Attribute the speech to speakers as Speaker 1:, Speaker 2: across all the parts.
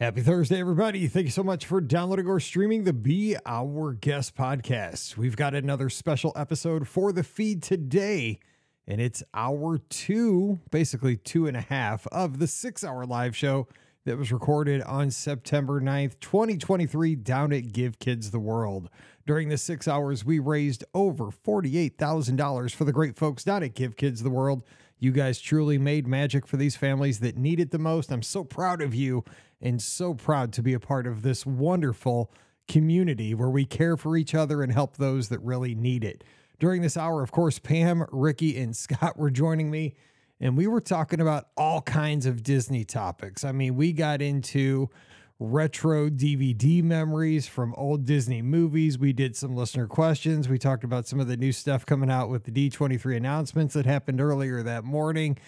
Speaker 1: Happy Thursday, everybody. Thank you so much for downloading or streaming the Be Our Guest podcast. We've got another special episode for the feed today, and it's hour two, basically two and a half, of the six hour live show that was recorded on September 9th, 2023, down at Give Kids the World. During the six hours, we raised over $48,000 for the great folks down at Give Kids the World. You guys truly made magic for these families that need it the most. I'm so proud of you and so proud to be a part of this wonderful community where we care for each other and help those that really need it. During this hour, of course, Pam, Ricky, and Scott were joining me, and we were talking about all kinds of Disney topics. I mean, we got into retro DVD memories from old Disney movies. We did some listener questions. We talked about some of the new stuff coming out with the D23 announcements that happened earlier that morning.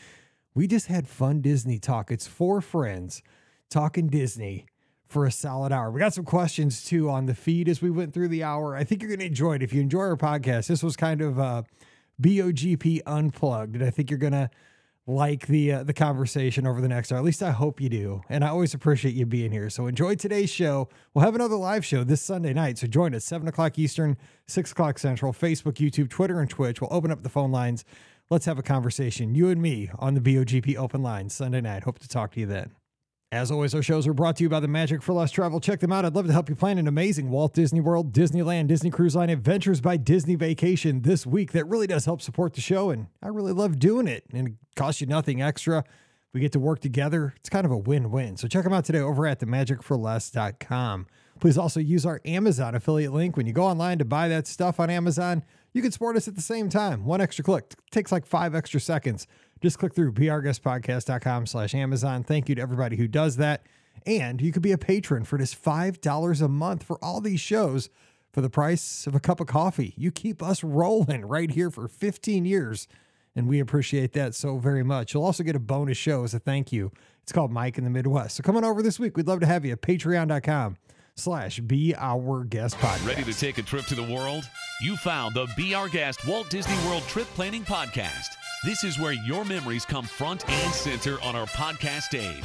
Speaker 1: We just had fun Disney talk. It's four friends talking Disney for a solid hour. We got some questions too on the feed as we went through the hour. I think you're going to enjoy it. If you enjoy our podcast, this was kind of uh, BOGP unplugged, and I think you're going to like the uh, the conversation over the next hour. At least I hope you do. And I always appreciate you being here. So enjoy today's show. We'll have another live show this Sunday night. So join us seven o'clock Eastern, six o'clock Central. Facebook, YouTube, Twitter, and Twitch. We'll open up the phone lines. Let's have a conversation, you and me, on the BOGP open line Sunday night. Hope to talk to you then. As always, our shows are brought to you by the Magic for Less Travel. Check them out. I'd love to help you plan an amazing Walt Disney World, Disneyland, Disney Cruise Line Adventures by Disney Vacation this week. That really does help support the show, and I really love doing it. And it costs you nothing extra. We get to work together. It's kind of a win win. So check them out today over at themagicforless.com. Please also use our Amazon affiliate link. When you go online to buy that stuff on Amazon, you can support us at the same time. One extra click takes like five extra seconds just click through brguestpodcast.com slash amazon thank you to everybody who does that and you could be a patron for just $5 a month for all these shows for the price of a cup of coffee you keep us rolling right here for 15 years and we appreciate that so very much you'll also get a bonus show as a thank you it's called mike in the midwest so come on over this week we'd love to have you patreon.com slash be our guest podcast
Speaker 2: Ready to take a trip to the world? You found the Be Our Guest Walt Disney World Trip Planning Podcast. This is where your memories come front and center on our podcast stage.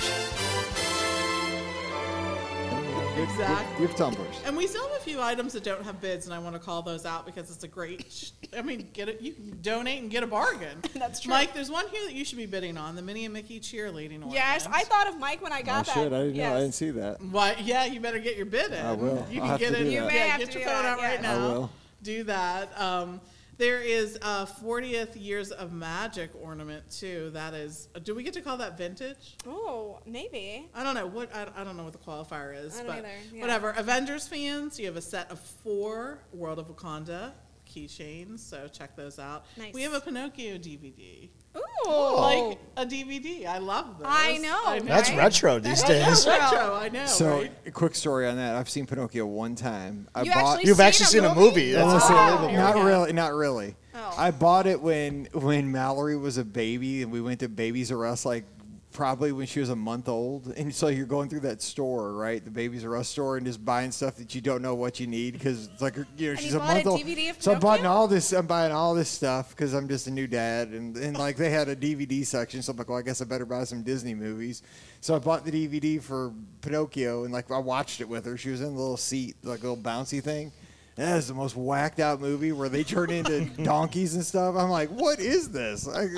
Speaker 3: Exactly.
Speaker 4: We have tumblers.
Speaker 3: And we still have a few items that don't have bids, and I want to call those out because it's a great. Sh- I mean, get it. You can donate and get a bargain.
Speaker 5: That's true.
Speaker 3: Mike, there's one here that you should be bidding on: the Minnie and Mickey cheerleading.
Speaker 5: Yes, I
Speaker 3: ornament.
Speaker 5: thought of Mike when I
Speaker 4: Oh
Speaker 5: got that.
Speaker 4: shit! I didn't know. I
Speaker 5: Yes.
Speaker 4: didn't see that.
Speaker 3: Why? Yeah, you better get your bid in.
Speaker 4: I will.
Speaker 3: You
Speaker 4: I'll have
Speaker 3: can get
Speaker 4: to do
Speaker 3: it.
Speaker 4: that. You
Speaker 5: may
Speaker 3: yeah,
Speaker 5: have
Speaker 3: get
Speaker 5: to
Speaker 3: your
Speaker 5: do
Speaker 3: phone
Speaker 5: that,
Speaker 3: out right
Speaker 5: yes.
Speaker 3: now.
Speaker 4: I will.
Speaker 3: Do that. Um, there is a 40th years of magic ornament too. That is. Do we get to call that vintage?
Speaker 5: Oh, maybe.
Speaker 3: I don't know what I, I don't know what the qualifier is,
Speaker 5: I don't
Speaker 3: but
Speaker 5: either, yeah.
Speaker 3: whatever. Avengers fans, you have a set of four World of Wakanda keychains, so check those out.
Speaker 5: Nice.
Speaker 3: We have a Pinocchio DVD,
Speaker 5: Ooh. Oh.
Speaker 3: like a DVD. I love this.
Speaker 5: I know,
Speaker 6: That's
Speaker 5: Right?
Speaker 6: retro these days.
Speaker 3: retro. I know.
Speaker 4: So,
Speaker 3: right?
Speaker 4: a quick story on that. I've seen Pinocchio one time. I
Speaker 5: You
Speaker 4: bought.
Speaker 5: actually
Speaker 6: You've
Speaker 5: seen
Speaker 6: actually
Speaker 5: a
Speaker 6: seen a
Speaker 5: movie?
Speaker 6: movie.
Speaker 4: Well,
Speaker 6: That's
Speaker 4: listen,
Speaker 5: unbelievable.
Speaker 4: not
Speaker 5: Yeah.
Speaker 4: really, not really.
Speaker 5: Oh.
Speaker 4: I bought it when when Mallory was a baby, and we went to Babies R Us, like probably when she was a month old. And so you're going through that store, right, the Babies R Us store, and just buying stuff that you don't know what you need because it's like you know she's
Speaker 5: you
Speaker 4: a
Speaker 5: bought a
Speaker 4: month old.
Speaker 5: DVD of
Speaker 4: so I'm buying
Speaker 5: Pinocchio?
Speaker 4: all this. I'm buying all this stuff because I'm just a new dad, and, and like they had a DVD section, so I'm like, well, I guess I better buy some Disney movies. So I bought the DVD for Pinocchio, and like I watched it with her. She was in the little seat, like a little bouncy thing. That is the most whacked out movie where they turn into donkeys and stuff. I'm like, what is this? I,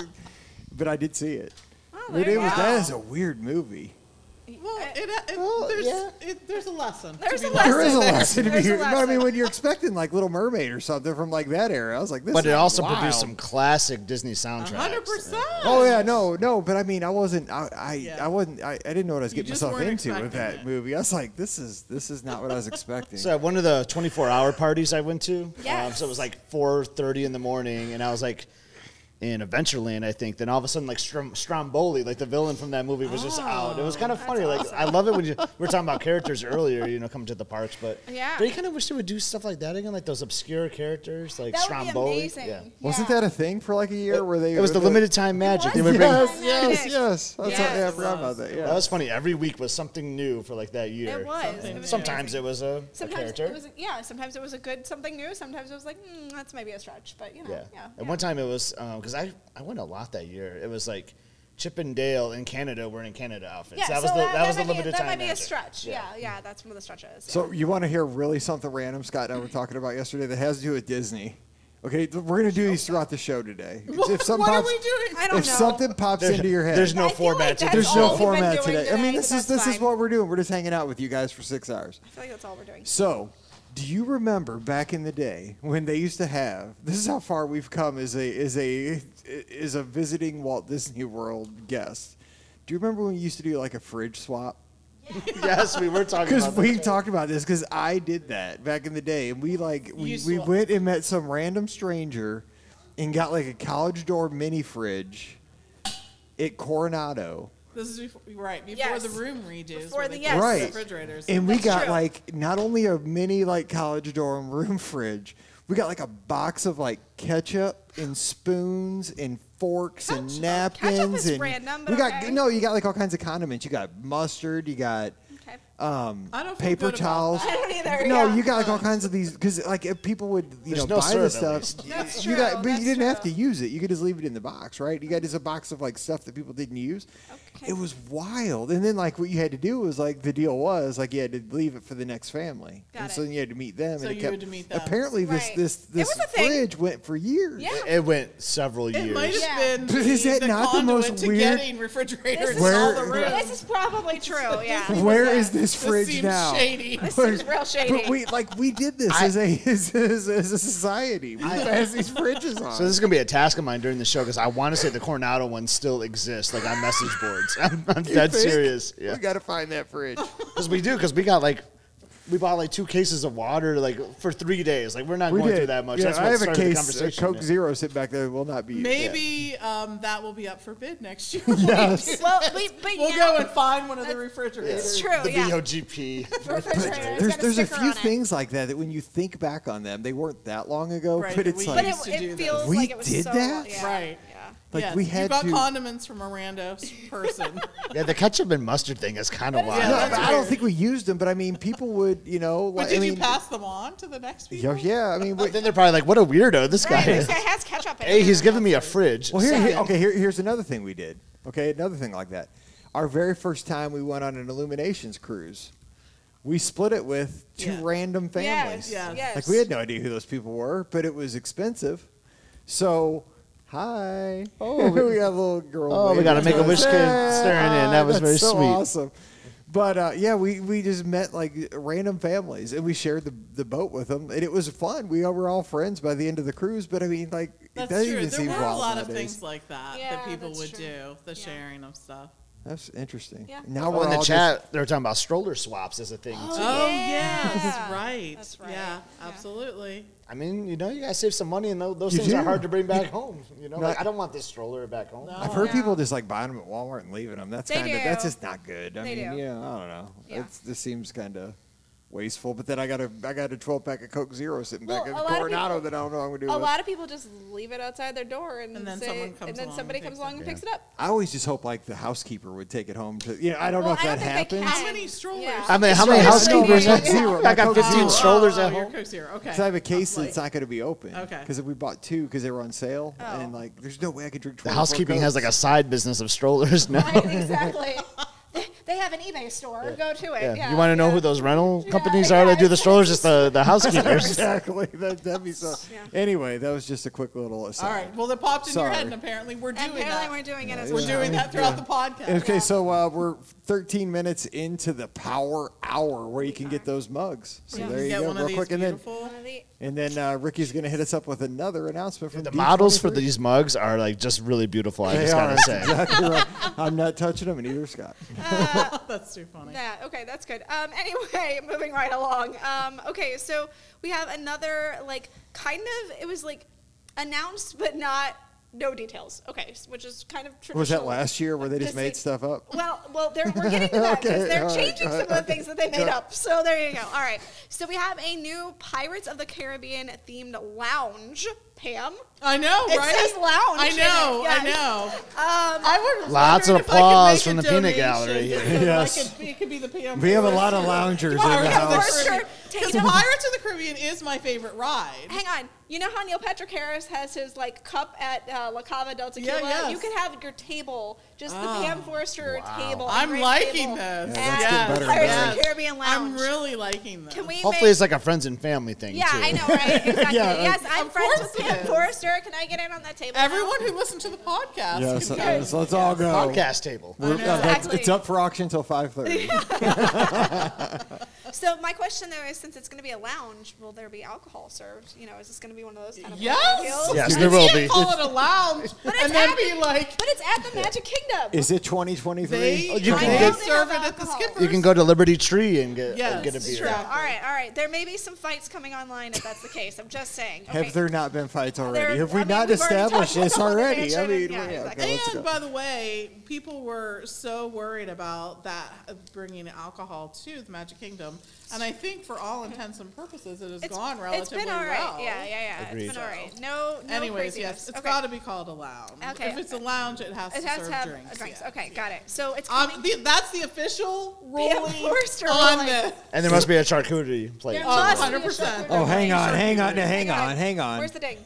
Speaker 4: but I did see it.
Speaker 5: Oh,
Speaker 4: but
Speaker 5: there
Speaker 4: it
Speaker 5: you
Speaker 4: was
Speaker 5: go.
Speaker 4: that is a weird movie.
Speaker 3: well,
Speaker 5: I-
Speaker 3: it, it,
Speaker 4: well,
Speaker 3: there's
Speaker 4: yeah.
Speaker 3: it, there's a lesson. to
Speaker 5: There's
Speaker 3: be
Speaker 5: a
Speaker 3: learned.
Speaker 4: There is a lesson. to be
Speaker 5: There's a
Speaker 4: here. But I mean,
Speaker 5: lesson.
Speaker 4: when you're expecting like Little Mermaid or something from like that era, I was like, this.
Speaker 6: But it
Speaker 4: is
Speaker 6: also
Speaker 4: wild.
Speaker 6: produced some classic Disney soundtracks.
Speaker 3: 100%.
Speaker 4: Oh yeah, no, no, but I mean, I wasn't, I, I,
Speaker 3: Yeah.
Speaker 4: I wasn't, I, I didn't know what I was
Speaker 3: You
Speaker 4: getting
Speaker 3: just
Speaker 4: myself
Speaker 3: weren't
Speaker 4: into with
Speaker 3: expecting
Speaker 4: that
Speaker 3: it.
Speaker 4: movie. I was like, this is, this is not what I was expecting.
Speaker 6: So at one of the 24-hour parties I went to, um,
Speaker 5: Yes.
Speaker 6: so it was like 4:30 in the morning, and I was like in Adventureland, I think. Then all of a sudden, like Strom- Stromboli, like the villain from that movie, was just
Speaker 5: Oh,
Speaker 6: out. It was kind of funny. Like I love it when you we were talking about characters earlier, you know, coming to the parks, but
Speaker 5: Yeah.
Speaker 6: do you kind of wish they would do stuff like that again, like those obscure characters, like
Speaker 5: That would be
Speaker 6: Stromboli?
Speaker 5: amazing.
Speaker 6: Yeah.
Speaker 4: Wasn't that a thing for like a year where they?
Speaker 6: It was the limited time magic. They
Speaker 5: was
Speaker 6: would bring-
Speaker 4: Yes,
Speaker 5: Yeah.
Speaker 4: yes,
Speaker 5: Magic.
Speaker 4: yes. That's how- yeah, I
Speaker 5: Yes.
Speaker 4: forgot about that.
Speaker 6: That
Speaker 4: Yeah.
Speaker 6: was funny. Every week was something new for like that year.
Speaker 5: It was. It was
Speaker 6: Sometimes it was a, a
Speaker 5: Sometimes
Speaker 6: character.
Speaker 5: it was yeah. Sometimes it was a good something new. Sometimes it was like mm, that's maybe a stretch, but you know.
Speaker 6: yeah.
Speaker 5: Yeah.
Speaker 6: um, At one time it was because I I went a lot that year. It was like Chip and Dale in Canada were in Canada outfits.
Speaker 5: Yeah,
Speaker 6: that
Speaker 5: so
Speaker 6: was the that, was the
Speaker 5: might be-
Speaker 6: limited
Speaker 5: that
Speaker 6: time.
Speaker 5: might be a
Speaker 6: answer.
Speaker 5: stretch. Yeah, yeah, that's one of the stretches.
Speaker 1: So you want to hear really something random Scott and I were talking about yesterday that has to do with Disney. Okay, th- we're gonna do these throughout the show today.
Speaker 3: What,
Speaker 1: If something
Speaker 3: what are
Speaker 1: pops-
Speaker 3: we doing?
Speaker 5: I don't
Speaker 1: if
Speaker 5: know.
Speaker 1: something pops
Speaker 6: There's-
Speaker 1: into your head,
Speaker 6: there's no
Speaker 5: I feel like
Speaker 6: format today.
Speaker 5: that's
Speaker 1: there's
Speaker 5: all
Speaker 1: no
Speaker 5: we've been
Speaker 1: format
Speaker 5: doing
Speaker 1: today. I mean,
Speaker 5: today,
Speaker 1: this
Speaker 5: but
Speaker 1: is this
Speaker 5: that's
Speaker 1: is
Speaker 5: fine.
Speaker 1: what we're doing. We're just hanging out with you guys for six hours.
Speaker 5: I feel like that's all we're doing.
Speaker 1: So, do you remember back in the day when they used to have? This is how far we've come as a as a as a visiting Walt Disney World guest. Do you remember when we used to do like a fridge swap?
Speaker 6: yes, we were talking
Speaker 1: Because
Speaker 6: about
Speaker 1: we
Speaker 6: that.
Speaker 1: talked about this because I did that back in the day, and we like we,
Speaker 3: You
Speaker 1: we
Speaker 3: swapped.
Speaker 1: went and met some random stranger, and got like a college dorm mini fridge at Coronado,
Speaker 3: This is before, right before
Speaker 5: Yes.
Speaker 3: the room redos.
Speaker 5: Before
Speaker 3: where
Speaker 5: the-
Speaker 3: they
Speaker 5: yes.
Speaker 3: put
Speaker 1: Right.
Speaker 3: refrigerators.
Speaker 1: and we
Speaker 5: That's
Speaker 1: got
Speaker 5: true.
Speaker 1: like not only a mini like college dorm room fridge, we got like a box of like ketchup and spoons and forks and
Speaker 5: Ketchup-
Speaker 1: napkins
Speaker 5: ketchup is
Speaker 1: and
Speaker 5: random, but
Speaker 1: we got
Speaker 5: okay.
Speaker 1: no, you got like all kinds of condiments. You got mustard, you got
Speaker 5: Okay.
Speaker 1: um,
Speaker 3: I don't feel
Speaker 1: paper
Speaker 3: good about
Speaker 1: towels.
Speaker 5: I don't either.
Speaker 1: No,
Speaker 5: yeah.
Speaker 1: you got like all kinds of these because like if people would you
Speaker 6: There's
Speaker 1: know
Speaker 6: no
Speaker 1: buy
Speaker 6: syrup,
Speaker 1: this
Speaker 6: at
Speaker 1: stuff.
Speaker 6: least.
Speaker 5: That's
Speaker 1: you
Speaker 5: true,
Speaker 1: got, but
Speaker 5: that's
Speaker 1: you didn't have to
Speaker 5: true.
Speaker 1: use it. You could just leave it in the box, right? You got just a box of like stuff that people didn't use.
Speaker 5: Okay.
Speaker 1: It was wild. And then like what you had to do was like the deal was like you had to leave it for the next family,
Speaker 5: Got
Speaker 1: and
Speaker 5: it.
Speaker 1: so then you had to meet them.
Speaker 3: So
Speaker 1: and it
Speaker 3: you
Speaker 1: kept,
Speaker 3: had to meet them.
Speaker 1: Apparently this
Speaker 5: Right.
Speaker 1: this
Speaker 5: It
Speaker 1: this
Speaker 5: was a thing.
Speaker 1: fridge went for years.
Speaker 5: Yeah.
Speaker 6: It, it went several
Speaker 3: it
Speaker 6: years.
Speaker 3: might have
Speaker 5: Yeah.
Speaker 3: been
Speaker 1: But is
Speaker 3: the,
Speaker 1: that
Speaker 3: the
Speaker 1: not the
Speaker 3: conduit
Speaker 1: most
Speaker 3: to
Speaker 1: weird-
Speaker 3: getting refrigerators
Speaker 5: This
Speaker 3: in
Speaker 5: is-
Speaker 1: Where-
Speaker 3: all the rooms.
Speaker 5: This is probably true. Yeah.
Speaker 1: Where is
Speaker 5: this?
Speaker 1: this
Speaker 3: This
Speaker 1: fridge
Speaker 3: seems
Speaker 1: now?
Speaker 3: shady.
Speaker 5: This seems real shady.
Speaker 1: But we like we did this
Speaker 6: I-
Speaker 1: as a as, as, as a society. We passed these fridges on.
Speaker 6: So this is gonna be a task of mine during the show because I want to say the Coronado one still exists, like on message boards. I'm, I'm dead
Speaker 1: think?
Speaker 6: serious. Yeah,
Speaker 1: We gotta find that fridge.
Speaker 6: because we do, because we got like. We bought like two cases of water, like for three days. Like we're not
Speaker 1: We
Speaker 6: going
Speaker 1: did.
Speaker 6: through that much.
Speaker 1: Yeah,
Speaker 6: That's what
Speaker 1: I have a
Speaker 6: started the
Speaker 1: case of
Speaker 6: conversation.
Speaker 1: Coke
Speaker 6: yeah.
Speaker 1: Zero sit back there. Will not be used.
Speaker 3: Maybe um, that will be up for bid next year.
Speaker 1: Yes. Oh,
Speaker 5: well, we, but
Speaker 3: we'll
Speaker 5: now,
Speaker 3: go and find one of the
Speaker 5: That's-
Speaker 3: refrigerators.
Speaker 5: It's true.
Speaker 6: The
Speaker 5: yeah.
Speaker 6: VOGP.
Speaker 5: The refrigerator. It's
Speaker 1: There's
Speaker 5: got
Speaker 1: there's a
Speaker 5: sticker
Speaker 1: few
Speaker 5: on it.
Speaker 1: things like that that when you think back on them, they weren't that long ago.
Speaker 3: Right,
Speaker 1: but
Speaker 3: that
Speaker 1: it's
Speaker 3: we
Speaker 5: But
Speaker 1: like
Speaker 5: it,
Speaker 3: used to do
Speaker 5: it
Speaker 3: that.
Speaker 5: feels
Speaker 1: We
Speaker 5: like it was
Speaker 1: did
Speaker 5: so
Speaker 1: that?
Speaker 5: yeah,
Speaker 3: Right.
Speaker 5: Yeah.
Speaker 1: like
Speaker 3: Yeah,
Speaker 1: we
Speaker 3: you
Speaker 1: had
Speaker 3: got
Speaker 1: to.
Speaker 3: condiments from a rando person.
Speaker 6: yeah, the ketchup and mustard thing is kind of wild.
Speaker 1: No,
Speaker 3: that's
Speaker 1: but I don't
Speaker 3: weird.
Speaker 1: think we used them. But I mean, people would you know.
Speaker 3: but
Speaker 1: Like,
Speaker 3: did
Speaker 1: I mean,
Speaker 3: you pass them on to the next people?
Speaker 1: Yeah, yeah. I mean,
Speaker 6: But
Speaker 1: we,
Speaker 6: then they're probably like, "What a weirdo this guy
Speaker 5: Right,
Speaker 6: is."
Speaker 5: this guy has ketchup in
Speaker 6: Hey,
Speaker 5: it.
Speaker 6: he's giving me a fridge.
Speaker 1: Well, here,
Speaker 6: So-
Speaker 1: here- okay, here, here's another thing we did. Okay, another thing like that. Our very first time we went on an Illuminations cruise, we split it with two
Speaker 3: Yeah.
Speaker 1: random families.
Speaker 3: yes.
Speaker 1: Like we had no idea who those people were, but it was expensive. So, hi. Oh, we got a little girl.
Speaker 6: Oh, we
Speaker 1: waving
Speaker 6: gotta make
Speaker 1: to
Speaker 6: a
Speaker 1: us.
Speaker 6: wish kid
Speaker 1: Hey,
Speaker 6: staring in. That
Speaker 1: hi,
Speaker 6: was
Speaker 1: that's
Speaker 6: very
Speaker 1: so
Speaker 6: sweet.
Speaker 1: Awesome. But uh, yeah, we, we just met like random families and we shared the, the boat with them and it was fun. We were all friends by the end of the cruise, but I mean like
Speaker 3: That's
Speaker 1: that
Speaker 3: true.
Speaker 1: even
Speaker 3: There
Speaker 1: seems
Speaker 3: were a
Speaker 1: wild
Speaker 3: lot of
Speaker 1: nowadays.
Speaker 3: things like that
Speaker 5: Yeah,
Speaker 3: that people
Speaker 5: that's
Speaker 3: would
Speaker 5: true.
Speaker 3: do, the
Speaker 5: Yeah.
Speaker 3: sharing of stuff.
Speaker 1: That's interesting.
Speaker 5: Yeah.
Speaker 1: Now
Speaker 6: Oh,
Speaker 1: we're
Speaker 6: in
Speaker 1: all
Speaker 6: the
Speaker 1: just-
Speaker 6: chat, they were talking about stroller swaps as a thing. too.
Speaker 3: Oh,
Speaker 5: yeah.
Speaker 3: yes, right.
Speaker 5: That's right.
Speaker 3: Yeah,
Speaker 5: Yeah.
Speaker 3: absolutely.
Speaker 6: I mean, you know, you guys save some money, and tho- those
Speaker 1: You
Speaker 6: things are
Speaker 1: do.
Speaker 6: hard to bring back home. You know,
Speaker 1: No.
Speaker 6: like, I don't want this stroller back home.
Speaker 3: No.
Speaker 1: I've heard
Speaker 5: Oh, Yeah.
Speaker 1: people just like buying them at Walmart and leaving them. That's
Speaker 5: They
Speaker 1: kind of that's
Speaker 5: do.
Speaker 1: just not good. I
Speaker 5: They
Speaker 1: mean,
Speaker 5: do.
Speaker 1: yeah, I don't know.
Speaker 5: Yeah.
Speaker 1: It's, this seems kind of wasteful. But then I got a I got a 12 pack of Coke Zero sitting
Speaker 5: Well,
Speaker 1: back in
Speaker 5: a lot of
Speaker 1: Coronado
Speaker 5: people-
Speaker 1: that I don't know what I'm gonna do.
Speaker 5: A
Speaker 1: with.
Speaker 5: lot of people just leave it outside their door and,
Speaker 3: And then
Speaker 5: say,
Speaker 3: someone comes
Speaker 5: and then
Speaker 3: along
Speaker 5: somebody
Speaker 3: and
Speaker 5: comes
Speaker 3: takes
Speaker 5: along and
Speaker 6: it.
Speaker 5: picks it up.
Speaker 1: I always just hope like the housekeeper would take it home to. You know, I don't know
Speaker 5: Well,
Speaker 1: if
Speaker 5: I
Speaker 1: that
Speaker 5: don't think they
Speaker 1: happens.
Speaker 5: can.
Speaker 3: How many strollers?
Speaker 5: Yeah.
Speaker 6: I mean, how
Speaker 1: It's
Speaker 6: many
Speaker 1: not-
Speaker 6: housekeepers?
Speaker 1: it's not zero.
Speaker 6: I got
Speaker 1: My Coke
Speaker 6: 15
Speaker 1: Zero.
Speaker 6: strollers at
Speaker 3: Oh, your
Speaker 6: home.
Speaker 3: Coke Zero. Okay.
Speaker 1: Because I have a case
Speaker 3: Lovely.
Speaker 1: that's not going to be open.
Speaker 3: Okay.
Speaker 1: Because we bought two because they were on sale, and
Speaker 5: Oh.
Speaker 1: like, there's no way I could drink.
Speaker 6: The
Speaker 1: 24
Speaker 6: housekeeping
Speaker 1: Cokes.
Speaker 6: has like a side business of strollers now.
Speaker 5: Right, exactly. They- they have an eBay store. Go to it.
Speaker 6: Yeah.
Speaker 5: Yeah.
Speaker 6: you want to know
Speaker 5: yeah.
Speaker 6: who those rental
Speaker 5: Yeah,
Speaker 6: companies are that do the
Speaker 5: yeah.
Speaker 6: strollers? It's the, the housekeepers.
Speaker 1: exactly. That, that'd be so.
Speaker 5: Yeah.
Speaker 1: Anyway, that was just a quick little aside.
Speaker 3: All right. Well, that popped in your
Speaker 1: Sorry.
Speaker 3: head, and apparently we're doing
Speaker 5: And apparently
Speaker 3: that.
Speaker 5: we're doing it as
Speaker 3: We're
Speaker 5: well.
Speaker 3: doing that throughout the podcast.
Speaker 1: Okay, so uh, we're 13 minutes into the power hour where you can get those mugs. So
Speaker 5: Yeah.
Speaker 1: there you
Speaker 3: get
Speaker 1: go,
Speaker 3: one of
Speaker 1: real
Speaker 3: these
Speaker 1: quick, and then
Speaker 3: beautiful.
Speaker 5: One of the-
Speaker 1: and then uh, Ricky's going to hit us up with another announcement from
Speaker 6: The
Speaker 1: D23.
Speaker 6: models for these mugs are like just really beautiful. I
Speaker 1: They
Speaker 6: just
Speaker 1: are,
Speaker 6: gotta say.
Speaker 1: exactly right. I'm not touching them, and neither is Scott.
Speaker 3: That's too funny.
Speaker 5: Yeah, okay, that's good. Um, anyway, moving right along. Um, okay, so we have another, like, kind of, it was like announced, but not, no details. Okay, s- which is kind of traditional.
Speaker 1: Was that last year where they just made
Speaker 5: stuff?
Speaker 1: stuff up?
Speaker 5: Well, well, they're, we're getting to that because
Speaker 1: Okay,
Speaker 5: they're
Speaker 1: all right,
Speaker 5: changing
Speaker 1: all
Speaker 5: some of the things that they made
Speaker 1: Yeah.
Speaker 5: up. So there you go. All right. So we have a new Pirates of the Caribbean themed lounge Pam. Um,
Speaker 3: I know,
Speaker 5: It
Speaker 3: right?
Speaker 5: says lounge
Speaker 3: I
Speaker 5: in it,
Speaker 3: know, I
Speaker 5: yes.
Speaker 3: know.
Speaker 5: Um,
Speaker 3: I would
Speaker 6: Lots of
Speaker 3: wondered if I could
Speaker 6: applause
Speaker 3: make
Speaker 6: from
Speaker 3: a
Speaker 6: the peanut
Speaker 3: donation
Speaker 6: gallery here.
Speaker 3: so that I
Speaker 4: Yes.
Speaker 3: could be- it could be the Pam.
Speaker 4: We have a
Speaker 3: Forest
Speaker 4: lot of
Speaker 3: Tour.
Speaker 4: loungers
Speaker 3: Pirates
Speaker 4: in the
Speaker 3: of the
Speaker 4: house.
Speaker 5: Sure,
Speaker 3: Caribbean.
Speaker 5: take
Speaker 3: 'Cause
Speaker 5: them.
Speaker 3: Pirates of the Caribbean is my favorite ride.
Speaker 5: hang on. You know how Neil Patrick Harris has his like cup at uh, La Cava del Tequila?
Speaker 3: yes. Ah.
Speaker 5: You could have your table, just the Pam Forrester table.
Speaker 3: I'm
Speaker 5: grand
Speaker 3: liking
Speaker 5: table
Speaker 4: Yeah,
Speaker 3: this.
Speaker 4: that's
Speaker 5: at
Speaker 4: getting better and
Speaker 5: Pirates
Speaker 4: better.
Speaker 5: of the Caribbean Lounge.
Speaker 3: I'm really liking this.
Speaker 5: Can we
Speaker 6: Hopefully,
Speaker 5: make,
Speaker 6: it's like a friends and family thing.
Speaker 5: Yeah,
Speaker 6: too.
Speaker 5: I know, right? Exactly.
Speaker 4: Yeah,
Speaker 5: yes, I'm
Speaker 3: of
Speaker 5: friends
Speaker 3: course
Speaker 5: with
Speaker 3: it
Speaker 5: Pam
Speaker 3: is.
Speaker 5: Forrester. Can I get in on that table? now?
Speaker 3: Everyone who listened to the podcast.
Speaker 4: Yes,
Speaker 3: can
Speaker 4: let's, let's all go.
Speaker 6: Podcast table.
Speaker 4: We're-
Speaker 3: know.
Speaker 4: uh, that's-
Speaker 5: Exactly.
Speaker 4: It's up for auction until 5.30.
Speaker 5: So my question though is, since it's going to be a lounge, will there be alcohol served? You know, is this going to be one of those kind of
Speaker 3: Yes.
Speaker 5: barbecues?
Speaker 6: Yes,
Speaker 3: You
Speaker 6: there will
Speaker 3: can't
Speaker 6: be.
Speaker 3: Call it a lounge,
Speaker 5: But it's
Speaker 3: and then
Speaker 5: at-
Speaker 3: be like
Speaker 5: But it's at the Magic Kingdom.
Speaker 4: Is it 2023?
Speaker 3: they.
Speaker 6: Oh, you
Speaker 3: I
Speaker 6: can
Speaker 3: know
Speaker 6: get-
Speaker 3: they serve it at the
Speaker 5: alcohol.
Speaker 3: skipper.
Speaker 6: You can go to Liberty Tree and get,
Speaker 3: Yes,
Speaker 6: and get a
Speaker 3: it's
Speaker 6: beer.
Speaker 5: True.
Speaker 3: Exactly.
Speaker 5: All right, all right. There may be some fights coming online if that's the case. I'm just saying. Okay.
Speaker 4: Have there not been fights
Speaker 5: There-
Speaker 4: already? Have we
Speaker 5: I mean,
Speaker 4: not
Speaker 5: we've already
Speaker 4: established
Speaker 5: talked about
Speaker 4: this
Speaker 5: the
Speaker 4: already? I
Speaker 5: mansion and-
Speaker 4: mean,
Speaker 5: yeah,
Speaker 4: yeah, okay,
Speaker 5: exactly.
Speaker 4: let's go.
Speaker 3: And by the way, people were so worried about that uh, bringing alcohol to the Magic Kingdom, and I think for all intents and purposes, it has
Speaker 5: It's-
Speaker 3: gone relatively
Speaker 5: It's been all right.
Speaker 3: well.
Speaker 5: Yeah, yeah, yeah. It's
Speaker 6: Agreed.
Speaker 5: been all right. No, no
Speaker 3: Anyways,
Speaker 5: craziness.
Speaker 3: yes, it's
Speaker 5: okay.
Speaker 3: got to be called a lounge.
Speaker 5: Okay.
Speaker 3: If it's a lounge, it has
Speaker 5: It
Speaker 3: to
Speaker 5: has
Speaker 3: serve
Speaker 5: to have
Speaker 3: drinks.
Speaker 5: drinks.
Speaker 3: yeah.
Speaker 5: Okay, got it. So it's
Speaker 3: Um,
Speaker 5: coming.
Speaker 3: the, that's the official
Speaker 5: Pam
Speaker 3: ruling
Speaker 5: Forster
Speaker 3: on
Speaker 5: ruling.
Speaker 3: this.
Speaker 6: And there must be a charcuterie plate.
Speaker 5: There
Speaker 3: Oh,
Speaker 5: must be a
Speaker 3: 100%.
Speaker 5: sugar
Speaker 4: Oh, hang
Speaker 5: cookie.
Speaker 4: on, hang on,
Speaker 5: Sugar
Speaker 4: hang
Speaker 5: cookie.
Speaker 4: on, hang on.
Speaker 5: Where's the ding?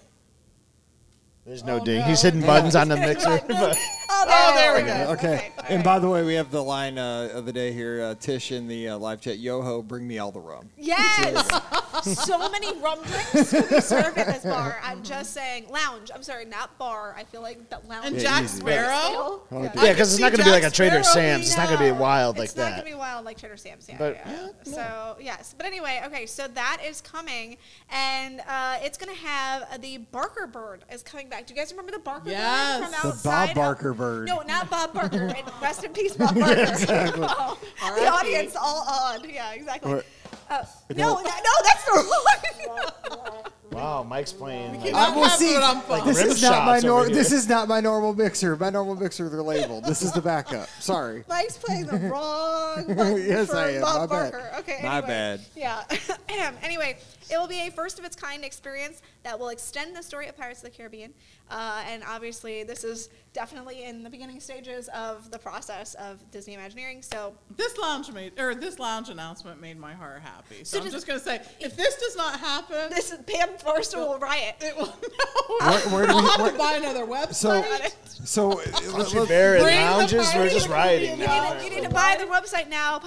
Speaker 6: There's no
Speaker 3: Oh,
Speaker 6: ding.
Speaker 3: no.
Speaker 6: He's hitting buttons on the mixer. but-
Speaker 5: Oh, there we go.
Speaker 4: Okay.
Speaker 5: all
Speaker 4: And
Speaker 5: right.
Speaker 4: by the way, we have the line uh, of the day here. Uh, Tish in the uh, live chat, Yoho, bring me all the rum.
Speaker 5: Yes. so many rum drinks will be served at this bar. I'm just saying, lounge. I'm sorry, not bar. I feel like that lounge.
Speaker 3: And
Speaker 5: is
Speaker 3: Jack
Speaker 4: easy.
Speaker 3: Sparrow.
Speaker 5: still-
Speaker 4: Oh,
Speaker 5: Yeah.
Speaker 4: dear.
Speaker 6: yeah, because it's not going to be like a Trader
Speaker 3: Jack Sparrow,
Speaker 6: Sam's. It's not going to be
Speaker 5: No,
Speaker 6: wild like
Speaker 5: it's not
Speaker 6: that.
Speaker 5: gonna be wild like Trader Sam's. Yeah.
Speaker 6: But-
Speaker 5: yeah. So yes, but anyway, okay. So that is coming, and uh, it's gonna have uh, the Barker bird is coming back. Do you guys remember the Barker
Speaker 3: Yes.
Speaker 5: bird from
Speaker 3: The
Speaker 5: outside?
Speaker 4: Bob
Speaker 5: of-
Speaker 4: Barker bird.
Speaker 5: No, not Bob Barker. and rest in peace, Bob Barker. Oh, the
Speaker 3: R.I.P..
Speaker 5: audience all odd. Yeah, exactly.
Speaker 4: What?
Speaker 5: Uh, no, no, that's the wrong.
Speaker 6: Wow, Mike's playing.
Speaker 3: You
Speaker 6: like-
Speaker 3: don't
Speaker 4: I will
Speaker 3: have
Speaker 4: see.
Speaker 3: food on phone.
Speaker 4: This
Speaker 6: Rib
Speaker 4: is not my
Speaker 6: shots over
Speaker 4: nor-
Speaker 6: here.
Speaker 4: This is not my normal mixer. My normal mixer, they're labeled. This is the backup. Sorry.
Speaker 5: Mike's playing the wrong button
Speaker 4: Yes,
Speaker 5: for
Speaker 4: I am.
Speaker 5: Bob
Speaker 4: My bad.
Speaker 5: Barker. Okay,
Speaker 4: My
Speaker 5: anyway.
Speaker 4: bad.
Speaker 5: Yeah. anyway, it will be a first of its kind experience that will extend the story of Pirates of the Caribbean, uh, and obviously this is definitely in the beginning stages of the process of Disney Imagineering. So
Speaker 3: This lounge made or this lounge announcement made my heart happy. So,
Speaker 5: So
Speaker 3: I'm
Speaker 5: does-
Speaker 3: just gonna say, if this does not happen,
Speaker 5: this is Pam Forster will riot.
Speaker 3: it will.
Speaker 4: Where, where do
Speaker 3: I'll
Speaker 4: we,
Speaker 3: have
Speaker 4: where-
Speaker 3: to buy another website.
Speaker 4: so, so, uh,
Speaker 6: Don't you bear it.
Speaker 3: Bring the
Speaker 6: Lounges, we're
Speaker 3: party
Speaker 6: just
Speaker 3: to
Speaker 6: rioting
Speaker 3: the
Speaker 6: now.
Speaker 5: You need to buy the website now,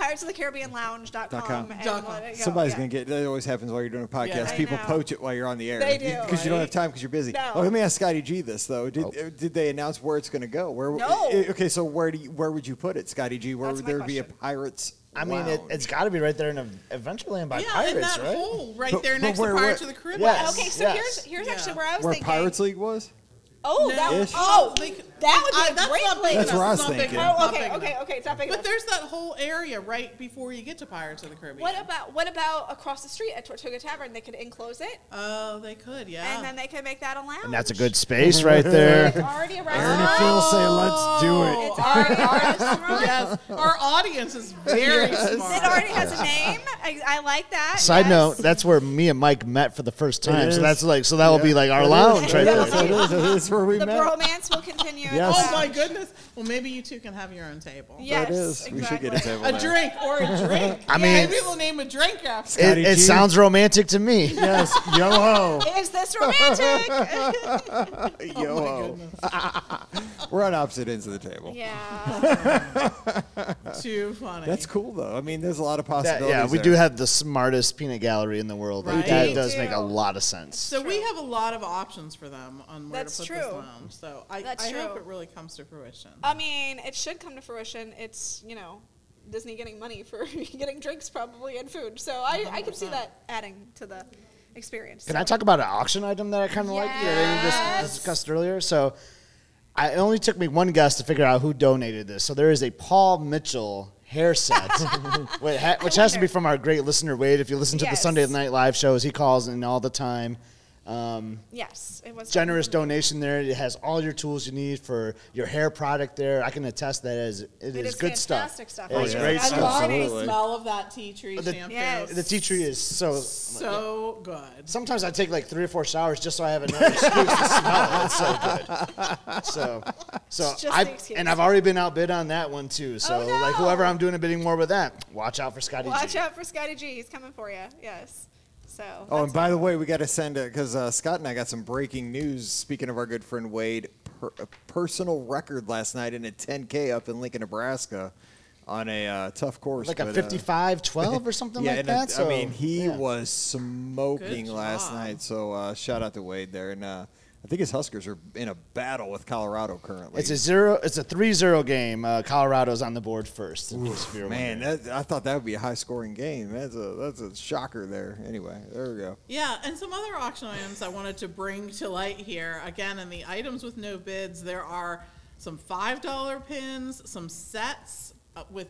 Speaker 5: piratesofthecaribbeanlounge.com.
Speaker 4: Dot com.
Speaker 5: and
Speaker 3: Dot com.
Speaker 5: let it go.
Speaker 4: Somebody's
Speaker 5: Yeah.
Speaker 4: gonna get. That always happens while you're doing a podcast.
Speaker 3: Yeah. I
Speaker 4: People
Speaker 5: know.
Speaker 4: poach it while you're on the air.
Speaker 5: They do,
Speaker 4: because you don't
Speaker 5: right?
Speaker 4: have time because you're busy.
Speaker 5: No.
Speaker 4: Oh, let me ask Scotty G this though. Did uh, did they announce where it's gonna go? Where?
Speaker 5: No.
Speaker 4: eh, Okay, so where do you, where would you put it, Scotty G? Where
Speaker 5: That's
Speaker 4: would
Speaker 5: my
Speaker 4: there be a
Speaker 5: question.
Speaker 4: pirates?
Speaker 6: I mean, it,
Speaker 4: lounge?
Speaker 6: it's got to be right there in Ad- Adventureland by
Speaker 3: yeah, in
Speaker 6: Pirates,
Speaker 3: that
Speaker 6: right?
Speaker 3: hole right
Speaker 4: But-
Speaker 3: there
Speaker 4: but
Speaker 3: next
Speaker 4: where-
Speaker 3: to Pirates
Speaker 4: where-
Speaker 3: of the Caribbean.
Speaker 6: Yes.
Speaker 5: Okay, so
Speaker 6: Yes.
Speaker 5: here's here's
Speaker 3: Yeah.
Speaker 5: actually where I was
Speaker 4: where
Speaker 5: thinking.
Speaker 4: Pirates League was.
Speaker 5: Oh, that
Speaker 3: No.
Speaker 5: was,
Speaker 4: Ish.
Speaker 5: oh,
Speaker 3: They-
Speaker 5: that would be
Speaker 3: I-
Speaker 5: a
Speaker 3: that's
Speaker 5: great
Speaker 3: not big
Speaker 5: place.
Speaker 3: enough.
Speaker 4: That's where I
Speaker 3: It's
Speaker 4: was
Speaker 3: not big
Speaker 4: thinking.
Speaker 3: enough.
Speaker 5: Oh,
Speaker 3: Not
Speaker 5: okay,
Speaker 3: big
Speaker 5: okay,
Speaker 3: enough.
Speaker 5: okay. It's not big
Speaker 3: But
Speaker 5: enough.
Speaker 3: there's that whole area right before you get to Pirates of the Caribbean.
Speaker 5: What about what about across the street at Tortuga Tavern? They could enclose it,
Speaker 3: Oh, they could, yeah.
Speaker 5: and then they could make that a lounge.
Speaker 6: And that's a good space right there.
Speaker 5: It's already a
Speaker 4: Aaron and
Speaker 5: restaurant.
Speaker 4: Phil say, "Let's do
Speaker 3: Oh,
Speaker 4: it."
Speaker 5: It's already a restaurant.
Speaker 3: yes, our audience is very
Speaker 5: It
Speaker 3: smart.
Speaker 5: already has a name. I, I like that.
Speaker 6: Side
Speaker 5: yes.
Speaker 6: note: That's where me and Mike met for the first time.
Speaker 4: is.
Speaker 6: So that's like, so that will be like our
Speaker 4: It is,
Speaker 6: lounge right
Speaker 4: it is,
Speaker 6: there.
Speaker 4: It is. It is where we
Speaker 5: the
Speaker 4: met.
Speaker 5: bromance will continue. as
Speaker 4: Yes.
Speaker 3: Oh
Speaker 5: well.
Speaker 3: my goodness. Well, maybe you two can have your own table.
Speaker 5: Yes,
Speaker 4: It is.
Speaker 5: Exactly.
Speaker 4: We should get a table.
Speaker 3: A
Speaker 4: now.
Speaker 3: drink or a drink.
Speaker 6: I mean-
Speaker 3: maybe we'll name a drink after.
Speaker 6: It,
Speaker 4: Scotty
Speaker 6: it
Speaker 4: G.
Speaker 6: sounds romantic to me.
Speaker 4: Yes, yo ho,
Speaker 5: Is this romantic?
Speaker 4: yo ho. We're on opposite ends of the table.
Speaker 5: yeah.
Speaker 3: Too funny.
Speaker 4: That's cool though. I mean, there's a lot of
Speaker 6: That-
Speaker 4: possibilities.
Speaker 6: yeah, we
Speaker 4: there.
Speaker 6: do have the smartest peanut gallery in the world. Like,
Speaker 3: Right. We
Speaker 6: that does
Speaker 5: do.
Speaker 6: make a lot of sense.
Speaker 3: So we have a lot of options for them on where
Speaker 5: That's
Speaker 3: to put
Speaker 5: true.
Speaker 3: this lounge. So I,
Speaker 5: That's
Speaker 3: I hope
Speaker 5: true.
Speaker 3: it really comes to fruition.
Speaker 5: I mean, it should come to fruition. It's you know, Disney getting money for getting drinks probably and food. So I, I can see that adding to the experience.
Speaker 6: Can I talk about an auction item that I kind of like that I
Speaker 5: Yes.
Speaker 6: just discussed earlier? So, I it only took me one guess to figure out who donated this. So there is a Paul Mitchell hair set, which, ha- which has to be
Speaker 5: wonder.
Speaker 6: from our great listener Wade. If you listen to
Speaker 5: Yes.
Speaker 6: the Sunday Night Live shows, he calls in all the time. Um,
Speaker 5: Yes, it was
Speaker 6: generous donation there. It has all your tools you need for your hair product there. I can attest that as it is,
Speaker 5: It is
Speaker 6: good stuff.
Speaker 5: fantastic stuff.
Speaker 6: It is
Speaker 5: I
Speaker 6: great
Speaker 5: just-
Speaker 3: I
Speaker 6: stuff.
Speaker 3: love the
Speaker 4: Absolutely.
Speaker 3: smell of that tea tree
Speaker 6: The-
Speaker 3: shampoo.
Speaker 5: Yes.
Speaker 6: The tea tree is so.
Speaker 3: So good.
Speaker 6: Sometimes I take like three or four showers just so I have another excuse to smell. It's so good. So, so
Speaker 5: It's just an
Speaker 6: I
Speaker 5: excuse.
Speaker 6: and I've already been outbid on that one too. So
Speaker 5: Oh, no.
Speaker 6: like whoever I'm doing a bidding war with that, watch out for Scotty.
Speaker 5: Watch
Speaker 6: G.
Speaker 5: out for Scotty G. He's coming for you. Yes. So.
Speaker 4: Oh,
Speaker 5: that's
Speaker 4: and by the way, we got to send it because uh, Scott and I got some breaking news. Speaking of our good friend Wade, per- a personal record last night in a 10K up in Lincoln, Nebraska, on a uh, tough course,
Speaker 6: Like a
Speaker 4: but, uh,
Speaker 6: 55 12 or something
Speaker 4: yeah,
Speaker 6: like
Speaker 4: and
Speaker 6: that.
Speaker 4: it-
Speaker 6: so,
Speaker 4: I mean, he
Speaker 6: yeah.
Speaker 4: was smoking
Speaker 3: Good
Speaker 4: last
Speaker 3: job.
Speaker 4: night. So uh, shout out to Wade there, and uh, I think his Huskers are in a battle with Colorado currently.
Speaker 6: It's a zero. It's a three-zero game. Uh, Colorado's on the board first. in case you're
Speaker 4: man.
Speaker 6: wondering.
Speaker 4: That, I thought that would be a high-scoring game. That's a that's a shocker there. Anyway, uh, there we go.
Speaker 3: Yeah, and some other auction items I wanted to bring to light here. Again, in the items with no bids, there are some $5 pins, some sets uh, with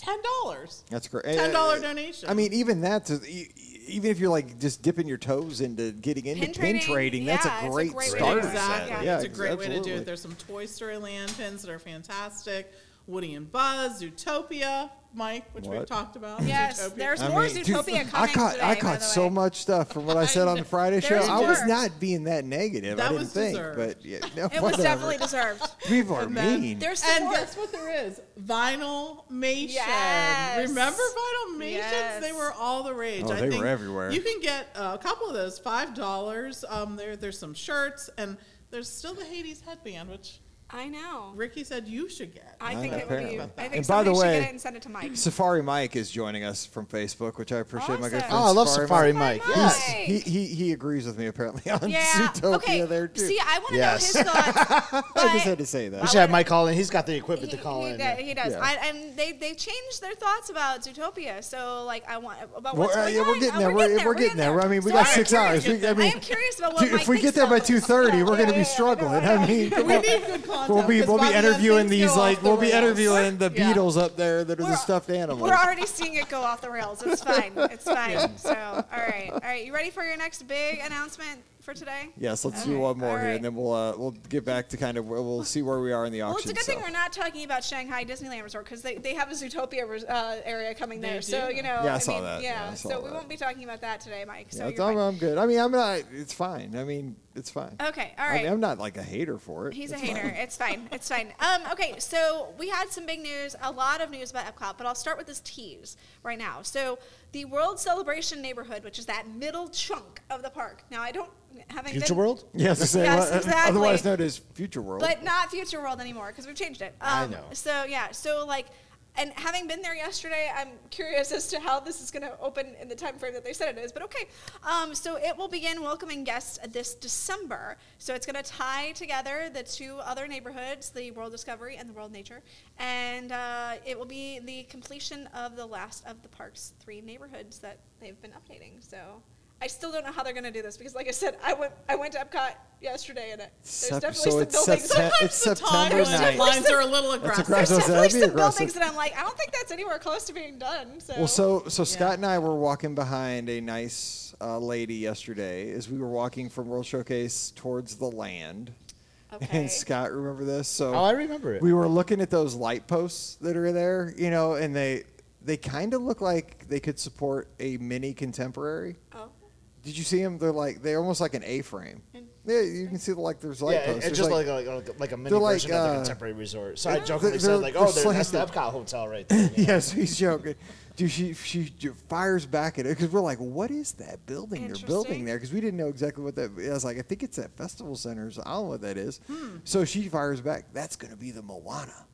Speaker 3: $10.
Speaker 4: That's great. eh,
Speaker 3: $10
Speaker 4: dollar
Speaker 3: donation.
Speaker 4: I mean, even that, to, e- even if you're like just dipping your toes into getting into
Speaker 5: Pin
Speaker 4: pin
Speaker 5: trading,
Speaker 4: trading, that's
Speaker 5: yeah, it's
Speaker 4: a
Speaker 5: a
Speaker 4: great,
Speaker 5: great way to
Speaker 4: starter
Speaker 5: do it.
Speaker 4: set.
Speaker 3: Exactly.
Speaker 5: Yeah.
Speaker 3: it's a great way to do
Speaker 4: absolutely.
Speaker 3: it. There's some Toy Story Land pins that are fantastic. Woody and Buzz, Zootopia, Mike, which we've
Speaker 4: What?
Speaker 3: talked about.
Speaker 5: Yes,
Speaker 3: Zootopia.
Speaker 5: there's more
Speaker 4: dude,
Speaker 5: Zootopia
Speaker 4: I
Speaker 5: coming
Speaker 4: caught
Speaker 5: today,
Speaker 4: I
Speaker 5: by
Speaker 4: caught
Speaker 5: the
Speaker 4: so
Speaker 5: way.
Speaker 4: much stuff from what I said on the Friday show.
Speaker 5: There's
Speaker 4: I was
Speaker 5: more.
Speaker 4: not being that negative. I
Speaker 3: That
Speaker 4: didn't
Speaker 3: was
Speaker 4: think,
Speaker 3: deserved.
Speaker 4: but yeah, no,
Speaker 5: It was
Speaker 4: whatever.
Speaker 5: definitely deserved.
Speaker 4: people are
Speaker 3: then-
Speaker 4: mean.
Speaker 5: There's some
Speaker 3: And
Speaker 5: more.
Speaker 3: guess what there is? Vinyl Mation.
Speaker 5: Yes.
Speaker 3: Remember Vinyl Mations?
Speaker 5: Yes.
Speaker 3: They were all the rage.
Speaker 4: Oh,
Speaker 3: I
Speaker 4: they were
Speaker 3: think
Speaker 4: everywhere.
Speaker 3: You can get uh, a couple of those, five dollars. Um, there, there's some shirts, and there's still the Hades headband, which
Speaker 5: I know.
Speaker 3: Ricky said you should get.
Speaker 5: I think it would be.
Speaker 4: apparently.
Speaker 5: I think
Speaker 4: And by
Speaker 5: somebody
Speaker 4: the
Speaker 5: should
Speaker 4: way-
Speaker 5: get it and send it to Mike.
Speaker 4: Safari Mike is joining us from Facebook, which I appreciate. My good
Speaker 5: Awesome.
Speaker 4: friend
Speaker 6: oh, I love Safari
Speaker 4: Safari
Speaker 6: Mike.
Speaker 5: Mike.
Speaker 6: Yes.
Speaker 5: Mike.
Speaker 4: He, he he agrees with me apparently on
Speaker 5: Yeah.
Speaker 4: Zootopia
Speaker 5: okay.
Speaker 4: there too.
Speaker 5: See, I want to
Speaker 6: Yes.
Speaker 5: know his thoughts.
Speaker 4: I just
Speaker 5: but-
Speaker 4: had to say that.
Speaker 6: We should have Mike call in. He's got the equipment to call
Speaker 5: he,
Speaker 6: in.
Speaker 5: does, he does.
Speaker 4: Yeah.
Speaker 5: I, and they they changed their thoughts about Zootopia. So like I want about
Speaker 4: Well,
Speaker 5: what's
Speaker 4: uh,
Speaker 5: going
Speaker 4: yeah,
Speaker 5: on.
Speaker 4: we're getting
Speaker 5: Oh,
Speaker 4: there. We're, we're getting there. I mean, we
Speaker 5: So
Speaker 4: got
Speaker 5: I'm
Speaker 4: six
Speaker 5: curious.
Speaker 4: hours. We, I
Speaker 5: I
Speaker 4: mean,
Speaker 5: am curious about what
Speaker 4: dude,
Speaker 5: Mike
Speaker 4: if we get
Speaker 5: thinks
Speaker 4: there by
Speaker 5: about
Speaker 4: two
Speaker 5: this.
Speaker 4: thirty,
Speaker 5: Yeah,
Speaker 4: we're going to
Speaker 5: yeah,
Speaker 4: be
Speaker 5: yeah,
Speaker 4: struggling.
Speaker 5: yeah, yeah.
Speaker 4: I mean,
Speaker 3: We need good content.
Speaker 4: we'll be
Speaker 3: 'cause
Speaker 4: we'll
Speaker 3: by
Speaker 4: be
Speaker 3: then
Speaker 4: interviewing
Speaker 3: things go
Speaker 4: these
Speaker 3: off
Speaker 4: like
Speaker 3: the
Speaker 4: we'll be
Speaker 3: rails.
Speaker 4: interviewing the
Speaker 3: Yeah.
Speaker 4: Beatles up there that are the
Speaker 5: We're-
Speaker 4: stuffed animals.
Speaker 5: We're already seeing it go off the rails. It's fine. It's fine. So all right, all right. You ready for your next big announcement for today?
Speaker 4: Yes, let's
Speaker 5: Okay.
Speaker 4: do one more
Speaker 5: All
Speaker 4: here,
Speaker 5: right.
Speaker 4: and then we'll uh, we'll get back to kind of where- we'll see where we are in the auction.
Speaker 5: Well, it's a good thing
Speaker 4: stuff.
Speaker 5: we're not talking about Shanghai Disneyland Resort because they, they have a Zootopia res- uh, area coming
Speaker 3: They
Speaker 5: there. So,
Speaker 3: do.
Speaker 5: you know,
Speaker 4: Yeah, I
Speaker 5: I,
Speaker 4: saw
Speaker 5: mean,
Speaker 4: that.
Speaker 5: yeah.
Speaker 4: Yeah, I saw
Speaker 5: so we
Speaker 4: that.
Speaker 5: won't be talking about that today, Mike. So
Speaker 4: Yeah,
Speaker 5: you're
Speaker 4: I'm,
Speaker 5: fine.
Speaker 4: I'm good. I mean, I'm not. It's fine. I mean, it's fine.
Speaker 5: Okay, all
Speaker 4: I
Speaker 5: right.
Speaker 4: mean, I'm not like a hater for it.
Speaker 5: He's
Speaker 4: It's
Speaker 5: a
Speaker 4: fine.
Speaker 5: hater. It's fine. It's fine. Um, okay, so we had some big news, a lot of news about Epcot, but I'll start with this tease right now. So the World Celebration neighborhood, which is that middle chunk of the park. Now I don't have
Speaker 6: Future
Speaker 5: been-
Speaker 6: World?
Speaker 4: Yes, I say,
Speaker 5: Yes,
Speaker 4: well, uh,
Speaker 5: exactly.
Speaker 4: Otherwise known as Future World.
Speaker 5: But not Future World anymore because we've changed it.
Speaker 6: I
Speaker 5: Um,
Speaker 6: know.
Speaker 5: So yeah, so like, and having been there yesterday, I'm curious as to how this is going to open in the time frame that they said it is. But okay, um, so it will begin welcoming guests this December. So it's going to tie together the two other neighborhoods, the World Discovery and the World Nature, and uh, it will be the completion of the last of the park's three neighborhoods that they've been updating. So. I still don't know how they're going to do this because, like I said, I went I went to Epcot yesterday and it, there's
Speaker 4: Sep-
Speaker 5: definitely
Speaker 4: so
Speaker 5: some
Speaker 4: it's
Speaker 5: buildings.
Speaker 4: Septem-
Speaker 5: Sometimes
Speaker 4: it's
Speaker 5: the time-
Speaker 4: September
Speaker 5: there's
Speaker 4: ninth.
Speaker 5: definitely
Speaker 3: Lines
Speaker 5: some-
Speaker 3: are a little aggressive.
Speaker 4: aggressive.
Speaker 5: There's
Speaker 4: So
Speaker 5: definitely
Speaker 4: that'd be
Speaker 5: some
Speaker 4: aggressive.
Speaker 5: buildings that I'm like, I don't think that's anywhere close to being done. So.
Speaker 4: Well, so so Scott and I were walking behind a nice uh, lady yesterday as we were walking from World Showcase towards the land.
Speaker 5: Okay.
Speaker 4: And Scott, remember this? So
Speaker 6: Oh, I remember it.
Speaker 4: We were looking at those light posts that are there, you know, and they they kind of look like they could support a mini contemporary.
Speaker 5: Oh.
Speaker 4: Did you see them? They're like they're almost like an A-frame. Yeah, you can see the, like there's light
Speaker 6: yeah,
Speaker 4: posts.
Speaker 6: it-
Speaker 4: There's,
Speaker 6: it's just like, like, like, like a mini
Speaker 4: they're like,
Speaker 6: version of the
Speaker 4: uh,
Speaker 6: contemporary resort. So I jokingly
Speaker 4: they're-
Speaker 6: said,
Speaker 4: they're-
Speaker 6: like, oh,
Speaker 4: they're
Speaker 6: there- that's the
Speaker 4: slanted.
Speaker 6: Epcot hotel right there. you know?
Speaker 4: Yes, he's joking. Dude, she she j- fires back at it because we're like, what is that building they're
Speaker 5: Interesting.
Speaker 4: building there? Because we didn't know exactly what that. I was like, I think it's that festival center. So I don't know what that is. So she fires back. That's gonna be the Moana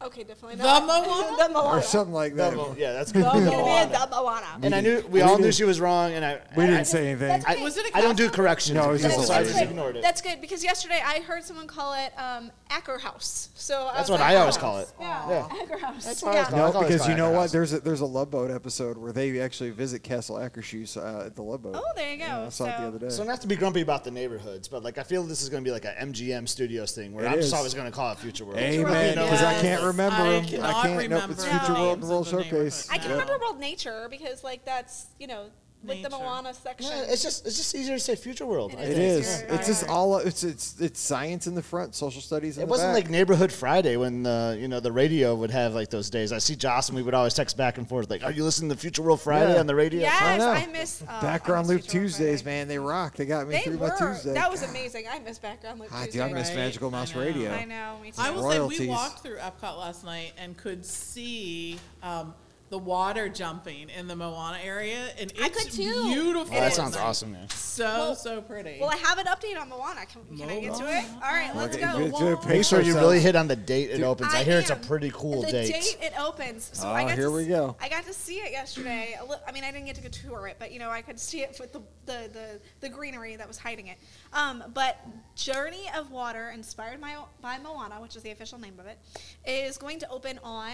Speaker 5: Okay, definitely
Speaker 3: The
Speaker 5: not.
Speaker 3: Moana?
Speaker 5: the Moana.
Speaker 4: or something like that.
Speaker 6: Double- yeah, that's
Speaker 5: It's
Speaker 6: good.
Speaker 5: gonna be a the Moana.
Speaker 6: And I knew we
Speaker 4: We
Speaker 6: all knew
Speaker 4: didn't-
Speaker 6: she was wrong, and I
Speaker 4: we
Speaker 6: I-
Speaker 4: didn't say anything.
Speaker 5: That's
Speaker 6: I,
Speaker 5: okay.
Speaker 3: Was it a
Speaker 6: I don't do
Speaker 3: castle?
Speaker 6: corrections.
Speaker 4: No, it was
Speaker 5: That's
Speaker 4: just
Speaker 6: so I
Speaker 4: a-
Speaker 5: good.
Speaker 6: just ignored it.
Speaker 5: That's good because yesterday I heard someone call it um, Acker House. So I
Speaker 6: That's
Speaker 5: was
Speaker 6: what
Speaker 5: like,
Speaker 6: I always
Speaker 5: oh.
Speaker 6: call it.
Speaker 5: Yeah,
Speaker 6: Yeah.
Speaker 5: Acker House.
Speaker 6: That's what I
Speaker 5: yeah.
Speaker 6: was
Speaker 4: No,
Speaker 6: I've always
Speaker 4: because you
Speaker 6: gone
Speaker 4: know
Speaker 6: to
Speaker 4: what?
Speaker 6: house.
Speaker 4: There's a, there's a Love Boat episode where they actually visit Castle Akershus uh, at the Love Boat.
Speaker 5: Oh, there you
Speaker 4: Yeah,
Speaker 5: go.
Speaker 4: I saw it
Speaker 5: So-
Speaker 4: the other day.
Speaker 6: So not to be grumpy about the neighborhoods, but like I feel this is going to be like a MGM Studios thing where
Speaker 4: It
Speaker 6: I'm just
Speaker 4: is.
Speaker 6: always going to call it Future World.
Speaker 4: Amen. Because I
Speaker 3: Yes.
Speaker 4: can't remember
Speaker 3: I
Speaker 4: 'em. I
Speaker 3: cannot
Speaker 4: can't. Nope,
Speaker 3: remember
Speaker 4: it's
Speaker 5: the
Speaker 4: Future World
Speaker 3: names
Speaker 4: and World
Speaker 3: of the
Speaker 4: Showcase.
Speaker 5: I
Speaker 3: neighborhoods.
Speaker 5: can
Speaker 3: Yeah.
Speaker 5: remember World Nature because like that's you know like the
Speaker 3: Nature.
Speaker 5: Moana section.
Speaker 6: No, it's just it's just easier to say future world.
Speaker 5: It
Speaker 6: I
Speaker 5: is.
Speaker 4: It
Speaker 6: think.
Speaker 4: is.
Speaker 5: Right.
Speaker 4: It's just all. It's it's it's science in the front, social studies. In
Speaker 6: It
Speaker 4: the
Speaker 6: wasn't
Speaker 4: back.
Speaker 6: like Neighborhood Friday when the you know the radio would have like those days. I see Joss and we would always text back and forth like, "Are you listening to Future World Friday
Speaker 4: Yeah.
Speaker 6: on the radio?"
Speaker 5: yes,
Speaker 4: know.
Speaker 5: I, miss uh,
Speaker 4: background
Speaker 5: I
Speaker 4: loop
Speaker 5: miss Future World
Speaker 4: Tuesdays,
Speaker 5: Friday.
Speaker 4: man. They rock. They got me
Speaker 5: They
Speaker 4: through
Speaker 5: were.
Speaker 4: my Tuesday.
Speaker 5: That was amazing. I miss background loop
Speaker 4: Ah,
Speaker 5: Tuesday.
Speaker 4: dude, I miss
Speaker 3: Right.
Speaker 4: Magical Mouse
Speaker 3: I know.
Speaker 4: Radio.
Speaker 5: I know. Me too.
Speaker 3: I will say
Speaker 4: Royalties.
Speaker 3: we walked through Epcot last night and could see um, the water jumping in the Moana area, and it's
Speaker 5: I could too.
Speaker 3: beautiful.
Speaker 6: Oh, that
Speaker 3: at
Speaker 6: sounds
Speaker 3: night.
Speaker 6: awesome. Yeah.
Speaker 3: So
Speaker 5: Well-
Speaker 3: so pretty.
Speaker 5: well, I have an update on Moana. Can, can I get to it? All right, let's
Speaker 4: Okay,
Speaker 5: go.
Speaker 4: good. Do a
Speaker 6: Make
Speaker 4: picture
Speaker 6: sure you
Speaker 4: of
Speaker 6: really
Speaker 4: some-
Speaker 6: hit on the date it opens. I, hear it's a
Speaker 5: am.
Speaker 6: pretty cool
Speaker 5: the
Speaker 6: date.
Speaker 5: it opens. So
Speaker 4: Oh,
Speaker 5: I got
Speaker 4: here
Speaker 5: to,
Speaker 4: we
Speaker 5: s-
Speaker 4: go.
Speaker 5: I got to see it yesterday. A li- I mean, I didn't get to go tour it, but you know, I could see it with the the the, the greenery that was hiding it. Um, but Journey of Water, inspired by, by Moana, which is the official name of it, is going to open on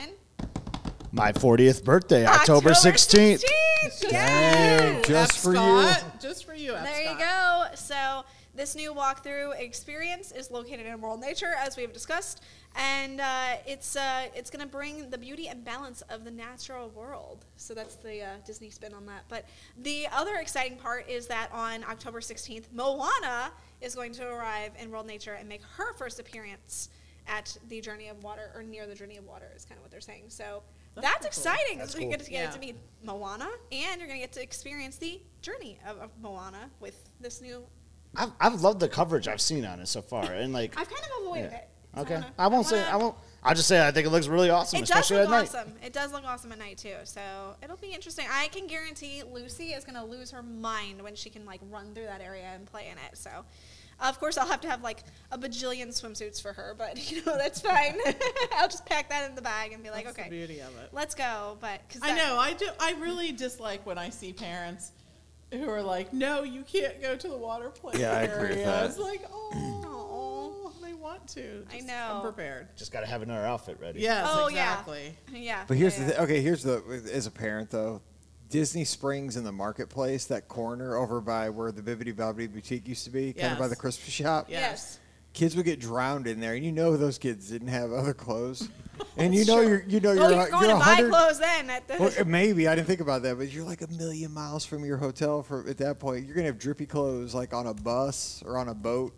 Speaker 6: My 40th birthday, October 16th.
Speaker 5: 16th.
Speaker 4: Dang,
Speaker 5: Yes.
Speaker 4: just for you.
Speaker 3: Epcot, just for you.
Speaker 5: There you
Speaker 3: Epcot.
Speaker 5: go. So this new walkthrough experience is located in World Nature, as we have discussed, and uh, it's uh, it's going to bring the beauty and balance of the natural world. So that's the uh, Disney spin on that. But the other exciting part is that on October 16th, Moana is going to arrive in World Nature and make her first appearance at the Journey of Water or near the Journey of Water is kind of what they're saying. So. That's,
Speaker 3: That's cool.
Speaker 5: exciting.
Speaker 6: That's
Speaker 5: so you
Speaker 6: cool.
Speaker 5: get to get
Speaker 3: Yeah.
Speaker 5: to meet Moana, and you're going to get to experience the journey of, of Moana with this new.
Speaker 6: I've, I've loved the coverage I've seen on it so far, and like,
Speaker 5: I've kind of avoided
Speaker 6: yeah.
Speaker 5: it. so
Speaker 6: okay,
Speaker 5: wanna-
Speaker 6: I won't say
Speaker 5: wanna-
Speaker 6: I won't. I'll just say I think it looks really awesome,
Speaker 5: It does
Speaker 6: especially
Speaker 5: look
Speaker 6: at night.
Speaker 5: awesome. It does look awesome at night too. So it'll be interesting. I can guarantee Lucy is going to lose her mind when she can like run through that area and play in it. So, of course, I'll have to have like a bajillion swimsuits for her, but you know that's fine. I'll just pack that in the bag and be like,
Speaker 3: That's the
Speaker 5: okay,
Speaker 3: beauty of it.
Speaker 5: let's go. But cause
Speaker 3: I
Speaker 5: that-
Speaker 3: know. I do. I really dislike when I see parents who are like, "No, you can't go to the water play
Speaker 4: Yeah, I
Speaker 3: area."
Speaker 4: agree with that.
Speaker 3: It's like, oh, they want to.
Speaker 5: I
Speaker 3: Just
Speaker 5: know.
Speaker 3: Come prepared.
Speaker 6: Just gotta have another outfit ready.
Speaker 3: Yes,
Speaker 5: Oh
Speaker 3: exactly.
Speaker 5: yeah, yeah.
Speaker 4: But here's
Speaker 5: yeah,
Speaker 4: the th- okay. Here's the as a parent though, Disney Springs in the marketplace, that corner over by where the Bibbidi Bobbidi Boutique used to be, kind of by
Speaker 3: Yes.
Speaker 4: the Christmas shop.
Speaker 5: yeah. Yes.
Speaker 4: Kids would get drowned in there, and you know those kids didn't have other clothes, and you know you're you know
Speaker 5: oh,
Speaker 4: you're
Speaker 5: you're
Speaker 4: a-
Speaker 5: going
Speaker 4: you're
Speaker 5: to buy
Speaker 4: 100
Speaker 5: clothes then at the.
Speaker 4: Well, uh, maybe I didn't think about that, but you're like a million miles from your hotel. For at that point, you're gonna have drippy clothes, like on a bus or on a boat.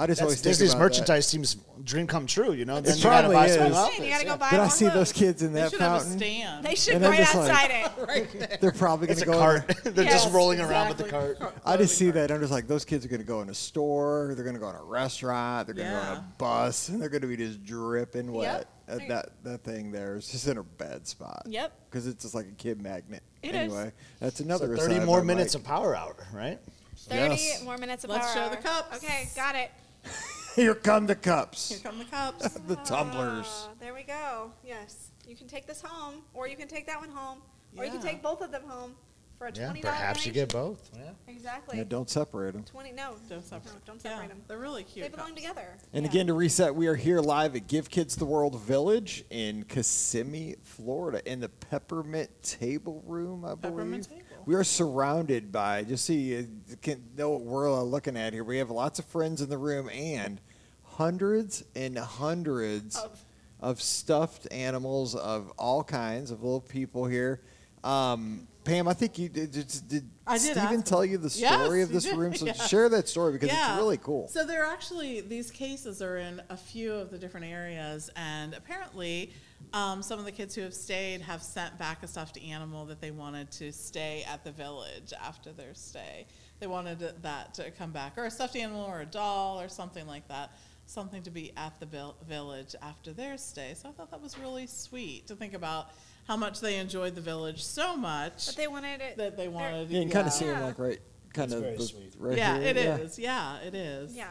Speaker 4: I just
Speaker 6: That's
Speaker 4: always think
Speaker 6: Disney's
Speaker 4: about that.
Speaker 6: merchandise seems dream come true, you know. Then
Speaker 4: It
Speaker 6: you gotta
Speaker 4: probably
Speaker 6: buy
Speaker 4: is.
Speaker 6: some
Speaker 4: That's what I'm
Speaker 5: saying, you gotta go
Speaker 6: outfits,
Speaker 5: buy-
Speaker 4: But I
Speaker 5: more
Speaker 4: see those
Speaker 5: clothes.
Speaker 4: kids in
Speaker 3: They
Speaker 4: that
Speaker 3: should have a
Speaker 4: fountain.
Speaker 3: stand.
Speaker 5: They should
Speaker 4: And I'm
Speaker 5: right
Speaker 4: just like-
Speaker 5: outside it.
Speaker 3: right there.
Speaker 4: They're probably
Speaker 6: yeah.
Speaker 4: gonna
Speaker 6: It's a
Speaker 4: go. in
Speaker 6: cart.
Speaker 4: a-
Speaker 6: They're just
Speaker 5: Yes,
Speaker 6: rolling around with the
Speaker 3: exactly.
Speaker 6: cart.
Speaker 4: I just see
Speaker 3: Clothing cart.
Speaker 4: that. I'm just like, those kids are gonna go in a store. They're gonna go in a restaurant. They're gonna go on
Speaker 3: Yeah.
Speaker 4: a bus, and they're gonna be just dripping wet. Uh,
Speaker 5: There you-
Speaker 4: that that thing there is just in a bad spot.
Speaker 5: Yep.
Speaker 4: Because it's just like a kid magnet.
Speaker 5: It is.
Speaker 4: anyway, that's another.
Speaker 6: So
Speaker 4: aside
Speaker 6: Thirty more
Speaker 4: by
Speaker 6: minutes
Speaker 4: Mike.
Speaker 6: of Power Hour, right?
Speaker 5: 30
Speaker 4: Yes.
Speaker 5: more minutes of
Speaker 3: Let's
Speaker 5: power
Speaker 3: show the
Speaker 5: hour.
Speaker 3: cups.
Speaker 5: Okay, got it.
Speaker 4: Here come the
Speaker 3: Here
Speaker 4: cups,
Speaker 3: come the cups.
Speaker 4: the tumblers.
Speaker 5: Ah, there we go. Yes. You can take this home, or you can take that one home, or you can
Speaker 3: Yeah.
Speaker 5: take both of them home for a $20
Speaker 6: Yeah,
Speaker 5: one
Speaker 6: perhaps you
Speaker 5: each.
Speaker 6: get both. Yeah.
Speaker 5: Exactly.
Speaker 4: Yeah, don't separate them.
Speaker 5: 20 No.
Speaker 3: Don't separate.
Speaker 5: No, don't
Speaker 3: Yeah,
Speaker 5: separate them.
Speaker 3: They're really cute.
Speaker 5: They belong
Speaker 3: cups.
Speaker 5: together.
Speaker 4: And
Speaker 5: Yeah.
Speaker 4: again, to reset, we are here live at Give Kids the World Village in Kissimmee, Florida, in the Peppermint Table Room, I believe.
Speaker 3: Peppermint Table.
Speaker 4: We are surrounded by, just so you can know what we're uh, looking at here, we have lots of friends in the room and hundreds and hundreds
Speaker 5: Of.
Speaker 4: of stuffed animals of all kinds, of little people here. Um, Pam, I think you did. Did, did
Speaker 3: I did
Speaker 4: Stephen
Speaker 3: ask
Speaker 4: tell you the
Speaker 3: Yes,
Speaker 4: story of
Speaker 3: he
Speaker 4: this
Speaker 3: did,
Speaker 4: room? So
Speaker 3: yeah.
Speaker 4: share that story because it's really cool.
Speaker 3: So there are actually these cases are in a few of the different areas, and apparently, um, some of the kids who have stayed have sent back a stuffed animal that they wanted to stay at the village after their stay. They wanted it- that to come back, or a stuffed animal, or a doll, or something like that. Something to be at the vil- village after their stay. So I thought that was really sweet to think about how much they enjoyed the village so much
Speaker 5: But they wanted it.
Speaker 3: that they wanted.
Speaker 4: Yeah, you can kind of see them
Speaker 5: Yeah.
Speaker 4: like right, kind of
Speaker 6: very
Speaker 4: the-
Speaker 6: sweet.
Speaker 4: right
Speaker 3: yeah,
Speaker 4: here.
Speaker 3: it is. Yeah, it is.
Speaker 5: Yeah.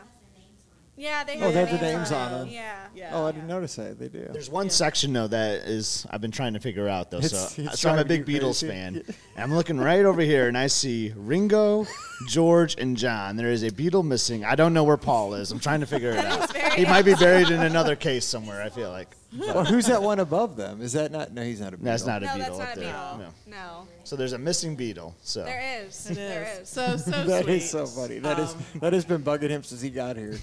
Speaker 5: Yeah, they
Speaker 4: Oh,
Speaker 5: have
Speaker 4: they have
Speaker 5: the names on
Speaker 4: them.
Speaker 5: it. Yeah.
Speaker 3: Yeah.
Speaker 4: Oh, I didn't notice that they do.
Speaker 6: There's one section though that is I've been trying to figure out though.
Speaker 4: It's-
Speaker 6: so
Speaker 4: it's
Speaker 6: so I'm a
Speaker 4: driving
Speaker 6: big
Speaker 4: you
Speaker 6: Beatles
Speaker 4: crazy.
Speaker 6: fan. And I'm looking right over here and I see Ringo, George, and John. There is a Beatle missing. I don't know where Paul is. I'm trying to figure it out.
Speaker 5: very
Speaker 6: He might be buried in another case somewhere. I feel like
Speaker 4: well, who's that one above them? Is that not? No, he's not a.
Speaker 6: that's
Speaker 4: Beatle.
Speaker 6: not a
Speaker 5: No,
Speaker 6: Beatle.
Speaker 5: that's
Speaker 6: up
Speaker 5: not a
Speaker 6: there.
Speaker 5: beetle.
Speaker 6: No.
Speaker 5: No.
Speaker 6: So there's a missing Beatle. So
Speaker 5: There is.
Speaker 3: It
Speaker 5: There
Speaker 3: is.
Speaker 5: is.
Speaker 3: So, so
Speaker 4: That
Speaker 3: sweet.
Speaker 4: is so funny. That is-
Speaker 3: Um,
Speaker 4: that has been bugging him since he got here.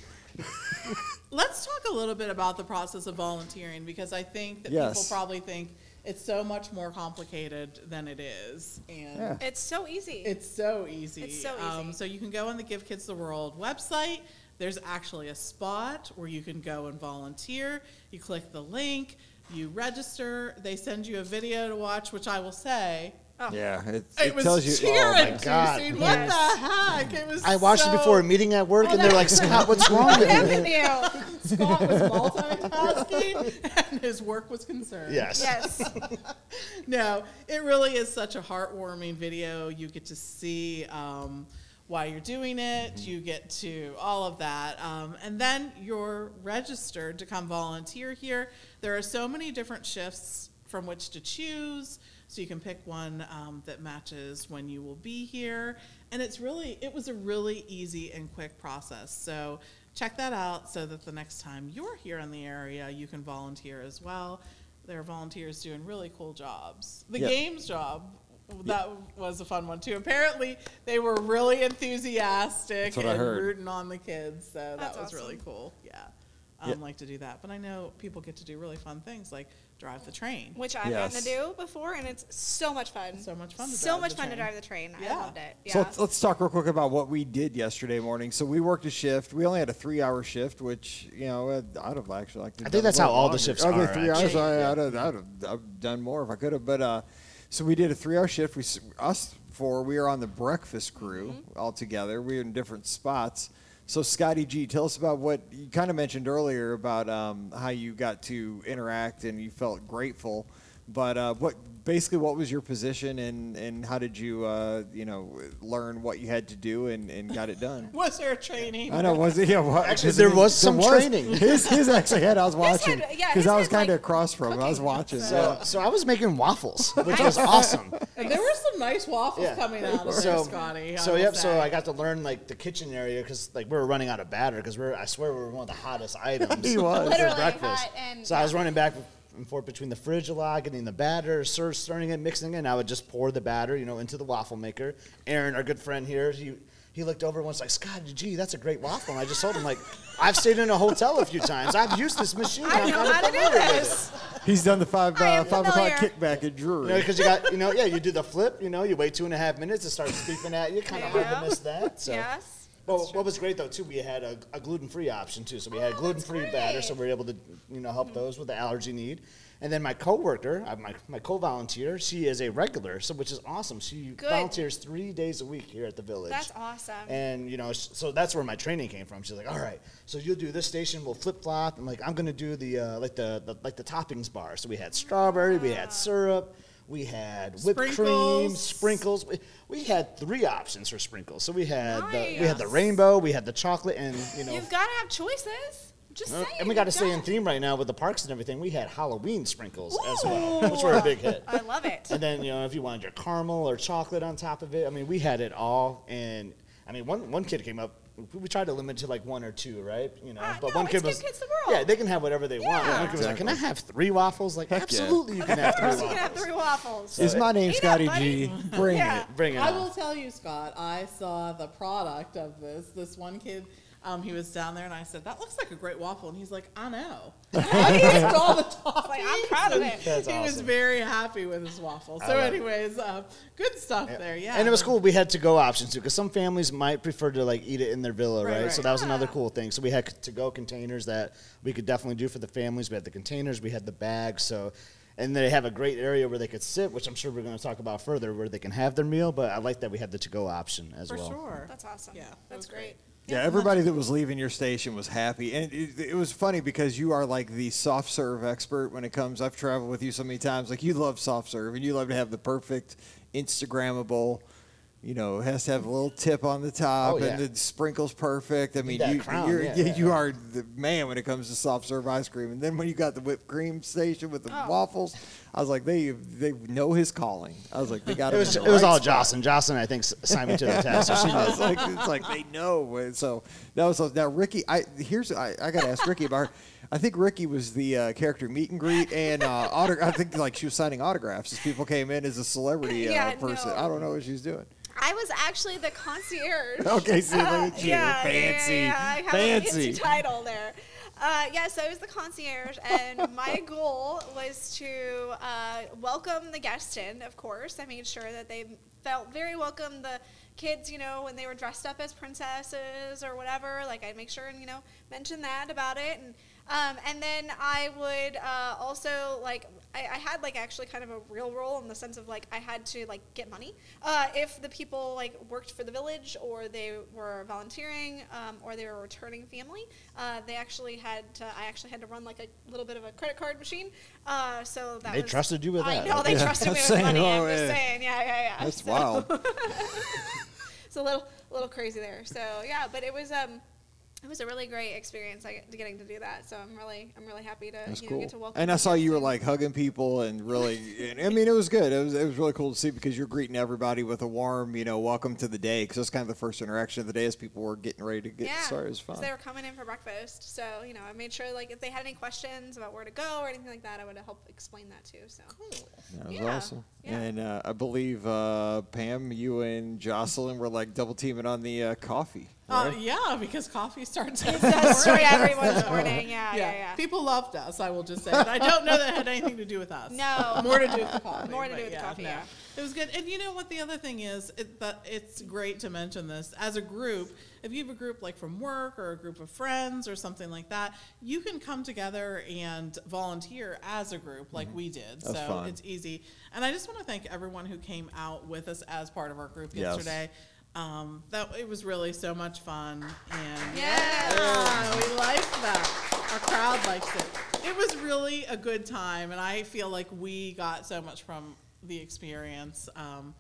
Speaker 3: Let's talk a little bit about the process of volunteering because I think that
Speaker 4: Yes.
Speaker 3: people probably think It's so much more complicated than it is, and
Speaker 4: Yeah.
Speaker 5: It's so easy.
Speaker 3: it's so easy. Um,
Speaker 5: It's so easy.
Speaker 3: so you can go on the Give Kids the World website. There's actually a spot where you can go and volunteer. You click the link, you register. They send you a video to watch, which I will say
Speaker 4: Yeah, it,
Speaker 3: it, oh
Speaker 4: it
Speaker 3: was
Speaker 4: tells you. oh
Speaker 3: tear
Speaker 6: my
Speaker 3: inducing.
Speaker 6: God.
Speaker 3: What
Speaker 5: Yes.
Speaker 3: the heck? It was.
Speaker 6: I watched
Speaker 3: so,
Speaker 6: it before a meeting at work, and they're like, "Scott, what's wrong with you?"
Speaker 5: Thank you.
Speaker 3: Scott was multitasking, and his work was concerned.
Speaker 6: Yes.
Speaker 5: Yes.
Speaker 3: no, it really is such a heartwarming video. You get to see um, why you're doing it. You get to all of that, um, and then you're registered to come volunteer here. There are so many different shifts from which to choose, so you can pick one um, that matches when you will be here. And it's really, it was a really easy and quick process. So. Check that out so that the next time you're here in the area, you can volunteer as well there are volunteers doing really cool jobs. The
Speaker 4: Yeah.
Speaker 3: games job that was a fun one too. Apparently, they were really enthusiastic
Speaker 4: That's what I
Speaker 3: and
Speaker 4: heard.
Speaker 3: rooting on the kids, so that
Speaker 5: That's
Speaker 3: was
Speaker 5: awesome.
Speaker 3: really cool. Yeah, I
Speaker 4: Yeah.
Speaker 3: um, like to do that, but I know people get to do really fun things like drive the train.
Speaker 5: Which I've gotten to do before, and it's so much fun.
Speaker 3: So much fun to
Speaker 5: so
Speaker 3: drive
Speaker 5: much
Speaker 3: the
Speaker 5: fun to
Speaker 3: train.
Speaker 5: drive the train. I
Speaker 3: Yeah.
Speaker 5: loved it. Yeah.
Speaker 4: So let's, let's talk real quick about what we did yesterday morning. So we worked a shift. We only had a three-hour shift, which you know uh, I'd have actually like.
Speaker 6: I think that's how all the shifts
Speaker 4: okay,
Speaker 6: are,
Speaker 4: Three hours.
Speaker 6: actually.
Speaker 4: I, I'd, have, I'd, have, I've done more if I could have, but uh, so we did a three-hour shift. We s- us four. We were on the breakfast crew
Speaker 6: Mm-hmm.
Speaker 4: all together. We were in different spots. So Scotty G, tell us about what you kind of mentioned earlier about um, how you got to interact and you felt grateful. But uh, what basically what was your position and, and how did you uh, you know learn what you had to do and, and got it done?
Speaker 3: Was there a training?
Speaker 4: I know. Was it? Yeah. What,
Speaker 6: Actually, there was some training.
Speaker 4: His, his actually had. I was watching
Speaker 5: had- yeah,
Speaker 4: because
Speaker 5: his
Speaker 4: I was
Speaker 5: had,
Speaker 4: kind of
Speaker 5: like,
Speaker 4: across from. him. I was watching.
Speaker 6: So, so I was making waffles, which was awesome.
Speaker 3: And there were some nice waffles
Speaker 6: Yeah.
Speaker 3: coming out of there,
Speaker 6: So,
Speaker 3: Scotty. I
Speaker 6: so
Speaker 3: will
Speaker 6: yep. So
Speaker 3: say.
Speaker 6: I got to learn like the kitchen area because like we were running out of batter because we are I swear we were one of the hottest items.
Speaker 4: He was.
Speaker 6: for
Speaker 5: Literally
Speaker 6: breakfast.
Speaker 5: hot and-
Speaker 6: so I was running back and forth between the fridge a lot, getting the batter, sir, stirring it, mixing it. And I would just pour the batter, you know, into the waffle maker. Aaron, our good friend here, he he looked over and was like, "Scott, gee, that's a great waffle." And I just told him like, "I've stayed in a hotel a few times. I've used this machine.
Speaker 5: I
Speaker 6: I'm
Speaker 5: know
Speaker 6: kinda
Speaker 5: how to do
Speaker 6: familiar with it."
Speaker 5: this.
Speaker 4: he's done the five
Speaker 5: I
Speaker 4: uh,
Speaker 5: am
Speaker 4: five o'clock
Speaker 5: familiar.
Speaker 4: kickback at Drury.
Speaker 6: You know, because you got, you know, yeah, you do the flip, you know, you wait two and a half minutes, it starts beeping at you. Kind of hard
Speaker 5: Yeah.
Speaker 6: to miss that. So.
Speaker 5: Yes.
Speaker 6: Well, what was great though too, we had a, a gluten free option too, so we had
Speaker 5: Oh,
Speaker 6: gluten
Speaker 5: that's
Speaker 6: free batter, so
Speaker 5: great. Hmm.
Speaker 6: we were able to you know help those with the allergy need. And then my coworker, uh, my my co volunteer, she is a regular, so which is awesome. She
Speaker 5: Good.
Speaker 6: volunteers three days a week here at the village.
Speaker 5: That's awesome.
Speaker 6: And you know, s- so that's where my training came from. She's like, "All right, so you'll do this station. We'll flip flop, and like I'm gonna do the uh, like the, the like the toppings bar. So we had strawberry, we
Speaker 5: Ah.
Speaker 6: had syrup, we had whipped cream,
Speaker 3: Sprinkles.
Speaker 6: sprinkles. We, we had three options for sprinkles. So we had the, we had the
Speaker 5: Nice.
Speaker 6: rainbow, we had the chocolate, and you know,
Speaker 5: You've got to have choices. Just
Speaker 6: uh,
Speaker 5: saying.
Speaker 6: and we got to
Speaker 5: you've
Speaker 6: stay in
Speaker 5: gotta-
Speaker 6: theme right now with the parks and everything. We had Halloween sprinkles as
Speaker 5: Ooh.
Speaker 6: well, which were a big hit.
Speaker 5: I love it.
Speaker 6: And then you know, if you wanted your caramel or chocolate on top of it, I mean, we had it all. And I mean, one one kid came up. we- We tried to limit to like one or two, right? You know,
Speaker 5: Ah,
Speaker 6: but
Speaker 5: no,
Speaker 6: one kid
Speaker 5: it's
Speaker 6: was
Speaker 5: Give Kids the World.
Speaker 6: yeah, they can have whatever they want.
Speaker 5: Yeah.
Speaker 6: One kid was like, "Can I have three waffles?" Like, absolutely, you can have three
Speaker 5: You can have
Speaker 6: waffles.
Speaker 5: three waffles.
Speaker 4: Is my name
Speaker 5: Eat up,
Speaker 4: Scotty
Speaker 5: buddy.
Speaker 4: G? Bring
Speaker 5: Yeah.
Speaker 4: it.
Speaker 6: Bring it
Speaker 3: I
Speaker 6: on.
Speaker 3: will tell you, Scott, I saw the product of this. This one kid, um, he was down there, and I said, That looks like a great waffle. And he's like, I know. I used all the toppings.
Speaker 5: Like, I'm proud of it.
Speaker 6: That's
Speaker 3: he was
Speaker 6: awesome.
Speaker 3: very happy with his waffle. So,
Speaker 6: love it.
Speaker 3: anyways, uh, good stuff there. Yeah.
Speaker 6: And it was cool. We had to go options too, because some families might prefer to like eat it in their villa,
Speaker 3: Right,
Speaker 6: right?
Speaker 3: right.
Speaker 6: So that was another cool thing. So we had to go containers that we could definitely do for the families. We had the containers, we had the bags. So, and they have a great area where they could sit, which I'm sure we're going to talk about further, where they can have their meal. But I like that we had the to go option as
Speaker 3: For
Speaker 6: well.
Speaker 3: sure.
Speaker 5: That's awesome.
Speaker 3: Yeah, that
Speaker 5: That's
Speaker 3: was
Speaker 5: great.
Speaker 3: great.
Speaker 4: Yeah, everybody that was leaving your station was happy, and it, it was funny because you are like the soft serve expert when it comes. I've traveled with you so many times. Like you love soft serve, and you love to have the perfect Instagrammable. You know, it has to have a little tip on the top,
Speaker 6: Oh, yeah.
Speaker 4: and the sprinkles perfect. I mean,
Speaker 6: that
Speaker 4: you
Speaker 6: crown,
Speaker 4: you're,
Speaker 6: yeah,
Speaker 4: yeah,
Speaker 6: yeah,
Speaker 4: you
Speaker 6: yeah.
Speaker 4: are the man when it comes to soft serve ice cream. And then when you got the whipped cream station with the
Speaker 3: Oh.
Speaker 4: waffles, I was like, they they know his calling. I was like, they got
Speaker 6: It was,
Speaker 4: him in
Speaker 6: it
Speaker 4: the
Speaker 6: was
Speaker 4: right
Speaker 6: all
Speaker 4: spot.
Speaker 6: Jocelyn. Jocelyn, I think, s- signed me to the test. So she
Speaker 4: I
Speaker 6: knows.
Speaker 4: was like, it's like they know. And So that was now Ricky. I here's I, I got to ask Ricky about. Her. I think Ricky was the uh, character meet and greet and uh, autog- I think like she was signing autographs as people came in as a celebrity uh,
Speaker 5: Yeah,
Speaker 4: person.
Speaker 5: no.
Speaker 4: I don't know what she's doing.
Speaker 5: I was actually the concierge.
Speaker 4: Okay, see, look
Speaker 5: Uh,
Speaker 4: at you, fancy,
Speaker 5: yeah, yeah, yeah. I have a
Speaker 4: fancy.
Speaker 5: fancy title there. Uh, yeah, so I was the concierge, and my goal was to uh, welcome the guests in, of course. I made sure that they felt very welcome. The kids, you know, when they were dressed up as princesses or whatever, like I'd make sure and, you know, mention that about it. And, um, and then I would uh, also, like, I, I had, like, actually kind of a real role in the sense of, like, I had to, like, get money uh, if the people, like, worked for the village or they were volunteering um, or they were a returning family. Uh, they actually had to, I actually had to run, like, a little bit of a credit card machine. Uh, so that
Speaker 6: They
Speaker 5: was-
Speaker 6: trusted you with
Speaker 5: I
Speaker 6: that.
Speaker 5: know, they
Speaker 6: Yeah.
Speaker 5: trusted me
Speaker 4: I'm
Speaker 5: with
Speaker 4: saying,
Speaker 5: money.
Speaker 4: oh,
Speaker 5: I'm just
Speaker 4: yeah.
Speaker 5: saying, yeah, yeah, yeah.
Speaker 4: That's
Speaker 5: So-
Speaker 4: wild.
Speaker 5: it's a little a little crazy there. So yeah, but it was um it was a really great experience like, getting to do that. So I'm really I'm really happy to
Speaker 4: That's
Speaker 5: you know,
Speaker 4: cool.
Speaker 5: get to welcome.
Speaker 4: And I
Speaker 5: them
Speaker 4: saw you were
Speaker 5: in.
Speaker 4: like hugging people and really. and, I mean, it was good. It was it was really cool to see because you're greeting everybody with a warm, you know, welcome to the day. Because that's kind of the first interaction of the day as people were getting ready to get
Speaker 5: yeah,
Speaker 4: started. It was
Speaker 5: 'cause
Speaker 4: fun.
Speaker 5: They were coming in for breakfast, so you know I made sure like if they had any questions about where to go or anything like that, I would help explain that too. So
Speaker 4: That was
Speaker 5: Yeah,
Speaker 4: awesome.
Speaker 5: yeah.
Speaker 4: And uh, I believe uh, Pam, you and Jocelyn were like double teaming on the uh, coffee.
Speaker 3: Uh,
Speaker 4: right?
Speaker 3: yeah, because coffee starts. at
Speaker 5: that's
Speaker 3: four.
Speaker 5: right, everyone's morning. Yeah, yeah, yeah.
Speaker 3: People loved us, I will just say. But I don't know that it had anything to do with us.
Speaker 5: No.
Speaker 3: More to do with the coffee.
Speaker 5: More to
Speaker 3: but
Speaker 5: do with the coffee, yeah.
Speaker 3: It was good. And you know what? The other thing is it, that it's great to mention this. As a group, if you have a group like from work or a group of friends or something like that, you can come together and volunteer as a group like we did.
Speaker 4: Mm-hmm. That's
Speaker 3: so
Speaker 4: fun.
Speaker 3: it's easy. And I just want to thank everyone who came out with us as part of our group
Speaker 4: Yes.
Speaker 3: yesterday. Um, that it was really so much fun, and
Speaker 5: Yeah.
Speaker 3: yeah, Ah, we like that. Our crowd likes it. It was really a good time, and I feel like we got so much from the experience. Um,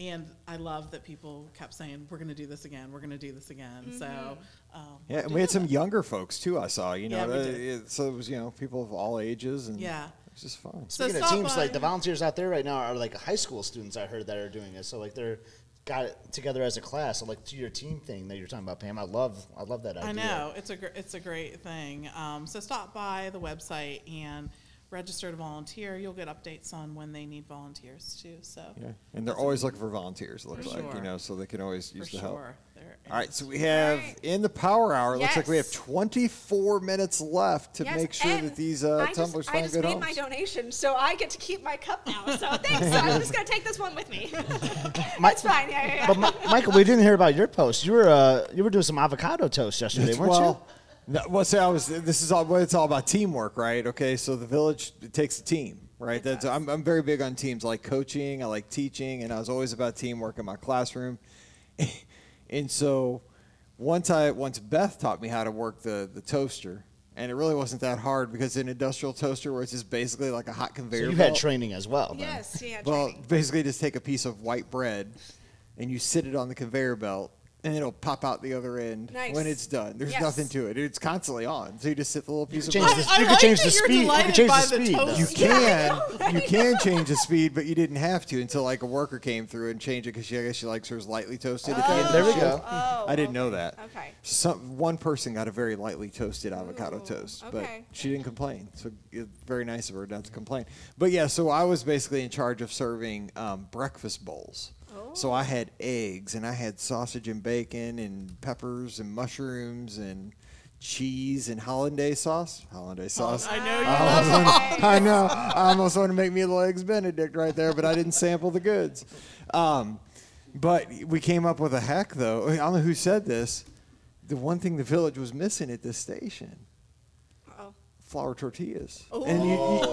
Speaker 3: and I love that people kept saying, "We're going to do this again. We're going to do this again." So, um,
Speaker 4: Yeah, and we had some younger folks too. I saw, you know,
Speaker 3: Yeah, we
Speaker 4: uh,
Speaker 3: did.
Speaker 4: it- so it was you know people of all ages and
Speaker 3: Yeah.
Speaker 4: it was just fun.
Speaker 3: so
Speaker 6: Speaking of
Speaker 3: stop
Speaker 6: teams, like the
Speaker 3: by.
Speaker 6: volunteers out there right now are like high school students. I heard that are doing it. So like they're got it together as a class. So like to your team thing that you're talking about, Pam. I love, I love that idea.
Speaker 3: I know it's a gr- it's a great thing. Um, so stop by the website and register to volunteer. You'll get updates on when they need volunteers too. So
Speaker 4: Yeah, and they're always looking for volunteers. It looks
Speaker 3: For
Speaker 4: like you
Speaker 3: sure.
Speaker 4: know, so they can always
Speaker 3: for
Speaker 4: use the help.
Speaker 3: sure, there
Speaker 4: All right,
Speaker 3: is-
Speaker 4: so we have
Speaker 5: right.
Speaker 4: in the power hour. Looks like we have
Speaker 5: Yes.
Speaker 4: 24 minutes left to
Speaker 5: Yes,
Speaker 4: make sure
Speaker 5: and
Speaker 4: that these uh,
Speaker 5: I just-
Speaker 4: tumblers
Speaker 5: I
Speaker 4: find
Speaker 5: just
Speaker 4: good
Speaker 5: made
Speaker 4: homes.
Speaker 5: my donation, so I get to keep my cup now. So thanks. I'm just gonna take this one with me. That's fine. Yeah, yeah, yeah.
Speaker 6: But Mi- Michael, we didn't hear about your post. You were uh, you were doing some avocado toast yesterday,
Speaker 4: That's-
Speaker 6: weren't
Speaker 4: well, no, well, see, I was. This is all. well, It's all about teamwork, right? Okay, so the village it takes a team, right? That's I'm, I'm very big on teams. I like coaching, I like teaching, and I was always about teamwork in my classroom. and so, once I once Beth taught me how to work the the toaster, and it really wasn't that hard because an industrial toaster where it's just basically like a hot
Speaker 6: you?
Speaker 4: conveyor.
Speaker 6: So you
Speaker 4: belt.
Speaker 6: had training as well. then.
Speaker 5: yes. Yeah.
Speaker 4: Oh, Well,
Speaker 5: training.
Speaker 4: basically, just take a piece of white bread and you sit it on the conveyor belt, and it'll pop out the other end
Speaker 5: Nice.
Speaker 4: when it's done. There's
Speaker 5: Yes.
Speaker 4: nothing to it. It's constantly on. So you just sit the little piece of
Speaker 6: Change
Speaker 4: bread.
Speaker 6: the,
Speaker 3: I
Speaker 6: you could
Speaker 3: like
Speaker 6: change
Speaker 3: that
Speaker 6: the
Speaker 3: you're
Speaker 6: speed. You could
Speaker 3: delighted
Speaker 6: change
Speaker 3: by
Speaker 6: the
Speaker 3: the
Speaker 6: speed. though.
Speaker 3: toast.
Speaker 4: You
Speaker 5: Yeah, I
Speaker 4: can,
Speaker 5: know,
Speaker 4: you can change the speed, but you didn't have to until like a worker came through and changed it because I guess she likes hers lightly toasted. at the end of
Speaker 6: There
Speaker 4: the
Speaker 6: we
Speaker 4: shift.
Speaker 6: go.
Speaker 5: Oh,
Speaker 4: I didn't
Speaker 5: okay.
Speaker 4: know that.
Speaker 5: Okay.
Speaker 4: Some one person got a very lightly toasted avocado
Speaker 5: Ooh,
Speaker 4: toast,
Speaker 5: okay.
Speaker 4: but she didn't complain. So it's very nice of her not to complain. But yeah, so I was basically in charge of serving um, breakfast bowls. So I had eggs and I had sausage and bacon and peppers and mushrooms and cheese and hollandaise sauce. Hollandaise sauce.
Speaker 3: Oh, I know you
Speaker 4: I,
Speaker 3: love
Speaker 4: was gonna- I know. I almost wanted to make me a little eggs Benedict right there, but I didn't sample the goods. Um, but we came up with a hack, though. I don't know who said this. The one thing the village was missing at this station:
Speaker 5: Oh.
Speaker 4: flour tortillas. And you, you,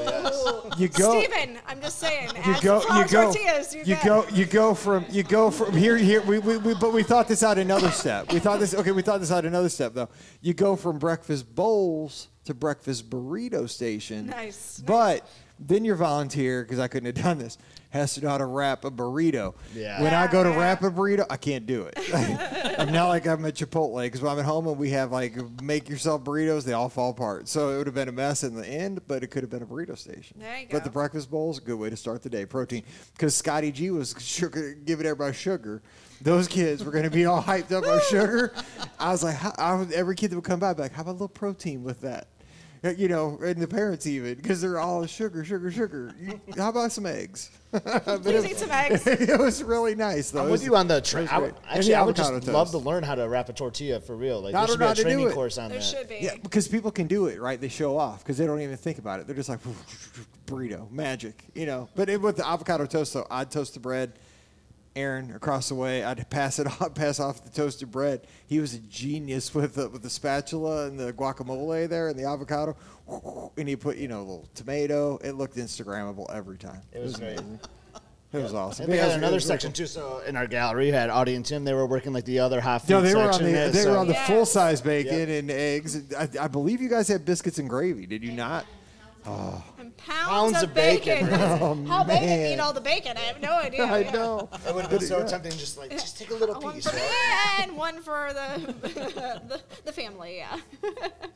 Speaker 4: you go.
Speaker 5: Steven, I'm just saying.
Speaker 4: You
Speaker 5: add
Speaker 4: go,
Speaker 5: some flour
Speaker 4: you go,
Speaker 5: tortillas. You're
Speaker 4: you
Speaker 5: good.
Speaker 4: go, you go from, you go from here, here. We, we, we, but we thought this out another step. We thought this, okay, we thought this out another step though. You go from breakfast bowls to breakfast burrito station.
Speaker 5: Nice.
Speaker 4: But then your volunteer, because I couldn't have done this, has to know how to wrap a burrito.
Speaker 6: Yeah.
Speaker 4: When I go to
Speaker 5: Yeah.
Speaker 4: wrap a burrito, I can't do it. I'm not like I'm at Chipotle because when I'm at home and we have like make yourself burritos, they all fall apart. So it would have been a mess in the end, but it could have been a burrito station.
Speaker 5: There you
Speaker 4: But the
Speaker 5: go.
Speaker 4: breakfast bowl is a good way to start the day. Protein, because Scotty G was sugar, giving everybody sugar. Those kids were going to be all hyped up on sugar. I was like, how, I was, every kid that would come by, I'd be like, how about a little protein with that? Uh, You know, and the parents even because they're all sugar, sugar, sugar. You- How about some eggs?
Speaker 5: Please eat some eggs.
Speaker 4: it was really nice though.
Speaker 6: I'm with you on the train.
Speaker 4: great. And
Speaker 6: Actually,
Speaker 4: the
Speaker 6: I would just
Speaker 4: avocado
Speaker 6: love
Speaker 4: toast.
Speaker 6: to learn how to wrap a tortilla for real. Like
Speaker 4: I don't
Speaker 6: there should be
Speaker 4: know how
Speaker 6: a
Speaker 4: to do
Speaker 6: training
Speaker 4: it.
Speaker 6: course on
Speaker 5: There
Speaker 6: that.
Speaker 5: should be.
Speaker 4: Yeah, because people can do it, right? They show off because they don't even think about it. They're just like burrito magic, you know. But it, with the avocado toast, though, I'd toast the bread. Aaron across the way, I'd pass it off, pass off the toasted bread. He was a genius with the, with the spatula and the guacamole there and the avocado, and he put you know a little tomato. It looked Instagrammable every time.
Speaker 6: It was great.
Speaker 4: It was awesome.
Speaker 6: And they
Speaker 4: Yeah, it
Speaker 6: had
Speaker 4: was- it
Speaker 6: another
Speaker 4: was really
Speaker 6: section too. So in our gallery, you had Audie and Tim. They were working like the other half.
Speaker 4: No,
Speaker 6: food
Speaker 4: they were on
Speaker 6: section
Speaker 4: the
Speaker 6: there,
Speaker 4: they were
Speaker 6: so-
Speaker 4: on the
Speaker 5: Yes.
Speaker 4: full size bacon and eggs. I, I believe you guys had biscuits and gravy. Did you not?
Speaker 5: And pounds,
Speaker 6: Pounds
Speaker 5: of
Speaker 6: of bacon.
Speaker 5: bacon. How bacon
Speaker 4: Oh, man.
Speaker 5: eat all the bacon? I have no idea.
Speaker 4: I
Speaker 5: Yeah.
Speaker 4: know.
Speaker 6: It would have been so tempting. Just like just take a little
Speaker 5: One
Speaker 6: piece.
Speaker 5: for me and one for the, the the family. Yeah,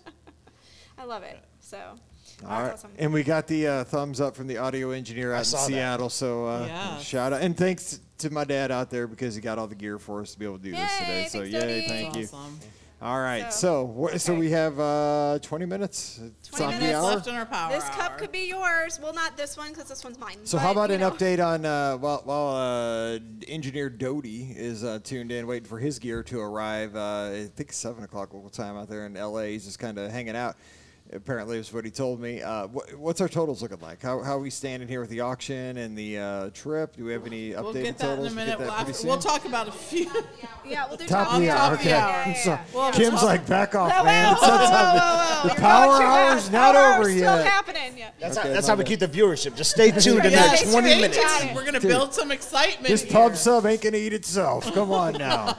Speaker 5: I love it. So
Speaker 4: All
Speaker 5: that's
Speaker 4: right.
Speaker 5: awesome.
Speaker 4: And we got the uh, thumbs up from the audio engineer out in
Speaker 6: saw that.
Speaker 4: Seattle. So uh,
Speaker 3: Yes.
Speaker 4: shout out and thanks to my dad out there because he got all the gear for us to be able to do this
Speaker 5: Yay,
Speaker 4: today. So
Speaker 5: thanks,
Speaker 4: yay,
Speaker 5: Tony.
Speaker 4: thank you.
Speaker 3: Awesome.
Speaker 4: All right.
Speaker 5: So,
Speaker 4: So wh- so
Speaker 5: okay.
Speaker 4: we have uh, 20 minutes. It's
Speaker 5: 20
Speaker 4: on the
Speaker 5: minutes
Speaker 4: hour.
Speaker 3: Left in our power.
Speaker 5: this cup
Speaker 3: hour.
Speaker 5: could be yours. Well, not this one because this one's mine.
Speaker 4: So
Speaker 5: but,
Speaker 4: how about
Speaker 5: you
Speaker 4: an
Speaker 5: know.
Speaker 4: update on uh, while, while uh, engineer Doty is uh, tuned in, waiting for his gear to arrive. Uh, I think it's seven o'clock local time out there in LA. He's just kind of hanging out. Apparently, is what he told me. Uh, wh- what's our totals looking like? How, how are we standing here with the auction and the uh, trip? Do we have any updated
Speaker 3: We'll get that in a
Speaker 4: totals?
Speaker 3: minute.
Speaker 4: We'll get
Speaker 3: We'll,
Speaker 4: that pretty
Speaker 3: after, we'll
Speaker 4: soon?
Speaker 3: talk about a few.
Speaker 5: Yeah, we'll do
Speaker 4: Top of the
Speaker 3: top
Speaker 4: hour.
Speaker 3: of
Speaker 4: Okay.
Speaker 3: the hour.
Speaker 5: Yeah,
Speaker 4: I'm
Speaker 5: yeah,
Speaker 4: sorry.
Speaker 5: yeah.
Speaker 3: Well,
Speaker 4: Kim's
Speaker 3: top-
Speaker 4: like, back off,
Speaker 5: No,
Speaker 4: man.
Speaker 5: whoa,
Speaker 4: It's not
Speaker 5: whoa,
Speaker 4: time to-
Speaker 5: whoa, whoa,
Speaker 4: The
Speaker 5: whoa. You're
Speaker 4: power
Speaker 5: going too
Speaker 4: hour's
Speaker 5: fast.
Speaker 4: not
Speaker 5: Power
Speaker 4: over
Speaker 5: hour's
Speaker 4: yet.
Speaker 5: Still happening. Yeah.
Speaker 6: That's
Speaker 4: Okay,
Speaker 6: how, that's
Speaker 4: my
Speaker 6: how we
Speaker 4: bad.
Speaker 6: keep the viewership. Just stay tuned in the
Speaker 5: Yeah,
Speaker 6: next
Speaker 5: stay
Speaker 6: 20
Speaker 5: tuned.
Speaker 6: minutes.
Speaker 5: Got it.
Speaker 3: We're gonna build some excitement.
Speaker 4: This
Speaker 3: here.
Speaker 4: pub sub ain't gonna eat itself. Come on now.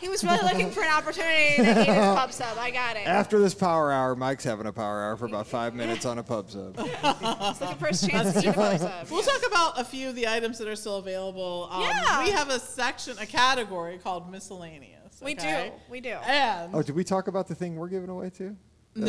Speaker 5: He was really looking for an opportunity to eat his pub sub. I got it.
Speaker 4: After this power hour, Mike's having a power hour for about five minutes on a pub sub.
Speaker 5: He's looking for his chance to eat a pub sub.
Speaker 3: We'll talk about a few of the items that are still available. Um,
Speaker 5: Yeah.
Speaker 3: We have a section, a category called miscellaneous.
Speaker 5: We
Speaker 3: okay?
Speaker 5: do. We do.
Speaker 3: And
Speaker 4: Oh, did we talk about the thing we're giving away too?
Speaker 3: no,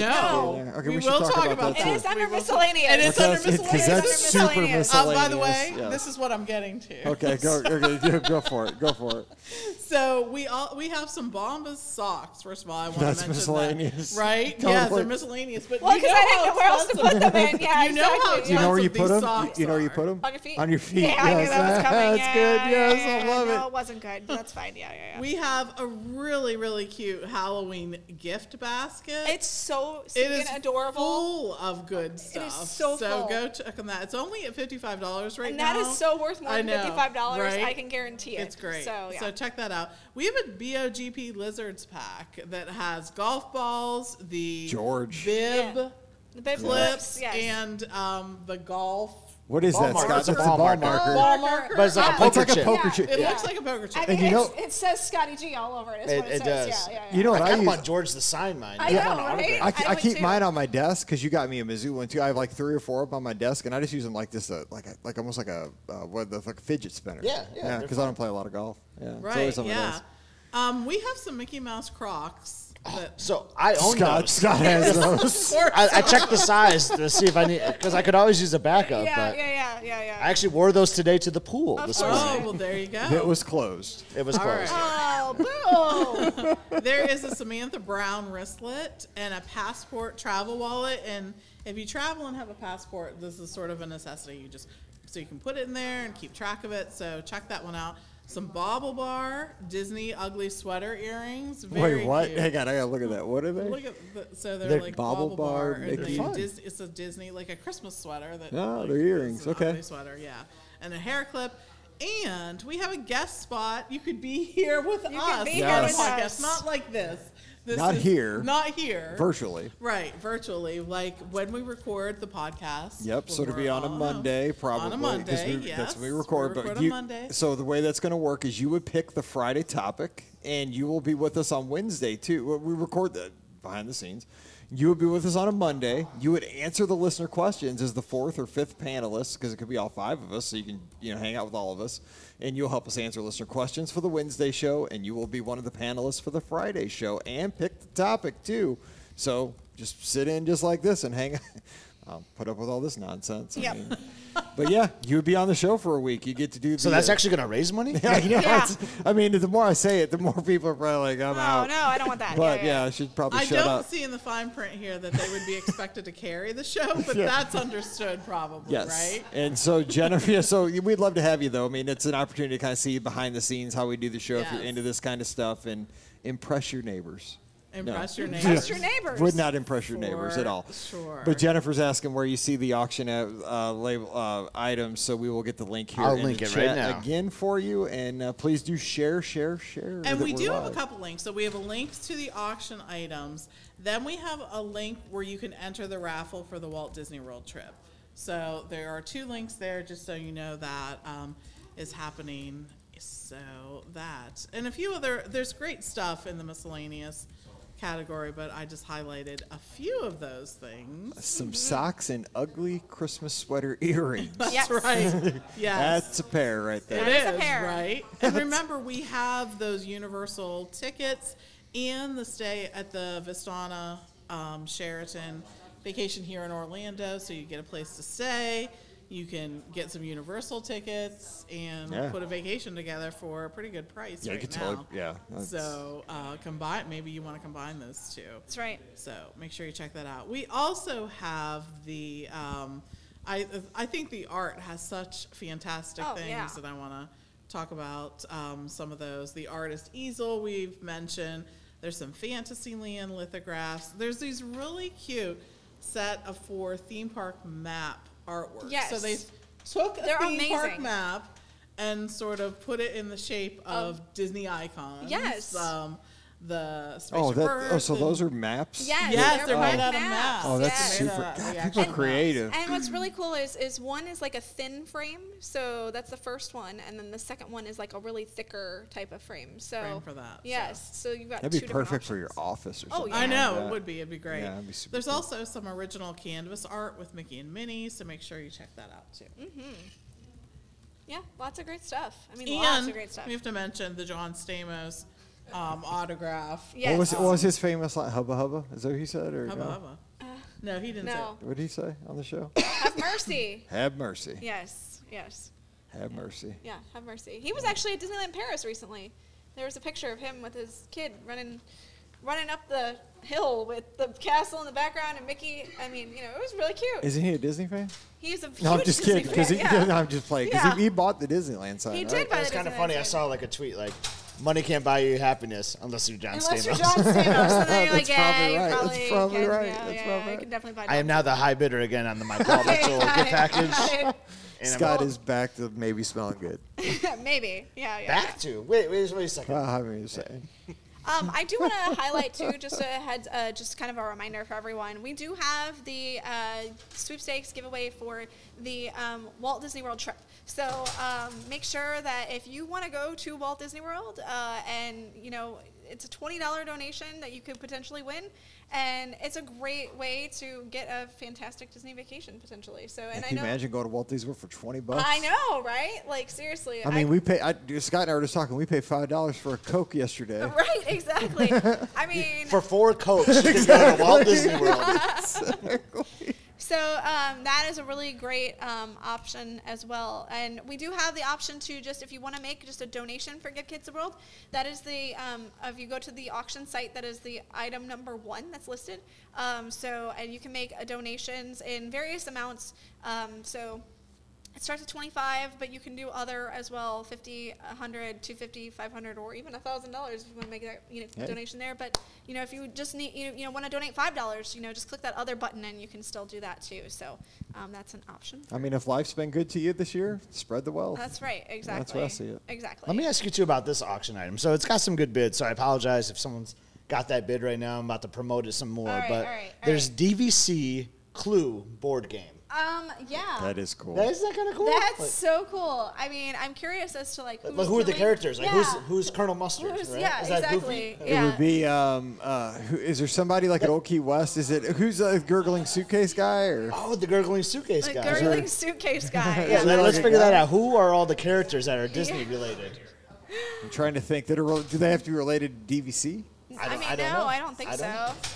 Speaker 4: Yeah, okay,
Speaker 3: we,
Speaker 4: we should
Speaker 3: will
Speaker 4: talk
Speaker 3: talk,
Speaker 4: about
Speaker 3: about,
Speaker 4: that,
Speaker 5: It
Speaker 3: that.
Speaker 5: is
Speaker 3: We
Speaker 5: under
Speaker 3: will-
Speaker 5: miscellaneous.
Speaker 3: And it's under
Speaker 4: That's- it's- 'cause
Speaker 3: miscellaneous.
Speaker 5: under
Speaker 4: that's super
Speaker 5: miscellaneous.
Speaker 3: Uh, by the way,
Speaker 4: miscellaneous, yeah.
Speaker 3: this is what I'm getting to.
Speaker 4: Okay, go, okay, go- go for it. Go for it.
Speaker 3: So we all we have some Bombas socks. First of all, I want
Speaker 4: That's
Speaker 3: to mention
Speaker 4: miscellaneous.
Speaker 3: that, right?
Speaker 4: Totally.
Speaker 3: Yes, they're miscellaneous. But
Speaker 5: Well,
Speaker 3: you
Speaker 5: because
Speaker 3: know
Speaker 5: I didn't
Speaker 3: how
Speaker 5: know where else to
Speaker 3: expensive-
Speaker 5: put them in. Yeah,
Speaker 3: You know how
Speaker 5: exactly.
Speaker 3: it's
Speaker 4: Do you know where
Speaker 3: That's
Speaker 4: you
Speaker 3: what
Speaker 4: put
Speaker 3: these
Speaker 4: them?
Speaker 3: socks
Speaker 4: You know where you
Speaker 3: are.
Speaker 4: put them?
Speaker 5: On your feet.
Speaker 4: On your feet.
Speaker 5: Yeah, I knew
Speaker 4: yes.
Speaker 5: that was coming.
Speaker 4: That's
Speaker 5: yeah,
Speaker 4: good. Yes,
Speaker 5: yeah,
Speaker 4: I love
Speaker 5: no,
Speaker 4: it.
Speaker 5: it wasn't good. but That's fine. Yeah, yeah, yeah.
Speaker 3: We have a really really cute Halloween gift basket.
Speaker 5: it's so
Speaker 3: it
Speaker 5: stinking
Speaker 3: is
Speaker 5: adorable.
Speaker 3: full of good stuff.
Speaker 5: so full.
Speaker 3: go check on that. It's only at fifty five dollars right
Speaker 5: And
Speaker 3: now.
Speaker 5: that is so worth more
Speaker 3: I
Speaker 5: than
Speaker 3: know,
Speaker 5: fifty-five dollars.
Speaker 3: right?
Speaker 5: I can guarantee it.
Speaker 3: It's great.
Speaker 5: So yeah,
Speaker 3: check that out. We have a BOGP Lizards pack that has golf balls, the
Speaker 4: George.
Speaker 3: bib
Speaker 5: Yeah. the bib
Speaker 3: clips,
Speaker 5: yes.
Speaker 3: and um, the golf
Speaker 4: What is
Speaker 6: Ball
Speaker 4: that,
Speaker 6: marker.
Speaker 4: Scott?
Speaker 6: It's a
Speaker 4: That's
Speaker 6: ball marker.
Speaker 5: Ball
Speaker 3: marker.
Speaker 6: But it's like a
Speaker 5: Yeah.
Speaker 6: poker
Speaker 4: It's like a
Speaker 6: chip.
Speaker 4: poker chip.
Speaker 3: It
Speaker 5: Yeah.
Speaker 3: looks like a poker chip.
Speaker 5: I mean,
Speaker 4: you know-
Speaker 5: it's- it says Scotty G all over it. Is
Speaker 6: It-
Speaker 5: what it,
Speaker 6: it
Speaker 5: says.
Speaker 6: does.
Speaker 5: Yeah, yeah, yeah.
Speaker 4: You know what
Speaker 6: I
Speaker 4: I,
Speaker 6: kind of
Speaker 4: use?
Speaker 6: want George to sign mine.
Speaker 5: I
Speaker 6: Yeah.
Speaker 5: know, right?
Speaker 4: I, ke-
Speaker 5: I
Speaker 4: I
Speaker 5: would
Speaker 4: keep
Speaker 5: too.
Speaker 4: mine on my desk because you got me a Mizzou one too. I have like three or four of them on my desk, and I just use them like this, uh, like a, like almost like a uh, what the fuck fidget spinner.
Speaker 6: Yeah, yeah, they're
Speaker 4: Because I don't play a lot of golf. Yeah, it's
Speaker 3: right?
Speaker 4: always on my
Speaker 3: yeah.
Speaker 4: desk.
Speaker 3: Um, we have some Mickey Mouse Crocs. That
Speaker 6: So I own
Speaker 4: Scott,
Speaker 6: those.
Speaker 4: Scott has those.
Speaker 6: I, I checked the size to see if I need because I could always use a backup.
Speaker 5: Yeah,
Speaker 6: but
Speaker 5: yeah, yeah, yeah,
Speaker 6: I
Speaker 5: yeah.
Speaker 6: actually wore those today to the pool this
Speaker 3: oh
Speaker 6: morning.
Speaker 3: well, there you go.
Speaker 4: It was closed.
Speaker 6: It was
Speaker 3: All
Speaker 6: close.
Speaker 5: Oh, boo!
Speaker 3: there is a Samantha Brown wristlet and a passport travel wallet. And if you travel and have a passport, this is sort of a necessity. You just so you can put it in there and keep track of it. So check that one out. Some Bobble Bar Disney ugly sweater earrings. Very
Speaker 4: Wait, what?
Speaker 3: Cute.
Speaker 4: Hang on, I gotta look at that. What are they?
Speaker 3: Look at uh, the, so they're,
Speaker 4: They're
Speaker 3: like
Speaker 4: Bobble
Speaker 3: Bobble,
Speaker 4: Bar
Speaker 3: Bar.
Speaker 4: Mickey
Speaker 3: and they
Speaker 4: Mouse.
Speaker 3: Dis- it's a Disney like a Christmas sweater that.
Speaker 4: Ah,
Speaker 3: like,
Speaker 4: they're
Speaker 3: it's
Speaker 4: earrings,
Speaker 3: an
Speaker 4: okay.
Speaker 3: ugly Sweater, yeah, and a hair clip. And we have a guest spot. You could be here with
Speaker 5: could
Speaker 3: us.
Speaker 5: be
Speaker 3: on
Speaker 4: here
Speaker 3: the
Speaker 4: with
Speaker 3: podcast.
Speaker 5: us.
Speaker 3: Not like this. This
Speaker 4: Not
Speaker 3: is-
Speaker 4: here.
Speaker 3: Not here.
Speaker 4: Virtually.
Speaker 3: Right, virtually. Like when we record the podcast.
Speaker 4: Yep.
Speaker 3: when
Speaker 4: So to be
Speaker 3: we're
Speaker 4: on a Monday, probably
Speaker 3: On a
Speaker 4: 'cause
Speaker 3: Monday,
Speaker 4: we-
Speaker 3: yes.
Speaker 4: That's when we record. but
Speaker 3: on
Speaker 4: you,
Speaker 3: Monday.
Speaker 4: So the way that's going to work is you would pick the Friday topic, and you will be with us on Wednesday too. Well, We record the behind the scenes. You would be with us on a Monday. You would answer the listener questions as the fourth or fifth panelist because it could be all five of us. So you can you know hang out with all of us, and you'll help us answer listener questions for the Wednesday show, and you will be one of the panelists for the Friday show, and pick the topic too. So just sit in just like this and hang. I'll put up with all this nonsense. I
Speaker 5: Yep.
Speaker 4: mean, But yeah, you would be on the show for a week. You get to do. The, uh,
Speaker 6: So that's actually going to raise money?
Speaker 4: Yeah, you know,
Speaker 5: Yeah.
Speaker 4: it's- I mean, the more I say it, the more people are probably like, "I'm
Speaker 5: Oh
Speaker 4: out."
Speaker 5: no, I don't want that.
Speaker 4: But
Speaker 5: yeah, yeah.
Speaker 4: yeah, I should probably
Speaker 3: I
Speaker 4: shut
Speaker 3: don't
Speaker 4: up.
Speaker 3: see in the fine print here that they would be expected to carry the show, but
Speaker 4: Yeah.
Speaker 3: that's understood probably,
Speaker 4: Yes.
Speaker 3: right?
Speaker 4: And so, Jennifer, yeah, so we'd love to have you, though. I mean, it's an opportunity to kind of see behind the scenes how we do the show if you're
Speaker 3: Yes.
Speaker 4: into this kind of stuff and impress your neighbors.
Speaker 3: Impress your neighbors.
Speaker 5: Impress your neighbors.
Speaker 4: Would not impress your neighbors at
Speaker 3: For
Speaker 4: all.
Speaker 3: sure.
Speaker 4: But Jennifer's asking where you see the auction at, uh, label uh, items, so we will get the link here.
Speaker 6: I'll
Speaker 4: in the
Speaker 6: link it right
Speaker 4: chat
Speaker 6: now.
Speaker 4: again for you, and uh, please do share, share, share.
Speaker 3: And
Speaker 4: that
Speaker 3: we
Speaker 4: we're
Speaker 3: do have a
Speaker 4: live.
Speaker 3: couple links. So we have a link to the auction items. Then we have a link where you can enter the raffle for the Walt Disney World trip. So there are two links there, just so you know that um, is happening. So that and a few other. There's great stuff in the miscellaneous category, but I just highlighted a few of those things.
Speaker 4: Some socks and ugly Christmas sweater earrings.
Speaker 5: Yes.
Speaker 3: That's right. Yes.
Speaker 4: That's a pair right there.
Speaker 3: It
Speaker 5: That is a
Speaker 3: is,
Speaker 5: pair.
Speaker 3: right? And remember, we have those Universal tickets and the stay at the Vistana um, Sheraton vacation here in Orlando, so you get a place to stay. You can get some Universal tickets and
Speaker 4: Yeah.
Speaker 3: put a vacation together for a pretty good price.
Speaker 4: Yeah, you
Speaker 3: right
Speaker 4: could tell-
Speaker 3: now.
Speaker 4: yeah, that's-
Speaker 3: So uh, combine. Maybe you want to combine those two.
Speaker 5: That's right.
Speaker 3: So make sure you check that out. We also have the. Um, I I think the art has such fantastic
Speaker 5: Oh,
Speaker 3: things,
Speaker 5: yeah.
Speaker 3: and I want to talk about um, some of those. The artist easel we've mentioned. There's some Fantasyland lithographs. There's these really cute set of four theme park map artwork. So
Speaker 5: Yes.
Speaker 3: they took a
Speaker 5: They're
Speaker 3: theme park
Speaker 5: amazing.
Speaker 3: map and sort of put it in the shape of Disney icons.
Speaker 5: yes.
Speaker 3: Um, the Space
Speaker 4: Oh, that,
Speaker 3: Earth
Speaker 4: oh, so
Speaker 3: and-
Speaker 4: those are maps?
Speaker 5: Yes,
Speaker 3: Yes, they're
Speaker 5: black
Speaker 3: made out of maps.
Speaker 4: Oh, that's
Speaker 5: Yes.
Speaker 3: Yeah.
Speaker 4: super.
Speaker 3: Yeah.
Speaker 4: God,
Speaker 3: Yeah.
Speaker 4: people are
Speaker 3: And-
Speaker 4: creative.
Speaker 5: And what's really cool is is one is like a thin frame, so that's the first one, and then the second one is like a really thicker type of frame. So
Speaker 3: Frame for that, so.
Speaker 5: Yes, so you've got
Speaker 4: That'd
Speaker 5: two
Speaker 4: be
Speaker 5: different
Speaker 4: perfect for your
Speaker 5: options.
Speaker 4: office or
Speaker 5: Oh,
Speaker 4: something.
Speaker 5: yeah.
Speaker 3: I
Speaker 4: like
Speaker 3: know
Speaker 4: that.
Speaker 3: it would be. It'd be great.
Speaker 4: Yeah, it'd be super
Speaker 3: There's
Speaker 4: cool.
Speaker 3: also some original canvas art with Mickey and Minnie, so make sure you check that out too.
Speaker 5: Mm-hmm. Yeah, lots of great stuff. I mean, lots
Speaker 3: And
Speaker 5: of great stuff.
Speaker 3: we have to mention the John Stamos um, autograph.
Speaker 5: Yes.
Speaker 4: What was, what was his famous line? Hubba Hubba? Is that what he said? Or
Speaker 3: Hubba
Speaker 4: no?
Speaker 3: hubba. No, he didn't
Speaker 5: No.
Speaker 4: What did he say on the show?
Speaker 5: Have mercy.
Speaker 4: have mercy.
Speaker 5: Yes. Yes.
Speaker 4: Have mercy.
Speaker 5: Yeah. Have mercy. He was actually at Disneyland Paris recently. There was a picture of him with his kid running, running up the hill with the castle in the background and Mickey. I mean, you know, it was really cute.
Speaker 4: Isn't he a Disney fan?
Speaker 5: He's a huge
Speaker 4: No, I'm just
Speaker 5: Disney
Speaker 4: kidding. Because
Speaker 5: fan,
Speaker 4: he,
Speaker 5: yeah.
Speaker 4: no, I'm just playing. Because
Speaker 5: Yeah.
Speaker 4: he, he bought the Disneyland sign.
Speaker 5: He
Speaker 4: right?
Speaker 5: did buy
Speaker 6: It's
Speaker 5: the
Speaker 6: kind of
Speaker 5: Disneyland
Speaker 6: funny. I
Speaker 5: sign.
Speaker 6: saw like a tweet like, "Money can't buy you happiness unless you're John
Speaker 5: Unless
Speaker 6: Stamos."
Speaker 5: you're John Stamos, and then you're like,
Speaker 4: That's
Speaker 5: yeah,
Speaker 4: probably
Speaker 5: you
Speaker 4: right. That's
Speaker 5: probably,
Speaker 4: probably
Speaker 5: can,
Speaker 4: right.
Speaker 5: Yeah,
Speaker 4: That's
Speaker 5: yeah,
Speaker 4: probably
Speaker 5: you
Speaker 4: right.
Speaker 5: can definitely buy.
Speaker 6: I am now the high bidder again on the my Paul Mitchell gift package. And I'm
Speaker 4: Scott is back to maybe smelling good.
Speaker 5: Maybe. Yeah, yeah.
Speaker 6: back to wait, wait, wait a second.
Speaker 4: Uh, I mean, you're saying.
Speaker 5: Um, I do want to highlight too, just a heads, uh, just kind of a reminder for everyone. We do have the uh, sweepstakes giveaway for the um, Walt Disney World trip. So um, make sure that if you want to go to Walt Disney World, uh, and you know it's a twenty dollar donation that you could potentially win, and it's a great way to get a fantastic Disney vacation potentially. So,
Speaker 4: Can
Speaker 5: and I
Speaker 4: you
Speaker 5: know,
Speaker 4: imagine going to Walt Disney World for 20 bucks?
Speaker 5: I know, right? Like seriously,
Speaker 4: I mean, we pay. I, dude, Scott and I were just talking. We paid five dollars for a Coke yesterday.
Speaker 5: right, exactly. I mean,
Speaker 6: For four cokes, you can go to Walt Disney World.
Speaker 5: So um, that is a really great um, option as well, and we do have the option to just if you want to make just a donation for Give Kids the World, that is the um, if you go to the auction site, that is the item number one that's listed. Um, so and you can make uh donations in various amounts. Um, so it starts at 25, but you can do other as well 50, 100, 250, 500, or even $1,000 if you want to make that you know,
Speaker 4: Hey.
Speaker 5: donation there. But, you know, if you just need, you know, you know want to donate $5, you know, just click that other button and you can still do that too. So um, that's an option.
Speaker 4: I mean, if life's been good to you this year, spread the wealth.
Speaker 5: That's right. Exactly.
Speaker 4: That's where I see it.
Speaker 5: Exactly.
Speaker 6: Let me ask you too about this auction item. So it's got some good bids. So I apologize if someone's got that bid right now. I'm about to promote it some more.
Speaker 5: All right,
Speaker 6: but
Speaker 5: all right, all
Speaker 6: there's
Speaker 5: right.
Speaker 6: DVC Clue board game.
Speaker 5: um, yeah.
Speaker 4: That is cool.
Speaker 6: That, isn't that kind of cool?
Speaker 5: That's
Speaker 6: Like-
Speaker 5: so cool. I mean, I'm curious as to like
Speaker 6: Like,
Speaker 5: who's
Speaker 6: who are the
Speaker 5: doing-
Speaker 6: characters? Like,
Speaker 5: yeah.
Speaker 6: who's who's Colonel Mustard?
Speaker 5: Who's-
Speaker 6: right?
Speaker 5: Yeah,
Speaker 6: Is that
Speaker 5: exactly.
Speaker 6: Goofy?
Speaker 5: Yeah.
Speaker 4: It would be. Um, uh, who, is there somebody like at Old Key West? Is it who's a gurgling suitcase guy? Or
Speaker 6: Oh, the gurgling suitcase
Speaker 5: the
Speaker 6: guy.
Speaker 5: gurgling suitcase guy.
Speaker 6: Yeah,
Speaker 5: Yeah.
Speaker 6: let,
Speaker 4: like
Speaker 6: us
Speaker 4: a
Speaker 6: figure
Speaker 4: guy?
Speaker 6: that out. Who are all the characters that are Disney related?
Speaker 4: I'm trying to think. That are, rel- do they have to be related to DVC?
Speaker 6: I
Speaker 5: I
Speaker 6: don't-
Speaker 5: mean,
Speaker 6: I don't
Speaker 5: no,
Speaker 6: know.
Speaker 5: I don't think
Speaker 6: I don't-
Speaker 5: so.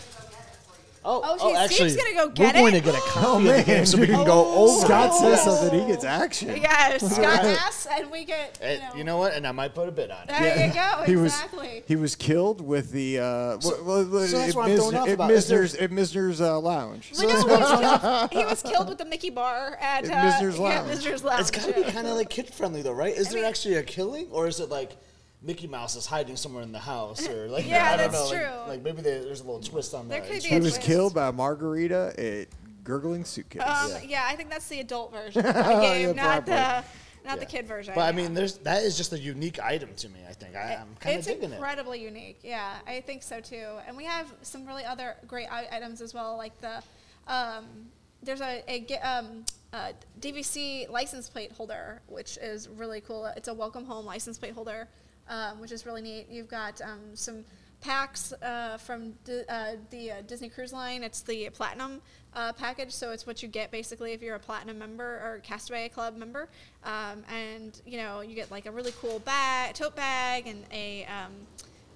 Speaker 6: Oh,
Speaker 5: Oh,
Speaker 6: oh
Speaker 5: geez,
Speaker 6: actually,
Speaker 5: Steve's gonna go
Speaker 6: we're
Speaker 5: get
Speaker 6: going
Speaker 5: it? Oh.
Speaker 6: to get a copy
Speaker 4: Oh,
Speaker 6: of the game
Speaker 4: man,
Speaker 6: so we can
Speaker 4: dude. Oh,
Speaker 6: go over.
Speaker 4: Scott
Speaker 6: it.
Speaker 4: says something, he gets action.
Speaker 5: Yes, Scott asks, and we get you
Speaker 6: And
Speaker 5: know.
Speaker 6: Uh, you know what? And I might put a bid on it.
Speaker 5: there you
Speaker 4: He
Speaker 5: go.
Speaker 4: was
Speaker 5: Exactly.
Speaker 4: he was killed with the uh,
Speaker 6: So-
Speaker 4: well, well,
Speaker 6: so that's
Speaker 4: at
Speaker 6: what I'm thrown
Speaker 4: Misner-
Speaker 6: off
Speaker 4: at
Speaker 6: about. Is there-
Speaker 4: Misner's at Misner's uh, lounge.
Speaker 5: But no, he was, killed, he was killed with the Mickey bar at
Speaker 4: At
Speaker 5: uh,
Speaker 4: Mizner's Lounge.
Speaker 5: Yeah, Mizner's Lounge.
Speaker 6: It's gotta be
Speaker 5: yeah.
Speaker 6: kind of like kid friendly though, right? Is there
Speaker 5: mean-
Speaker 6: actually a killing, or is it like Mickey Mouse is hiding somewhere in the house, or like
Speaker 5: Yeah,
Speaker 6: I don't
Speaker 5: that's
Speaker 6: know, like-
Speaker 5: true.
Speaker 6: Like, maybe there- there's a little twist on
Speaker 5: There
Speaker 6: that.
Speaker 5: could be
Speaker 4: He
Speaker 5: a
Speaker 4: was
Speaker 5: twist.
Speaker 4: killed by a margarita at Gurgling Suitcase.
Speaker 5: Um, yeah. I think that's the adult version of
Speaker 4: Yeah,
Speaker 5: that game, not
Speaker 4: probably.
Speaker 5: the not the
Speaker 6: Yeah.
Speaker 5: kid version.
Speaker 6: But I
Speaker 5: yeah.
Speaker 6: mean, there's that is just a unique item to me. I think I, I'm kind of
Speaker 5: it's
Speaker 6: digging it.
Speaker 5: incredibly unique. Yeah, I think so too. And we have some really other great i- items as well, like the um, there's a, a ge- um, uh, DVC license plate holder, which is really cool. It's a welcome home license plate holder, um, which is really neat. You've got um, some packs uh, from D- uh, the uh, Disney Cruise Line. It's the platinum uh, package, so it's what you get basically if you're a platinum member or Castaway Club member. Um, and you know, you get like a really cool bag, tote bag, and a um,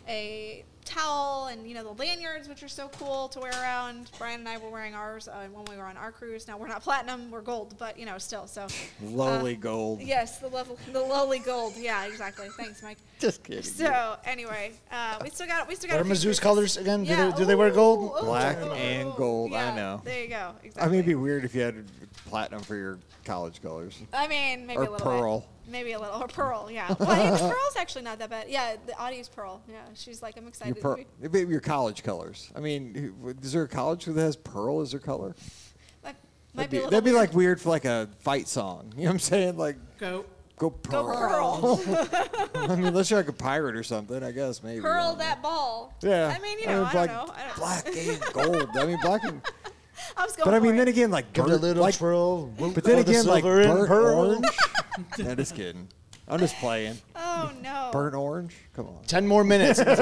Speaker 5: a towel, and you know the lanyards, which are so cool to wear around. Brian and I were wearing ours uh, when we were on our cruise. Now we're not platinum, we're gold, but you know still. So uh,
Speaker 4: Lowly gold.
Speaker 5: yes, the level, the lowly gold. Yeah, exactly. Thanks, Mike.
Speaker 4: Just kidding.
Speaker 5: So anyway, uh, we still got we still got.
Speaker 6: What
Speaker 5: a few
Speaker 6: are Mizzou's
Speaker 5: cruises.
Speaker 6: colors again? Do
Speaker 5: Yeah,
Speaker 6: they- do they wear gold?
Speaker 4: Black and gold, I know.
Speaker 5: There you go.
Speaker 4: I
Speaker 5: Exactly.
Speaker 4: mean, it'd be weird if you had platinum for your college colors.
Speaker 5: I mean, maybe
Speaker 4: or
Speaker 5: a little
Speaker 4: pearl.
Speaker 5: Bit. Maybe a little or pearl. Yeah. Well, I think pearl's actually not that bad. Yeah, the Audie's pearl. Yeah, she's like, I'm
Speaker 4: Your
Speaker 5: excited.
Speaker 4: pearl,
Speaker 5: We-
Speaker 4: it'd be your college colors. I mean, who- is there a college that has pearl as their color?
Speaker 5: Might,
Speaker 4: That'd
Speaker 5: might
Speaker 4: be,
Speaker 5: be, a little
Speaker 4: that'd be
Speaker 5: weird.
Speaker 4: like weird for like a fight song. You know what I'm saying? Like
Speaker 3: Goat.
Speaker 4: go
Speaker 5: go
Speaker 4: pearl.
Speaker 5: pearl,
Speaker 4: I mean, unless you're like a pirate or something, I guess maybe. I
Speaker 5: pearl
Speaker 4: don't know.
Speaker 5: that ball.
Speaker 4: Yeah.
Speaker 5: I mean, you know, I,
Speaker 4: like,
Speaker 5: don't know. I don't know.
Speaker 4: Black and gold. I mean, black and.
Speaker 5: I was going.
Speaker 4: But I mean,
Speaker 5: for
Speaker 4: then
Speaker 5: it.
Speaker 4: again, like
Speaker 6: Give it a
Speaker 4: burnt-
Speaker 6: little
Speaker 4: like,
Speaker 6: twirl.
Speaker 4: But then
Speaker 6: throw the
Speaker 4: again, like
Speaker 6: silver in,
Speaker 4: burnt
Speaker 6: pearl.
Speaker 4: orange. no, just kidding. I'm just playing.
Speaker 5: Oh no.
Speaker 4: Burnt orange. Come on.
Speaker 6: Ten more minutes. Power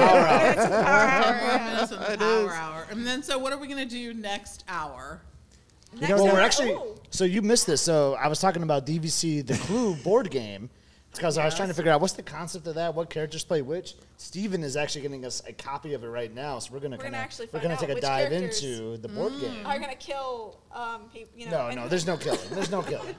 Speaker 6: hour.
Speaker 5: It's a power hour.
Speaker 3: Four
Speaker 5: yeah.
Speaker 3: minutes of the power hour. And then, so what are we going to do next hour?
Speaker 5: Next
Speaker 4: know,
Speaker 6: Well,
Speaker 5: hour-
Speaker 6: we're actually.
Speaker 5: ooh.
Speaker 6: So you missed this. So I was talking about DVC, the Clue board game, because I was trying to figure out what's the concept of that, what characters play which. Steven is actually getting us a copy of it right now, so we're gonna
Speaker 5: gonna
Speaker 6: kind of
Speaker 5: actually
Speaker 6: we're
Speaker 5: find
Speaker 6: gonna
Speaker 5: out
Speaker 6: take a
Speaker 5: which
Speaker 6: dive
Speaker 5: characters- Mm.
Speaker 6: into the board game.
Speaker 5: Are gonna kill um people. You know.
Speaker 6: No, no,
Speaker 5: and-
Speaker 6: there's no killing. There's no killing.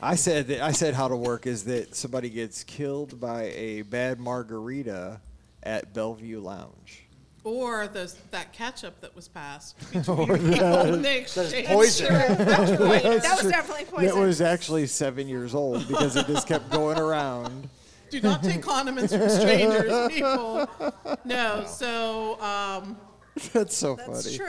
Speaker 4: I said that I said how to work is that somebody gets killed by a bad margarita at Bellevue Lounge.
Speaker 3: Or those that ketchup that was passed between people and they exchanged
Speaker 6: poison.
Speaker 3: their refrigerators.
Speaker 5: That was definitely
Speaker 4: It
Speaker 5: poison.
Speaker 4: was actually seven years old because it just kept going around.
Speaker 3: Do not take condiments from strangers, people. No, so um,
Speaker 4: That's so
Speaker 5: That's
Speaker 4: funny.
Speaker 5: true.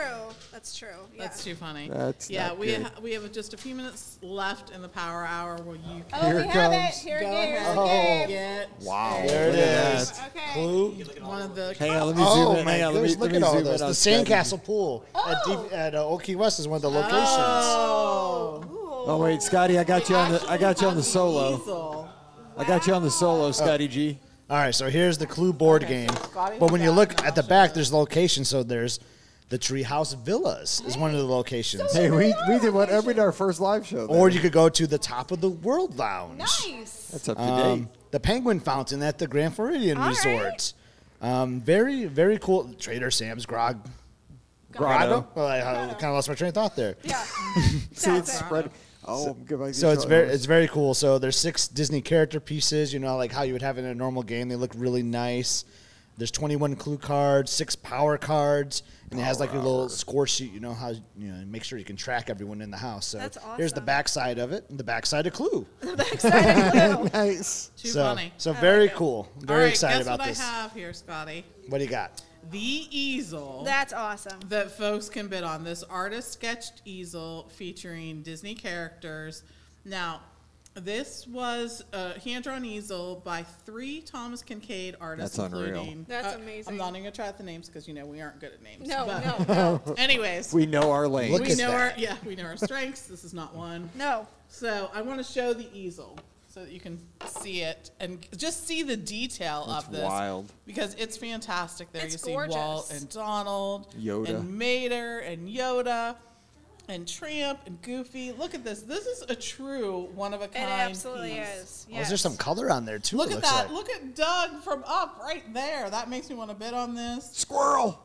Speaker 5: That's true. Yeah.
Speaker 3: that's too funny.
Speaker 4: That's
Speaker 3: yeah,
Speaker 4: not
Speaker 3: we
Speaker 4: good.
Speaker 3: ha- we have just a few minutes left in the power hour where you
Speaker 5: Oh,
Speaker 4: Here
Speaker 5: we
Speaker 4: it
Speaker 5: have it.
Speaker 4: comes.
Speaker 5: Here it
Speaker 3: go
Speaker 5: is.
Speaker 3: ahead
Speaker 5: Okay.
Speaker 4: Oh.
Speaker 3: and get
Speaker 4: Wow.
Speaker 6: There it
Speaker 4: look at
Speaker 6: is.
Speaker 4: that.
Speaker 5: Okay.
Speaker 6: Clue.
Speaker 3: one of the
Speaker 4: Hang on, let me zoom
Speaker 6: Oh
Speaker 4: in.
Speaker 6: my
Speaker 4: Hang on,
Speaker 6: gosh!
Speaker 4: let me,
Speaker 6: look
Speaker 4: let me
Speaker 6: at all
Speaker 4: zoom in
Speaker 6: those. The
Speaker 4: on
Speaker 6: Sandcastle Pool at,
Speaker 5: Oh.
Speaker 6: D- at uh, Old Key West is one of the locations.
Speaker 5: Oh.
Speaker 4: Oh wait, Scotty, I got you on the I got you on the solo.
Speaker 3: Diesel.
Speaker 4: I got you on the
Speaker 6: Oh.
Speaker 4: solo, Scotty G.
Speaker 6: All right, so here's the Clue board game.
Speaker 3: Scotty
Speaker 6: But when you
Speaker 3: Scott,
Speaker 6: look
Speaker 3: now
Speaker 6: at the back, there's location. So there's the Treehouse Villas is one of the locations.
Speaker 4: Hey, we, we did whatever we did our first live show.
Speaker 6: Or
Speaker 4: then.
Speaker 6: you could go to the Top of the World Lounge.
Speaker 5: Nice.
Speaker 4: that's up to date.
Speaker 6: Um, the Penguin Fountain at the Grand Floridian
Speaker 5: All
Speaker 6: Resort. Um, very, very cool. Trader Sam's Grog.
Speaker 4: Grotto.
Speaker 6: Well, I, kind of lost my train of thought there.
Speaker 5: Yeah.
Speaker 4: See, it's
Speaker 5: That's it.
Speaker 4: spread. Oh, goodbye.
Speaker 6: So it's very it's very cool. So there's six Disney character pieces, you know, like how you would have in a normal game. They look really nice. There's 21 clue cards, six power cards, and it has like a little score sheet. You know how you know make sure you can track everyone in the house. So
Speaker 5: That's
Speaker 6: here's the
Speaker 5: awesome.
Speaker 6: backside of it, and the backside of Clue.
Speaker 4: nice.
Speaker 3: Too
Speaker 6: so
Speaker 3: funny.
Speaker 6: so very cool. I'm very
Speaker 3: All right,
Speaker 6: excited
Speaker 3: guess
Speaker 6: about
Speaker 3: what
Speaker 6: this.
Speaker 3: I have here, Scotty.
Speaker 6: What do you got?
Speaker 3: The easel.
Speaker 5: That's awesome.
Speaker 3: that folks can bid on. This artist sketched easel featuring Disney characters. Now, this was a hand drawn easel by three Thomas Kincaid artists.
Speaker 4: That's unreal.
Speaker 3: including-
Speaker 5: That's
Speaker 3: uh,
Speaker 5: amazing.
Speaker 3: I'm not even going to try out the names because you know we aren't good at names.
Speaker 5: No,
Speaker 3: But
Speaker 5: no, no,
Speaker 3: Anyways, we,
Speaker 4: We know our lane.
Speaker 6: Look at
Speaker 3: know our
Speaker 6: that.
Speaker 3: yeah we know our strengths. This is not one.
Speaker 5: no.
Speaker 3: So I want to show the easel so that you can see it and just see the detail of this.
Speaker 4: wild.
Speaker 3: Because it's fantastic there.
Speaker 5: It's
Speaker 3: you see Walt
Speaker 5: gorgeous.
Speaker 3: and Donald
Speaker 4: Yoda.
Speaker 3: and Mater and Yoda. and Tramp and Goofy. Look at this. This is a true one of a
Speaker 5: It
Speaker 3: kind.
Speaker 5: absolutely
Speaker 3: piece.
Speaker 5: is.
Speaker 6: Oh, is there
Speaker 5: yes.
Speaker 6: some color on there too?
Speaker 3: Look
Speaker 6: it
Speaker 3: at
Speaker 6: looks
Speaker 3: that.
Speaker 6: like?
Speaker 3: Look at Doug from up right there. That makes me want to bid on this.
Speaker 4: Squirrel.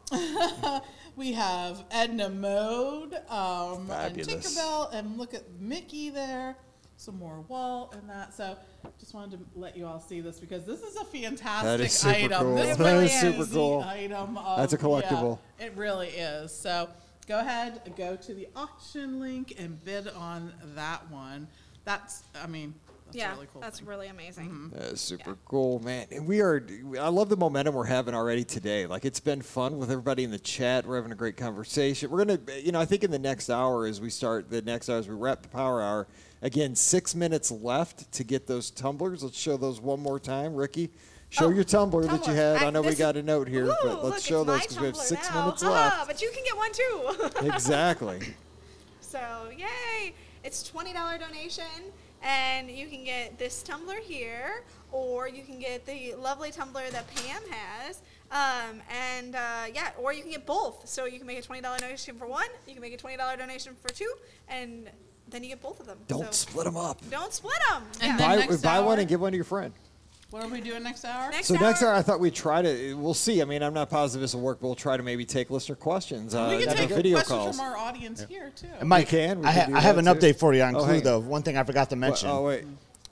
Speaker 3: We have Edna Mode um, and
Speaker 4: Fabulous.
Speaker 3: Tinkerbell, and look at Mickey there. Some more Walt and that. So just wanted to let you all see this because this is a fantastic
Speaker 4: That is super
Speaker 3: item.
Speaker 4: cool.
Speaker 3: This
Speaker 5: That
Speaker 3: really
Speaker 5: is super
Speaker 3: the
Speaker 4: cool.
Speaker 3: Item of,
Speaker 4: That's a
Speaker 3: yeah,
Speaker 4: collectible.
Speaker 3: it really is. So go ahead, go to the auction link and bid on that one. That's, I mean, that's
Speaker 5: yeah,
Speaker 3: a really cool. Mm-hmm.
Speaker 5: that's
Speaker 3: thing.
Speaker 5: really amazing.
Speaker 4: That's super cool, man. And we are, I love the momentum we're having already today. Like, it's been fun with everybody in the chat. We're having a great conversation. We're going to, you know, I think in the next hour, as we start the next hour, as we wrap the power hour, again, six minutes left to get those tumblers. Let's show those one more time. Ricky, show
Speaker 5: Oh,
Speaker 4: your tumbler, that you
Speaker 5: Tumblr.
Speaker 4: had. I,
Speaker 5: I-
Speaker 4: know we
Speaker 5: this-
Speaker 4: got a note here,
Speaker 5: Ooh,
Speaker 4: but let's
Speaker 5: look,
Speaker 4: show
Speaker 5: it's my
Speaker 4: those because we have
Speaker 5: Tumblr
Speaker 4: six
Speaker 5: now.
Speaker 4: minutes
Speaker 5: Ha,
Speaker 4: left.
Speaker 5: But you can get one too.
Speaker 4: exactly.
Speaker 5: So yay! It's twenty dollar donation, and you can get this tumbler here, or you can get the lovely tumbler that Pam has. Um, and uh, yeah, or you can get both. So you can make a twenty dollar donation for one, you can make a twenty dollar donation for two, and then you get both of them.
Speaker 4: Don't
Speaker 5: so,
Speaker 4: split them up.
Speaker 5: don't split them.
Speaker 3: And then-
Speaker 4: Buy,
Speaker 3: next
Speaker 4: buy one
Speaker 3: hour-
Speaker 4: and give one to your friend.
Speaker 3: What are we doing next hour?
Speaker 5: next
Speaker 4: So next hour, I thought we'd try to. We'll see. I mean, I'm not positive this will work, but we'll try to maybe take listener questions. Uh,
Speaker 3: We can
Speaker 4: for
Speaker 3: take
Speaker 4: video
Speaker 3: questions
Speaker 4: calls.
Speaker 3: from our audience here too.
Speaker 6: And Mike,
Speaker 4: can, we
Speaker 6: I,
Speaker 4: can
Speaker 6: ha-
Speaker 4: do
Speaker 6: I have an
Speaker 4: that, too.
Speaker 6: update for you on
Speaker 4: Oh,
Speaker 6: Clue,
Speaker 4: hang on.
Speaker 6: though. One thing I forgot to
Speaker 4: Well,
Speaker 6: mention.
Speaker 4: oh wait,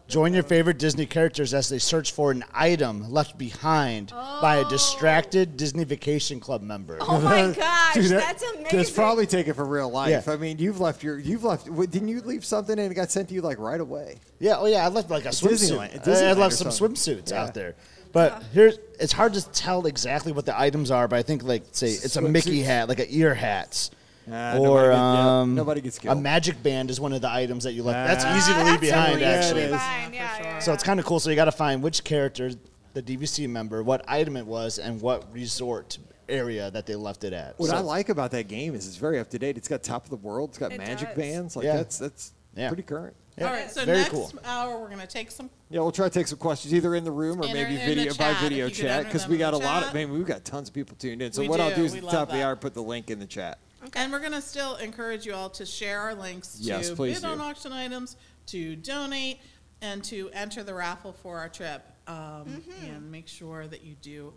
Speaker 6: Join your favorite Disney characters as they search for an item left behind by a distracted Disney Vacation Club member.
Speaker 5: Oh my gosh,
Speaker 4: Dude, that-
Speaker 5: that's amazing.
Speaker 4: That's probably taken from real life.
Speaker 6: Yeah.
Speaker 4: I mean, you've left your, you've left. w- Didn't you leave something and it got sent to you like right away?
Speaker 6: Yeah, oh yeah, I left like a swimsuit.
Speaker 4: Disneyland- at
Speaker 6: I, I
Speaker 4: Disneyland
Speaker 6: left
Speaker 4: or
Speaker 6: some
Speaker 4: something.
Speaker 6: swimsuits
Speaker 4: Yeah.
Speaker 6: out there. But here's it's hard to tell exactly what the items are, but I think like say it's a Mickey
Speaker 4: Swimsuits.
Speaker 6: hat, like an ear hats.
Speaker 4: Ah, nobody
Speaker 6: or
Speaker 4: gets- yeah,
Speaker 6: um,
Speaker 4: nobody gets
Speaker 6: a
Speaker 4: killed.
Speaker 6: magic band is one of the items that you left. that's
Speaker 5: Uh,
Speaker 6: easy to
Speaker 5: that's
Speaker 6: leave behind,
Speaker 5: totally
Speaker 4: Yeah, it
Speaker 6: actually.
Speaker 4: is.
Speaker 5: fine,
Speaker 3: Yeah,
Speaker 5: Yeah,
Speaker 3: for
Speaker 5: yeah,
Speaker 3: sure.
Speaker 6: So it's kind of cool. So you got to find which character the DVC member, what item it was, and what resort area that they left it at.
Speaker 4: What
Speaker 6: So-
Speaker 4: I like about that game is it's very up to date. It's got top of the world. It's got
Speaker 5: It
Speaker 4: magic
Speaker 5: does.
Speaker 4: bands. Like
Speaker 6: Yeah.
Speaker 4: that's that's
Speaker 6: Yeah.
Speaker 4: pretty current.
Speaker 6: yeah,
Speaker 3: All right, so
Speaker 6: very
Speaker 3: next
Speaker 6: cool.
Speaker 3: hour we're gonna take some.
Speaker 4: Yeah, we'll try to take some questions either in the room or
Speaker 3: Enter
Speaker 4: maybe
Speaker 3: in the
Speaker 4: video by
Speaker 3: chat,
Speaker 4: video
Speaker 3: if you could
Speaker 4: chat
Speaker 3: enter
Speaker 4: because
Speaker 3: them
Speaker 4: we
Speaker 3: in the
Speaker 4: got a lot of.
Speaker 3: chat.
Speaker 4: Man, we've got tons of people tuned in. So
Speaker 3: We
Speaker 4: what I'll
Speaker 3: do,
Speaker 4: do is
Speaker 3: we
Speaker 4: at the
Speaker 3: love
Speaker 4: top of the
Speaker 3: that.
Speaker 4: hour, put the link in the chat.
Speaker 3: And we're gonna still encourage you all to share our links to
Speaker 4: Yes, please
Speaker 3: bid on
Speaker 4: do.
Speaker 3: auction items, to donate, and to enter the raffle for our trip. Um,
Speaker 5: Mm-hmm.
Speaker 3: And make sure that you do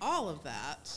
Speaker 3: all of that.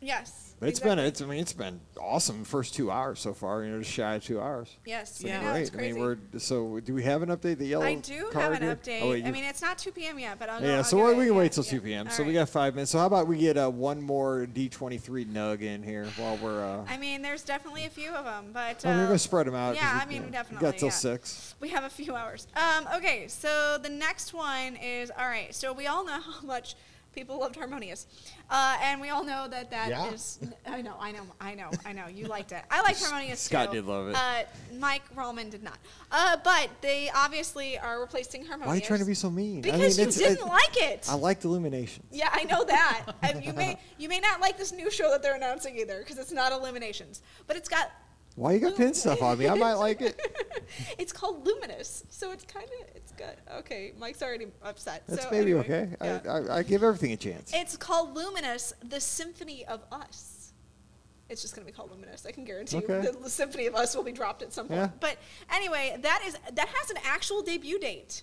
Speaker 5: Yes.
Speaker 4: But it's
Speaker 5: exactly.
Speaker 4: been it's I mean it's been awesome first two hours so far. You know, just shy of two hours.
Speaker 5: Yes.
Speaker 3: Yeah.
Speaker 5: I know, it's
Speaker 4: I mean,
Speaker 5: crazy.
Speaker 4: we're so. Do we have an update? The yellow.
Speaker 5: I do have
Speaker 4: card
Speaker 5: an
Speaker 4: here?
Speaker 5: update.
Speaker 4: Oh, wait,
Speaker 5: I
Speaker 4: you-
Speaker 5: mean, it's not 2 p.m. yet, but I'll.
Speaker 4: yeah.
Speaker 5: I'll
Speaker 4: so
Speaker 5: give
Speaker 4: we
Speaker 5: it-
Speaker 4: we can
Speaker 5: yeah,
Speaker 4: wait till two
Speaker 5: Oh, yeah.
Speaker 4: p.m.
Speaker 5: All
Speaker 4: so we
Speaker 5: right.
Speaker 4: got five minutes. So how about we get uh, one more D twenty three nug in here while we're. Uh,
Speaker 5: I mean, there's definitely a few of them, but.
Speaker 4: oh, we're
Speaker 5: uh,
Speaker 4: gonna spread them out. 'cause
Speaker 5: Yeah,
Speaker 4: we-
Speaker 5: I mean,
Speaker 4: yeah, we
Speaker 5: definitely.
Speaker 4: Got till
Speaker 5: yeah.
Speaker 4: six.
Speaker 5: We have a few hours. Um, okay, so the next one is all right. So we all know how much people loved Harmonious, uh, and we all know that that is.
Speaker 6: Yeah.
Speaker 5: I know, I know, I know, I know. You liked it. I liked Harmonious
Speaker 4: Scott
Speaker 5: too.
Speaker 4: did love it.
Speaker 5: Uh, Mike Rallman did not. Uh, but they obviously are replacing Harmonious.
Speaker 4: Why are you trying to be so mean?
Speaker 5: Because
Speaker 4: I mean,
Speaker 5: you
Speaker 4: it's, it-
Speaker 5: didn't like it.
Speaker 4: I liked Illumination.
Speaker 5: Yeah, I know that. and you may you may not like this new show that they're announcing either because it's not eliminations, but it's got
Speaker 4: Why you got pin stuff on me? I might like it.
Speaker 5: it's called Luminous, so it's kind of it's good. Okay, Mike's already upset.
Speaker 4: That's
Speaker 5: so
Speaker 4: maybe
Speaker 5: anyway,
Speaker 4: okay.
Speaker 5: yeah.
Speaker 4: I, I, I give everything a chance.
Speaker 5: it's called Luminous: The Symphony of Us. It's just going to be called Luminous. I can guarantee
Speaker 4: Okay.
Speaker 5: you the, the Symphony of Us will be dropped at some point.
Speaker 4: Yeah.
Speaker 5: But anyway, that is that has an actual debut date.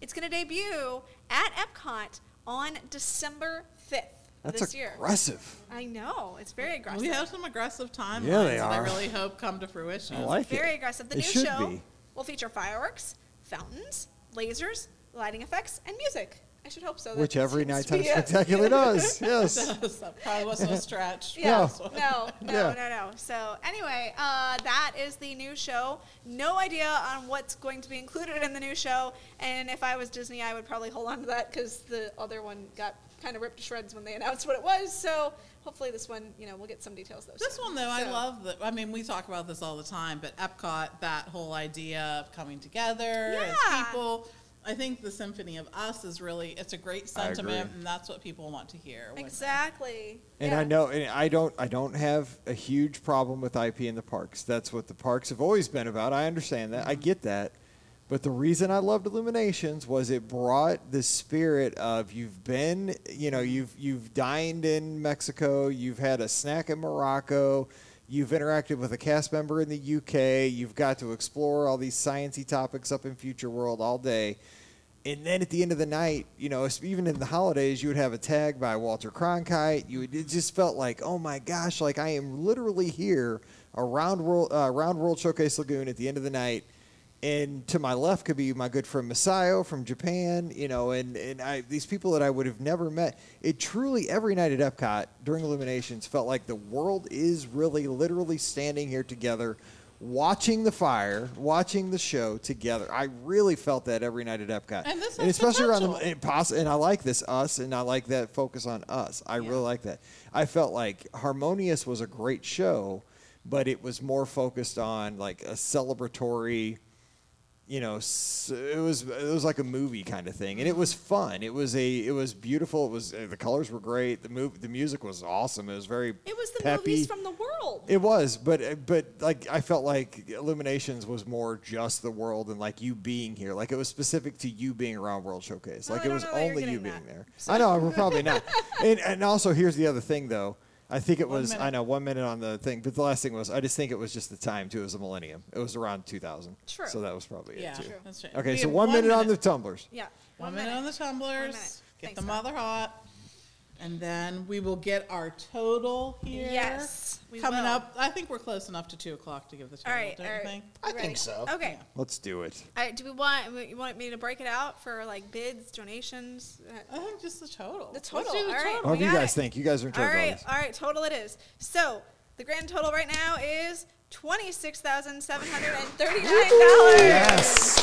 Speaker 5: It's going to debut at Epcot on December fifth
Speaker 4: That's
Speaker 5: this year.
Speaker 4: aggressive.
Speaker 5: I know. It's very aggressive.
Speaker 3: We have some aggressive timelines
Speaker 4: Yeah, they
Speaker 3: that I
Speaker 4: are.
Speaker 3: really hope come to fruition.
Speaker 4: I like
Speaker 5: very
Speaker 4: it.
Speaker 5: aggressive. The
Speaker 4: It
Speaker 5: new
Speaker 4: should
Speaker 5: show
Speaker 4: be.
Speaker 5: will feature fireworks, fountains, lasers, lighting effects, and music. I should hope so. That
Speaker 4: Which every
Speaker 5: seems to
Speaker 4: nighttime
Speaker 5: be it.
Speaker 4: spectacular does. Yes.
Speaker 3: that probably wasn't a stretch.
Speaker 5: Yeah.
Speaker 4: No.
Speaker 5: No, no, no,
Speaker 4: Yeah.
Speaker 5: no, So anyway, uh, that is the new show. No idea on what's going to be included in the new show. And if I was Disney, I would probably hold on to that because the other one got kind of ripped to shreds when they announced what it was. So hopefully this one, you know, we'll get some details though.
Speaker 3: This
Speaker 5: soon.
Speaker 3: one, though, I
Speaker 5: So-
Speaker 3: love that. I mean, we talk about this all the time, but Epcot, that whole idea of coming together as
Speaker 5: Yeah.
Speaker 3: people. I think the symphony of us is really, it's a great
Speaker 4: I agree.
Speaker 3: sentiment, and that's what people want to hear. when-
Speaker 5: Exactly.
Speaker 4: And
Speaker 5: Yeah.
Speaker 4: I know, and I don't, I don't have a huge problem with IP in the parks. That's what the parks have always been about. I understand that.
Speaker 5: Mm-hmm.
Speaker 4: I get that. But the reason I loved Illuminations was it brought the spirit of you've been, you know, you've you've dined in Mexico, you've had a snack in Morocco, You've interacted with a cast member in the UK. You've got to explore all these sciency topics up in Future World all day. And then at the end of the night, you know, es- even in the holidays, you would have a tag by Walter Cronkite. You would, it just felt like, oh my gosh, like I am literally here around world, uh, around World Showcase Lagoon at the end of the night. And to my left could be my good friend Masayo from Japan, you know, and, and I, these people that I would have never met. It truly, every night at Epcot during Illuminations, felt like the world is really literally standing here together, watching the fire, watching the show together. I really felt that every night at Epcot.
Speaker 3: And this
Speaker 4: and
Speaker 3: has
Speaker 4: especially around the,
Speaker 3: potential.
Speaker 4: and, poss- and I like this us, and I like that focus on us. I really like that. I felt like Harmonious was a great show, but it was more focused on like a celebratory you know s- it was it was like a movie kind of thing and it was fun it was a it was beautiful it was uh, the colors were great the move the music was awesome it was very
Speaker 5: It was the
Speaker 4: peppy.
Speaker 5: movies from the world.
Speaker 4: it was but uh, but like i felt like illuminations was more just the world and like you being here like it was specific to you being around world showcase
Speaker 5: Well,
Speaker 4: like it
Speaker 5: I don't
Speaker 4: was
Speaker 5: know that you're
Speaker 4: only you
Speaker 5: getting
Speaker 4: being
Speaker 5: that.
Speaker 4: there i know we're probably not and, and also here's the other thing though I think it
Speaker 3: One
Speaker 4: was I
Speaker 3: minute.
Speaker 4: know one minute on the thing, but the last thing was I just think it was just the time too. It was a millennium. It was around 2000,
Speaker 5: True.
Speaker 4: so that was probably
Speaker 3: Yeah,
Speaker 4: it too.
Speaker 3: that's right.
Speaker 4: Okay,
Speaker 3: We
Speaker 4: so
Speaker 3: have
Speaker 4: one, minute, on the tumblers.
Speaker 5: yeah.
Speaker 3: One, minute. on the
Speaker 5: minute.
Speaker 3: tumblers. Get
Speaker 5: Thanks,
Speaker 3: the
Speaker 5: Mel.
Speaker 3: mother hot. And then we will get our total here.
Speaker 5: Yes, we
Speaker 3: Coming
Speaker 5: will.
Speaker 3: up, I think we're close enough to 2 o'clock to give the
Speaker 5: All
Speaker 3: total,
Speaker 5: right.
Speaker 3: don't
Speaker 5: all
Speaker 3: you
Speaker 5: right.
Speaker 3: think?
Speaker 6: I think so.
Speaker 5: Okay.
Speaker 4: Let's do it.
Speaker 5: All right. Do we want you want me to break it out for like bids, donations? Uh,
Speaker 3: I think just the total.
Speaker 5: The
Speaker 3: Let's
Speaker 5: total,
Speaker 3: do the
Speaker 5: all right.
Speaker 3: total.
Speaker 4: What do you
Speaker 5: got
Speaker 4: guys
Speaker 5: it.
Speaker 4: think? You guys are in
Speaker 5: All
Speaker 4: charge of all
Speaker 5: right, uh,
Speaker 4: this.
Speaker 5: all right, total it is. So the grand total right now is twenty-six thousand seven hundred and thirty-nine dollars.
Speaker 4: Yes.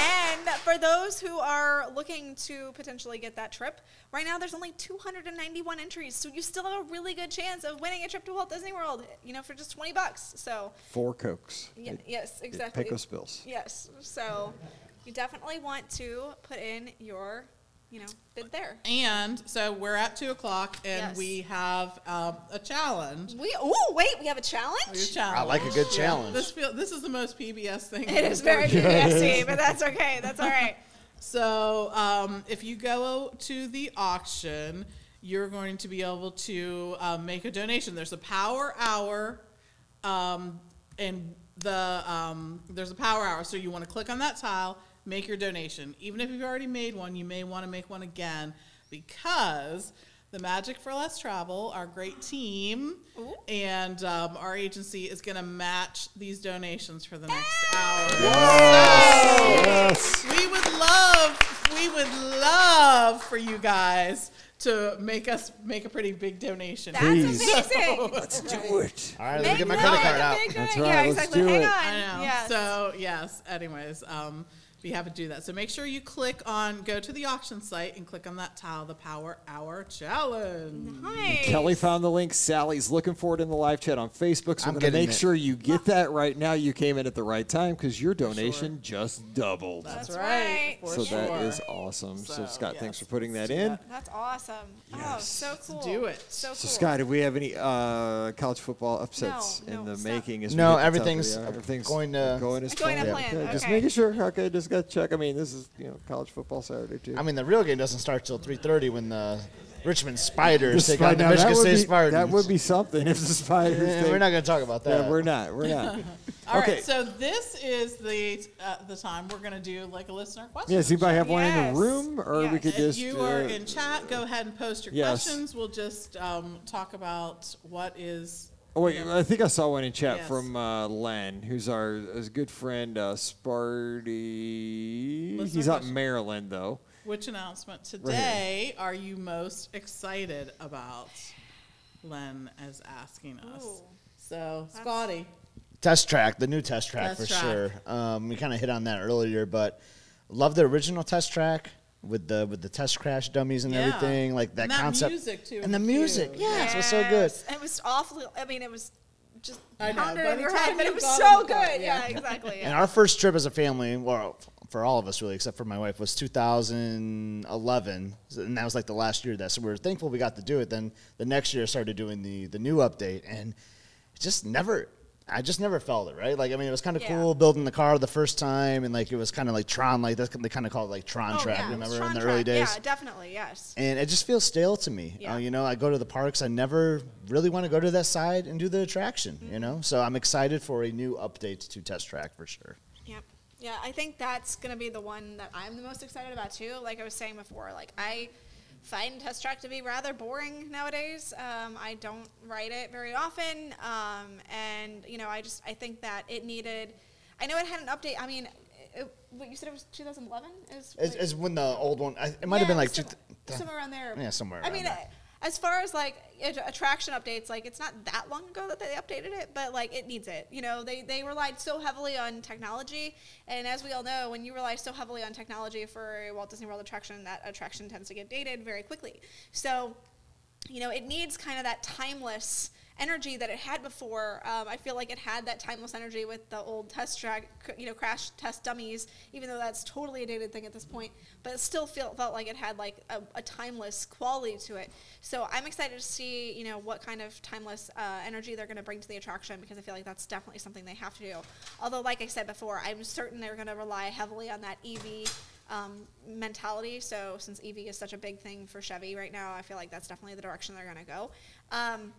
Speaker 5: And for those who are looking to potentially get that trip, right now there's only 291 entries, so you still have a really good chance of winning a trip to Walt Disney World, you know, for just 20 bucks. So,
Speaker 4: Four Cokes.
Speaker 5: y-
Speaker 4: It-
Speaker 5: yes,
Speaker 4: it
Speaker 5: exactly.
Speaker 4: Pecos Bills.
Speaker 5: Yes. So, you definitely want to put in your, you know, bid there.
Speaker 3: And so we're at 2 o'clock and
Speaker 5: Yes.
Speaker 3: we have um, a challenge.
Speaker 5: We oh wait, we have a
Speaker 3: Your
Speaker 5: challenge.
Speaker 3: challenge.
Speaker 6: I like a good challenge.
Speaker 3: This feel this is the most PBS thing.
Speaker 5: It is very PBSy, but that's okay. That's all right.
Speaker 3: So um, if you go to the auction, you're going to be able to uh, make a donation. There's a power hour, um, and the um, there's a power hour. So you want to click on that tile, make your donation. Even if you've already made one, you may want to make one again because the Magic for Less Travel, our great team, and um, our agency is going to match these donations for the next hour.
Speaker 4: Yes.
Speaker 3: We would love, we would love for you guys to make us make a pretty big donation.
Speaker 5: That's
Speaker 4: Please.
Speaker 5: amazing.
Speaker 4: Let's do it.
Speaker 6: All right, let me
Speaker 5: Big
Speaker 6: get my
Speaker 5: no,
Speaker 6: credit
Speaker 5: it's
Speaker 6: card
Speaker 5: a
Speaker 6: out.
Speaker 5: big no.
Speaker 4: That's
Speaker 5: Yeah,
Speaker 4: right, let's
Speaker 5: exactly.
Speaker 4: do
Speaker 5: Hang
Speaker 4: it.
Speaker 5: on.
Speaker 3: I know.
Speaker 5: Yes.
Speaker 3: So yes. Anyways, um, be happy to do that. So make sure you click on, go to the auction site and click on that tile, the Power Hour Challenge.
Speaker 5: Nice.
Speaker 4: Kelly found the link. Sally's looking for it in the live chat on Facebook. So
Speaker 6: I'm
Speaker 4: I'm going to
Speaker 6: getting
Speaker 4: make
Speaker 6: it.
Speaker 4: sure you get that right now. You came in at the right time because your donation just doubled.
Speaker 5: That's right.
Speaker 3: For
Speaker 4: so
Speaker 3: sure.
Speaker 4: that is awesome. So,
Speaker 3: So,
Speaker 4: Scott, thanks for
Speaker 3: yes,
Speaker 4: putting that
Speaker 3: let's do
Speaker 4: in.
Speaker 3: that.
Speaker 5: That's awesome. Oh, so cool.
Speaker 3: do it.
Speaker 5: So cool.
Speaker 4: So, Scott, did we have any uh, college football upsets
Speaker 5: No,
Speaker 4: in
Speaker 5: no,
Speaker 4: the
Speaker 5: stop.
Speaker 4: making? As we
Speaker 6: No,
Speaker 4: hit the top of the
Speaker 6: everything's
Speaker 4: hour?
Speaker 6: going to-
Speaker 4: going as
Speaker 5: Going to
Speaker 4: planned.
Speaker 5: plan,
Speaker 4: Okay, Just
Speaker 5: okay.
Speaker 4: making sure. Okay, just got to check. I mean, this is you know college football Saturday too.
Speaker 6: I mean, the real game doesn't start till 3:30 when the Richmond Spiders
Speaker 4: Just
Speaker 6: take
Speaker 4: right
Speaker 6: on the
Speaker 4: now,
Speaker 6: Michigan
Speaker 4: that would
Speaker 6: State
Speaker 4: be-
Speaker 6: Spartans.
Speaker 4: That would be something if the Spiders.
Speaker 6: Yeah,
Speaker 4: take-
Speaker 6: we're not going to talk about that.
Speaker 4: Yeah, we're not. We're not.
Speaker 3: All right.
Speaker 4: Okay.
Speaker 3: So this is the uh, the time we're gonna do like a listener question.
Speaker 4: Yeah, does anybody have one in
Speaker 5: Yes.
Speaker 4: the room, or we could
Speaker 5: Yes.
Speaker 4: just
Speaker 3: If you are
Speaker 4: uh,
Speaker 3: in chat, go ahead and post your
Speaker 4: Yes.
Speaker 3: questions. We'll just um, talk about what is.
Speaker 4: Oh wait, I think I saw one in chat
Speaker 3: Yes.
Speaker 4: from uh, Len, who's our his good friend uh, Sparty.
Speaker 3: Listener
Speaker 4: He's out in
Speaker 3: question.
Speaker 4: Maryland though.
Speaker 3: Which announcement today are you most excited about? Len is asking us.
Speaker 5: Ooh.
Speaker 3: So, Scotty,
Speaker 6: Test track, the new test track
Speaker 3: Test
Speaker 6: for
Speaker 3: track.
Speaker 6: sure. Um, we kind of hit on that earlier, but love the original test track with the with the test crash dummies and
Speaker 3: Yeah.
Speaker 6: everything, like that,
Speaker 3: And that
Speaker 6: concept
Speaker 3: music, too,
Speaker 6: and the
Speaker 3: was
Speaker 6: music.
Speaker 3: huge.
Speaker 6: Yeah, it was so good.
Speaker 5: Yes. It was awfully. I mean, it was just
Speaker 3: I know,
Speaker 5: pounded
Speaker 3: by
Speaker 5: in
Speaker 3: the
Speaker 5: your head,
Speaker 3: time
Speaker 5: but
Speaker 3: you
Speaker 5: it was
Speaker 3: got
Speaker 5: so
Speaker 3: on the clock,
Speaker 5: good.
Speaker 3: yeah.
Speaker 5: Yeah, exactly.
Speaker 6: And
Speaker 5: Yeah.
Speaker 6: our first trip as a family, well, for all of us really, except for my wife, was 2011, So- and that was like the last year of that. So we were thankful we got to do it. Then the next year, I started doing the the new update, and it just never. I just never felt it, right? Like, I mean, it was kind of
Speaker 5: Yeah.
Speaker 6: cool building the car the first time, and like it was kind of like Tron, like that's they kind of call it like Tron track,
Speaker 5: it was
Speaker 6: remember
Speaker 5: Oh, Tron
Speaker 6: in the
Speaker 5: track.
Speaker 6: early days?
Speaker 5: Yeah, definitely. Yes.
Speaker 6: and it just feels stale to me.
Speaker 5: Yeah.
Speaker 6: Uh, you know, I go to the parks. I never really want to go to that side and do the attraction.
Speaker 5: Mm-hmm.
Speaker 6: You know, so I'm excited for a new update to Test Track for sure.
Speaker 5: Yep. Yeah, I think that's going to be the one that I'm the most excited about too. Like I was saying before, like I find test track to be rather boring nowadays. Um, I don't write it very often, um, and you know, I just I think that it needed. I know it had an update. I mean, it, what you said it was 2011 is.
Speaker 6: It's,
Speaker 5: like-
Speaker 6: it's when the old one. I, it might have
Speaker 5: yeah,
Speaker 6: been like
Speaker 5: some-
Speaker 6: two th-
Speaker 5: somewhere around there.
Speaker 6: Yeah, somewhere
Speaker 5: I
Speaker 6: around
Speaker 5: mean,
Speaker 6: there.
Speaker 5: uh, as far as like att- attraction updates, like it's not that long ago that they updated it, but like it needs it. You know, they they relied so heavily on technology, and as we all know, when you rely so heavily on technology for a Walt Disney World attraction, that attraction tends to get dated very quickly. So you know, it needs kind of that timeless energy that it had before. Um, I feel like it had that timeless energy with the old test track, you know, crash test dummies, even though that's totally a dated thing at this point, but it still feel, felt like it had like a, a timeless quality to it. So I'm excited to see, you know, what kind of timeless uh, energy they're going to bring to the attraction because I feel like that's definitely something they have to do. Although, like I said before, I'm certain they're going to rely heavily on that E EV um, mentality. So since EV is such a big thing for Chevy right now, I feel like that's definitely the direction they're going to go. Um,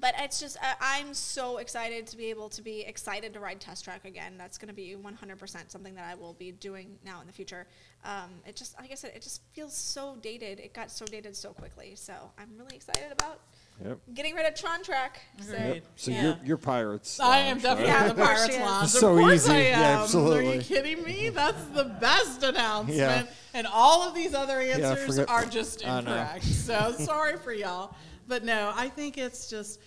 Speaker 5: but it's just I I'm so excited to be able to be excited to ride Test Track again. That's going to be 100% something that I will be doing now in the future. Um, it just like I said, it just feels so dated. It got so dated so quickly. So I'm really excited about
Speaker 4: Yep.
Speaker 5: getting rid of Tron Track. So
Speaker 3: Agreed.
Speaker 4: So
Speaker 3: Yeah.
Speaker 4: you're you're pirates.
Speaker 3: I am
Speaker 4: Lounge,
Speaker 3: definitely
Speaker 5: Yeah,
Speaker 3: on the
Speaker 5: of course
Speaker 3: Pirates
Speaker 5: she is.
Speaker 3: Lounge.
Speaker 4: So
Speaker 3: of course
Speaker 4: easy.
Speaker 3: I
Speaker 4: Yeah,
Speaker 3: am. Are
Speaker 4: absolutely.
Speaker 3: you kidding me? That's the best announcement.
Speaker 4: Yeah.
Speaker 3: And all of these other answers
Speaker 4: forget-
Speaker 3: are just
Speaker 4: I know.
Speaker 3: incorrect. So sorry for y'all. But no, I think it's just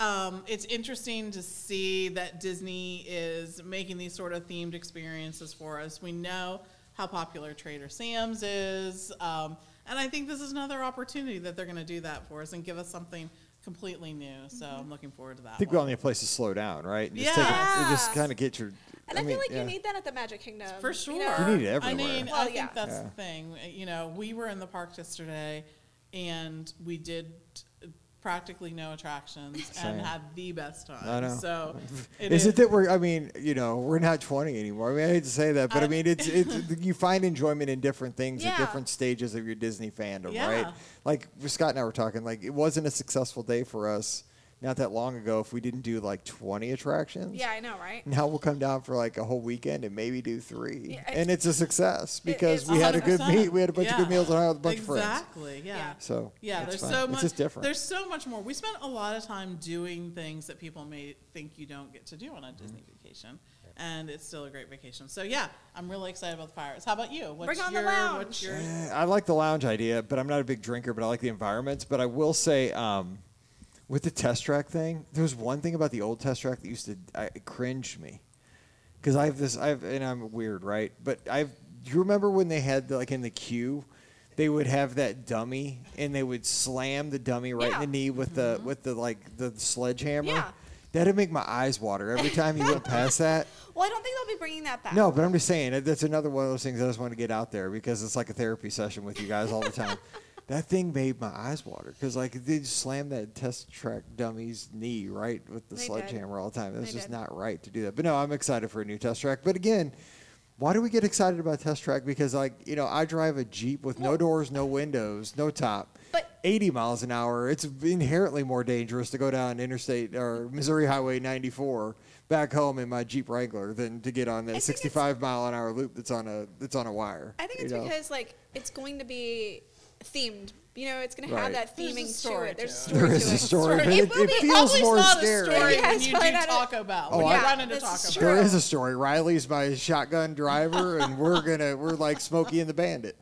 Speaker 3: um, it's interesting to see that Disney is making these sort of themed experiences for us. We know how popular Trader Sam's is. Um, and I think this is another opportunity that they're going to do that for us and give us something completely new. So I'm looking forward to
Speaker 4: Mm-hmm.
Speaker 3: that.
Speaker 4: I think we all need a place to slow down, right? And Just, take
Speaker 3: Yeah.
Speaker 4: a, just kind of get your.
Speaker 5: and I, feel like
Speaker 4: yeah.
Speaker 5: you need that at the Magic Kingdom
Speaker 3: For
Speaker 5: you
Speaker 3: sure.
Speaker 5: know?
Speaker 4: You need it
Speaker 3: Um, I
Speaker 4: everywhere.
Speaker 3: mean,
Speaker 5: Well,
Speaker 3: I think
Speaker 5: Oh, yeah.
Speaker 3: that's the thing. You know, we were in the park yesterday and we did practically no attractions
Speaker 4: Same.
Speaker 3: and had the best time.
Speaker 4: I know.
Speaker 3: So it
Speaker 4: Is it that we're? I mean, you know, we're not 20 anymore. I mean, I hate to say that, but I,
Speaker 3: I-
Speaker 4: mean, it's it's you find enjoyment in different things
Speaker 5: Um, Yeah.
Speaker 4: at different stages of your Disney fandom, right?
Speaker 3: Yeah.
Speaker 4: Like Scott and I were talking, like it wasn't a successful day for us not that long ago if we didn't do like 20 attractions.
Speaker 5: Yeah, I know, right?
Speaker 4: Now we'll come down for like a whole weekend and maybe do three,
Speaker 5: Yeah, I-
Speaker 4: and it's a success
Speaker 5: It
Speaker 4: because
Speaker 5: is
Speaker 4: we had a good
Speaker 3: 100%.
Speaker 4: meet, we had a bunch of
Speaker 3: Yeah.
Speaker 4: good meals, and I had a bunch of friends.
Speaker 3: Exactly. Yeah.
Speaker 4: So
Speaker 3: Yeah,
Speaker 4: it's
Speaker 3: there's
Speaker 4: fine.
Speaker 3: so
Speaker 4: It's
Speaker 3: much.
Speaker 4: just different.
Speaker 3: There's so much more. We spent a lot of time doing things that people may think you don't get to do on a
Speaker 4: Mm-hmm.
Speaker 3: Disney vacation, and it's still a great vacation. So yeah, I'm really excited about the pirates. How about you? What's
Speaker 5: Bring on the
Speaker 3: your,
Speaker 5: lounge.
Speaker 3: What's your?
Speaker 4: Eh, I like the lounge idea, but I'm not a big drinker, but I like the environments. But I will say, um, with the test track thing, there was one thing about the old test track that used to I, it cringed me. Because I have this, I have, and I'm weird, right? But I've, do you remember when they had, the, like, in the queue, they would have that dummy and they would slam the dummy right in
Speaker 5: Yeah. Mm-hmm.
Speaker 4: the knee with the, with the, like, the sledgehammer?
Speaker 5: Yeah.
Speaker 4: That'd make my eyes water every time you went past that.
Speaker 5: Well, I don't think they'll be bringing that back.
Speaker 4: No, but I'm just saying that- that's another one of those things I just want to get out there because it's like a therapy session with you guys all the time. that thing made my eyes water because like they just slammed that test track dummy's knee right with the
Speaker 5: They did.
Speaker 4: sledgehammer all the time. That's
Speaker 5: They
Speaker 4: just
Speaker 5: did.
Speaker 4: not right to do that. But no, I'm excited for a new test track. But again. Why do we get excited about test track? Because like you know, I drive a Jeep with no doors, no windows, no top,
Speaker 5: But-
Speaker 4: 80 miles an hour. It's inherently more dangerous to go down Interstate or Missouri Highway 94 back home in my Jeep Wrangler than to get on
Speaker 5: I
Speaker 4: that
Speaker 5: think it's-
Speaker 4: 65 mile an hour loop that's on a that's on a wire.
Speaker 5: I think
Speaker 4: you
Speaker 5: it's
Speaker 4: know?
Speaker 5: because like it's going to be themed. You know, it's going to have
Speaker 4: Right.
Speaker 5: that
Speaker 3: There's a
Speaker 5: theming to
Speaker 3: story
Speaker 5: it. There's a
Speaker 3: to
Speaker 5: story
Speaker 4: there
Speaker 5: to
Speaker 4: is
Speaker 5: it.
Speaker 4: a story,
Speaker 5: It
Speaker 4: but it,
Speaker 5: will
Speaker 4: it
Speaker 5: be-
Speaker 4: feels
Speaker 3: Probably
Speaker 4: more
Speaker 3: not
Speaker 4: scary.
Speaker 3: a story
Speaker 5: Yeah,
Speaker 3: when
Speaker 5: it's
Speaker 3: you
Speaker 5: probably
Speaker 3: do
Speaker 5: not a-
Speaker 3: Taco Bell.
Speaker 4: Oh,
Speaker 3: when
Speaker 4: I-
Speaker 3: you run into
Speaker 5: This
Speaker 3: Taco
Speaker 5: is
Speaker 3: Bell.
Speaker 4: There
Speaker 5: True.
Speaker 4: is a story. Riley's my shotgun driver, and we're gonna we're like Smokey and the Bandit.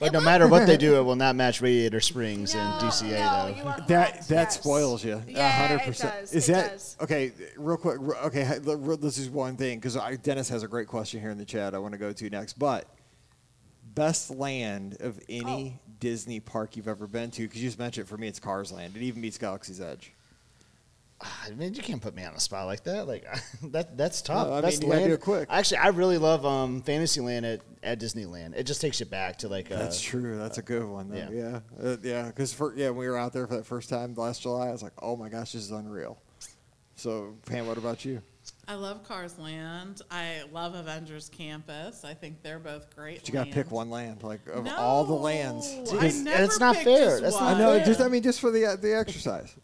Speaker 6: But no matter what they do, it will not match Radiator Springs and DCA
Speaker 5: no,
Speaker 6: though.
Speaker 5: you are
Speaker 4: That
Speaker 5: correct,
Speaker 4: that
Speaker 5: yes.
Speaker 4: spoils you. a
Speaker 5: Yeah,
Speaker 4: hundred
Speaker 5: it
Speaker 4: percent.
Speaker 5: does,
Speaker 4: Is
Speaker 5: it
Speaker 4: that
Speaker 5: does.
Speaker 4: okay? Real quick. re- Okay, h- le- re- this is one thing because Dennis has a great question here in the chat. I want to go to next, but best land of any
Speaker 5: Oh.
Speaker 4: Disney park you've ever been to? Because you just mentioned it, for me, it's Cars Land. It even beats Galaxy's Edge.
Speaker 6: I mean, you can't put me on a spot like that. Like that, that's tough.
Speaker 4: No, I
Speaker 6: that's
Speaker 4: mean, you gotta do it quick.
Speaker 6: Actually, I really love um, Fantasyland at, at Disneyland. It just takes you back to like.
Speaker 4: That's
Speaker 6: uh,
Speaker 4: true. That's a good one. Though.
Speaker 6: yeah.
Speaker 4: Yeah, yeah, uh, yeah. Because for yeah, when we were out there for that first time last July, I was like, oh my gosh, this is unreal. So Pam, what about you?
Speaker 3: I love Cars Land. I love Avengers Campus. I think they're both great.
Speaker 4: But you got to pick
Speaker 3: lands.
Speaker 4: one land, like of all the
Speaker 3: No,
Speaker 4: lands.
Speaker 5: Uh,
Speaker 3: I
Speaker 6: It's-
Speaker 3: never
Speaker 6: it's not
Speaker 3: picked
Speaker 6: fair.
Speaker 3: just
Speaker 6: That's
Speaker 4: I
Speaker 6: not
Speaker 3: one.
Speaker 4: know.
Speaker 6: fair.
Speaker 4: Just I mean, just for the uh, the exercise.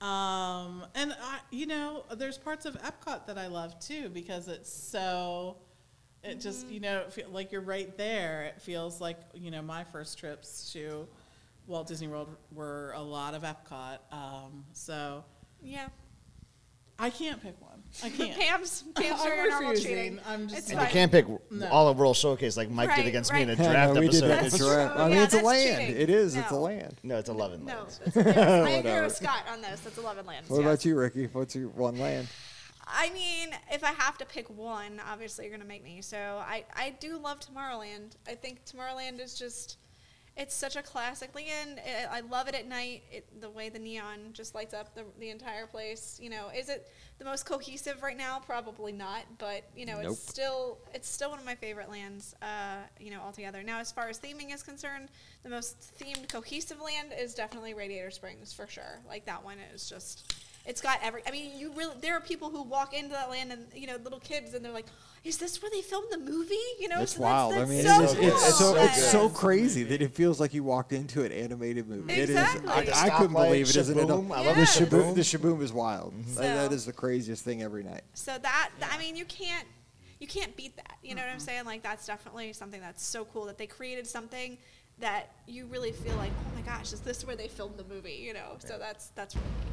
Speaker 3: Um, and I, you know, there's parts of Epcot that I love too because it's so. It just you know it feel like you're right there. It feels like you know my first trips to Walt Disney World were a lot of Epcot. Um, so
Speaker 5: Yeah.
Speaker 3: I can't pick one. I can't.
Speaker 5: Pam's Pam's
Speaker 3: I'm
Speaker 5: doing her normal
Speaker 3: refusing.
Speaker 5: cheating.
Speaker 3: I'm just-
Speaker 5: it's
Speaker 6: And you
Speaker 5: fine.
Speaker 6: can't pick
Speaker 3: No.
Speaker 6: all of World Showcase like Mike
Speaker 5: Right,
Speaker 6: did against
Speaker 5: right.
Speaker 6: me in a
Speaker 5: Hell
Speaker 4: Yeah,
Speaker 6: draft
Speaker 4: no, we did
Speaker 6: episode.
Speaker 4: that in a
Speaker 5: That's
Speaker 4: draft.
Speaker 5: true.
Speaker 4: I mean,
Speaker 5: Yeah,
Speaker 4: it's a
Speaker 5: that's
Speaker 4: land.
Speaker 5: cheating.
Speaker 4: It is. It's a
Speaker 5: No.
Speaker 4: land.
Speaker 6: no, it's 11
Speaker 5: No,
Speaker 6: lands.
Speaker 5: that's, I agree with Scott on this. That's 11 lands.
Speaker 4: What
Speaker 5: yes.
Speaker 4: about you, Ricky? What's your one land?
Speaker 5: I mean, if I have to pick one, obviously you're going to make me. So I, I do love Tomorrowland. I think Tomorrowland is just, it's such a classic land. I I love it at night. It, the way the neon just lights up the, the entire place. You know, is it the most cohesive right now? Probably not. But you know,
Speaker 4: Nope.
Speaker 5: it's still it's still one of my favorite lands. Uh, you know, altogether. Now, as far as theming is concerned, the most themed cohesive land is definitely Radiator Springs for sure. Like that one is just. It's got every. I mean, you really. There are people who walk into that land and you know little kids, and they're like, "Is this where they filmed the movie?" You know,
Speaker 4: It's
Speaker 5: so
Speaker 4: wild.
Speaker 5: That's,
Speaker 4: I mean,
Speaker 5: that's
Speaker 4: it's,
Speaker 5: so
Speaker 4: it's, so
Speaker 5: cool.
Speaker 4: it's
Speaker 5: Yes.
Speaker 4: so crazy that it feels like you walked into an animated movie.
Speaker 5: Exactly.
Speaker 4: It
Speaker 5: At
Speaker 4: is.
Speaker 5: the
Speaker 4: I, I couldn't
Speaker 6: stoplight,
Speaker 4: believe it as an adult.
Speaker 6: Shaboom. I
Speaker 5: love
Speaker 4: the,
Speaker 5: the
Speaker 4: shaboom,
Speaker 6: Shaboom.
Speaker 4: the shaboom is wild. Like, that
Speaker 5: So-
Speaker 4: is the craziest thing every night.
Speaker 5: So that, th- I mean, you can't you can't beat that. You know what I'm saying? Like that's definitely something that's so cool that they created something that you really feel like, oh my gosh, is this where they filmed the movie? You know? So that's that's really cool.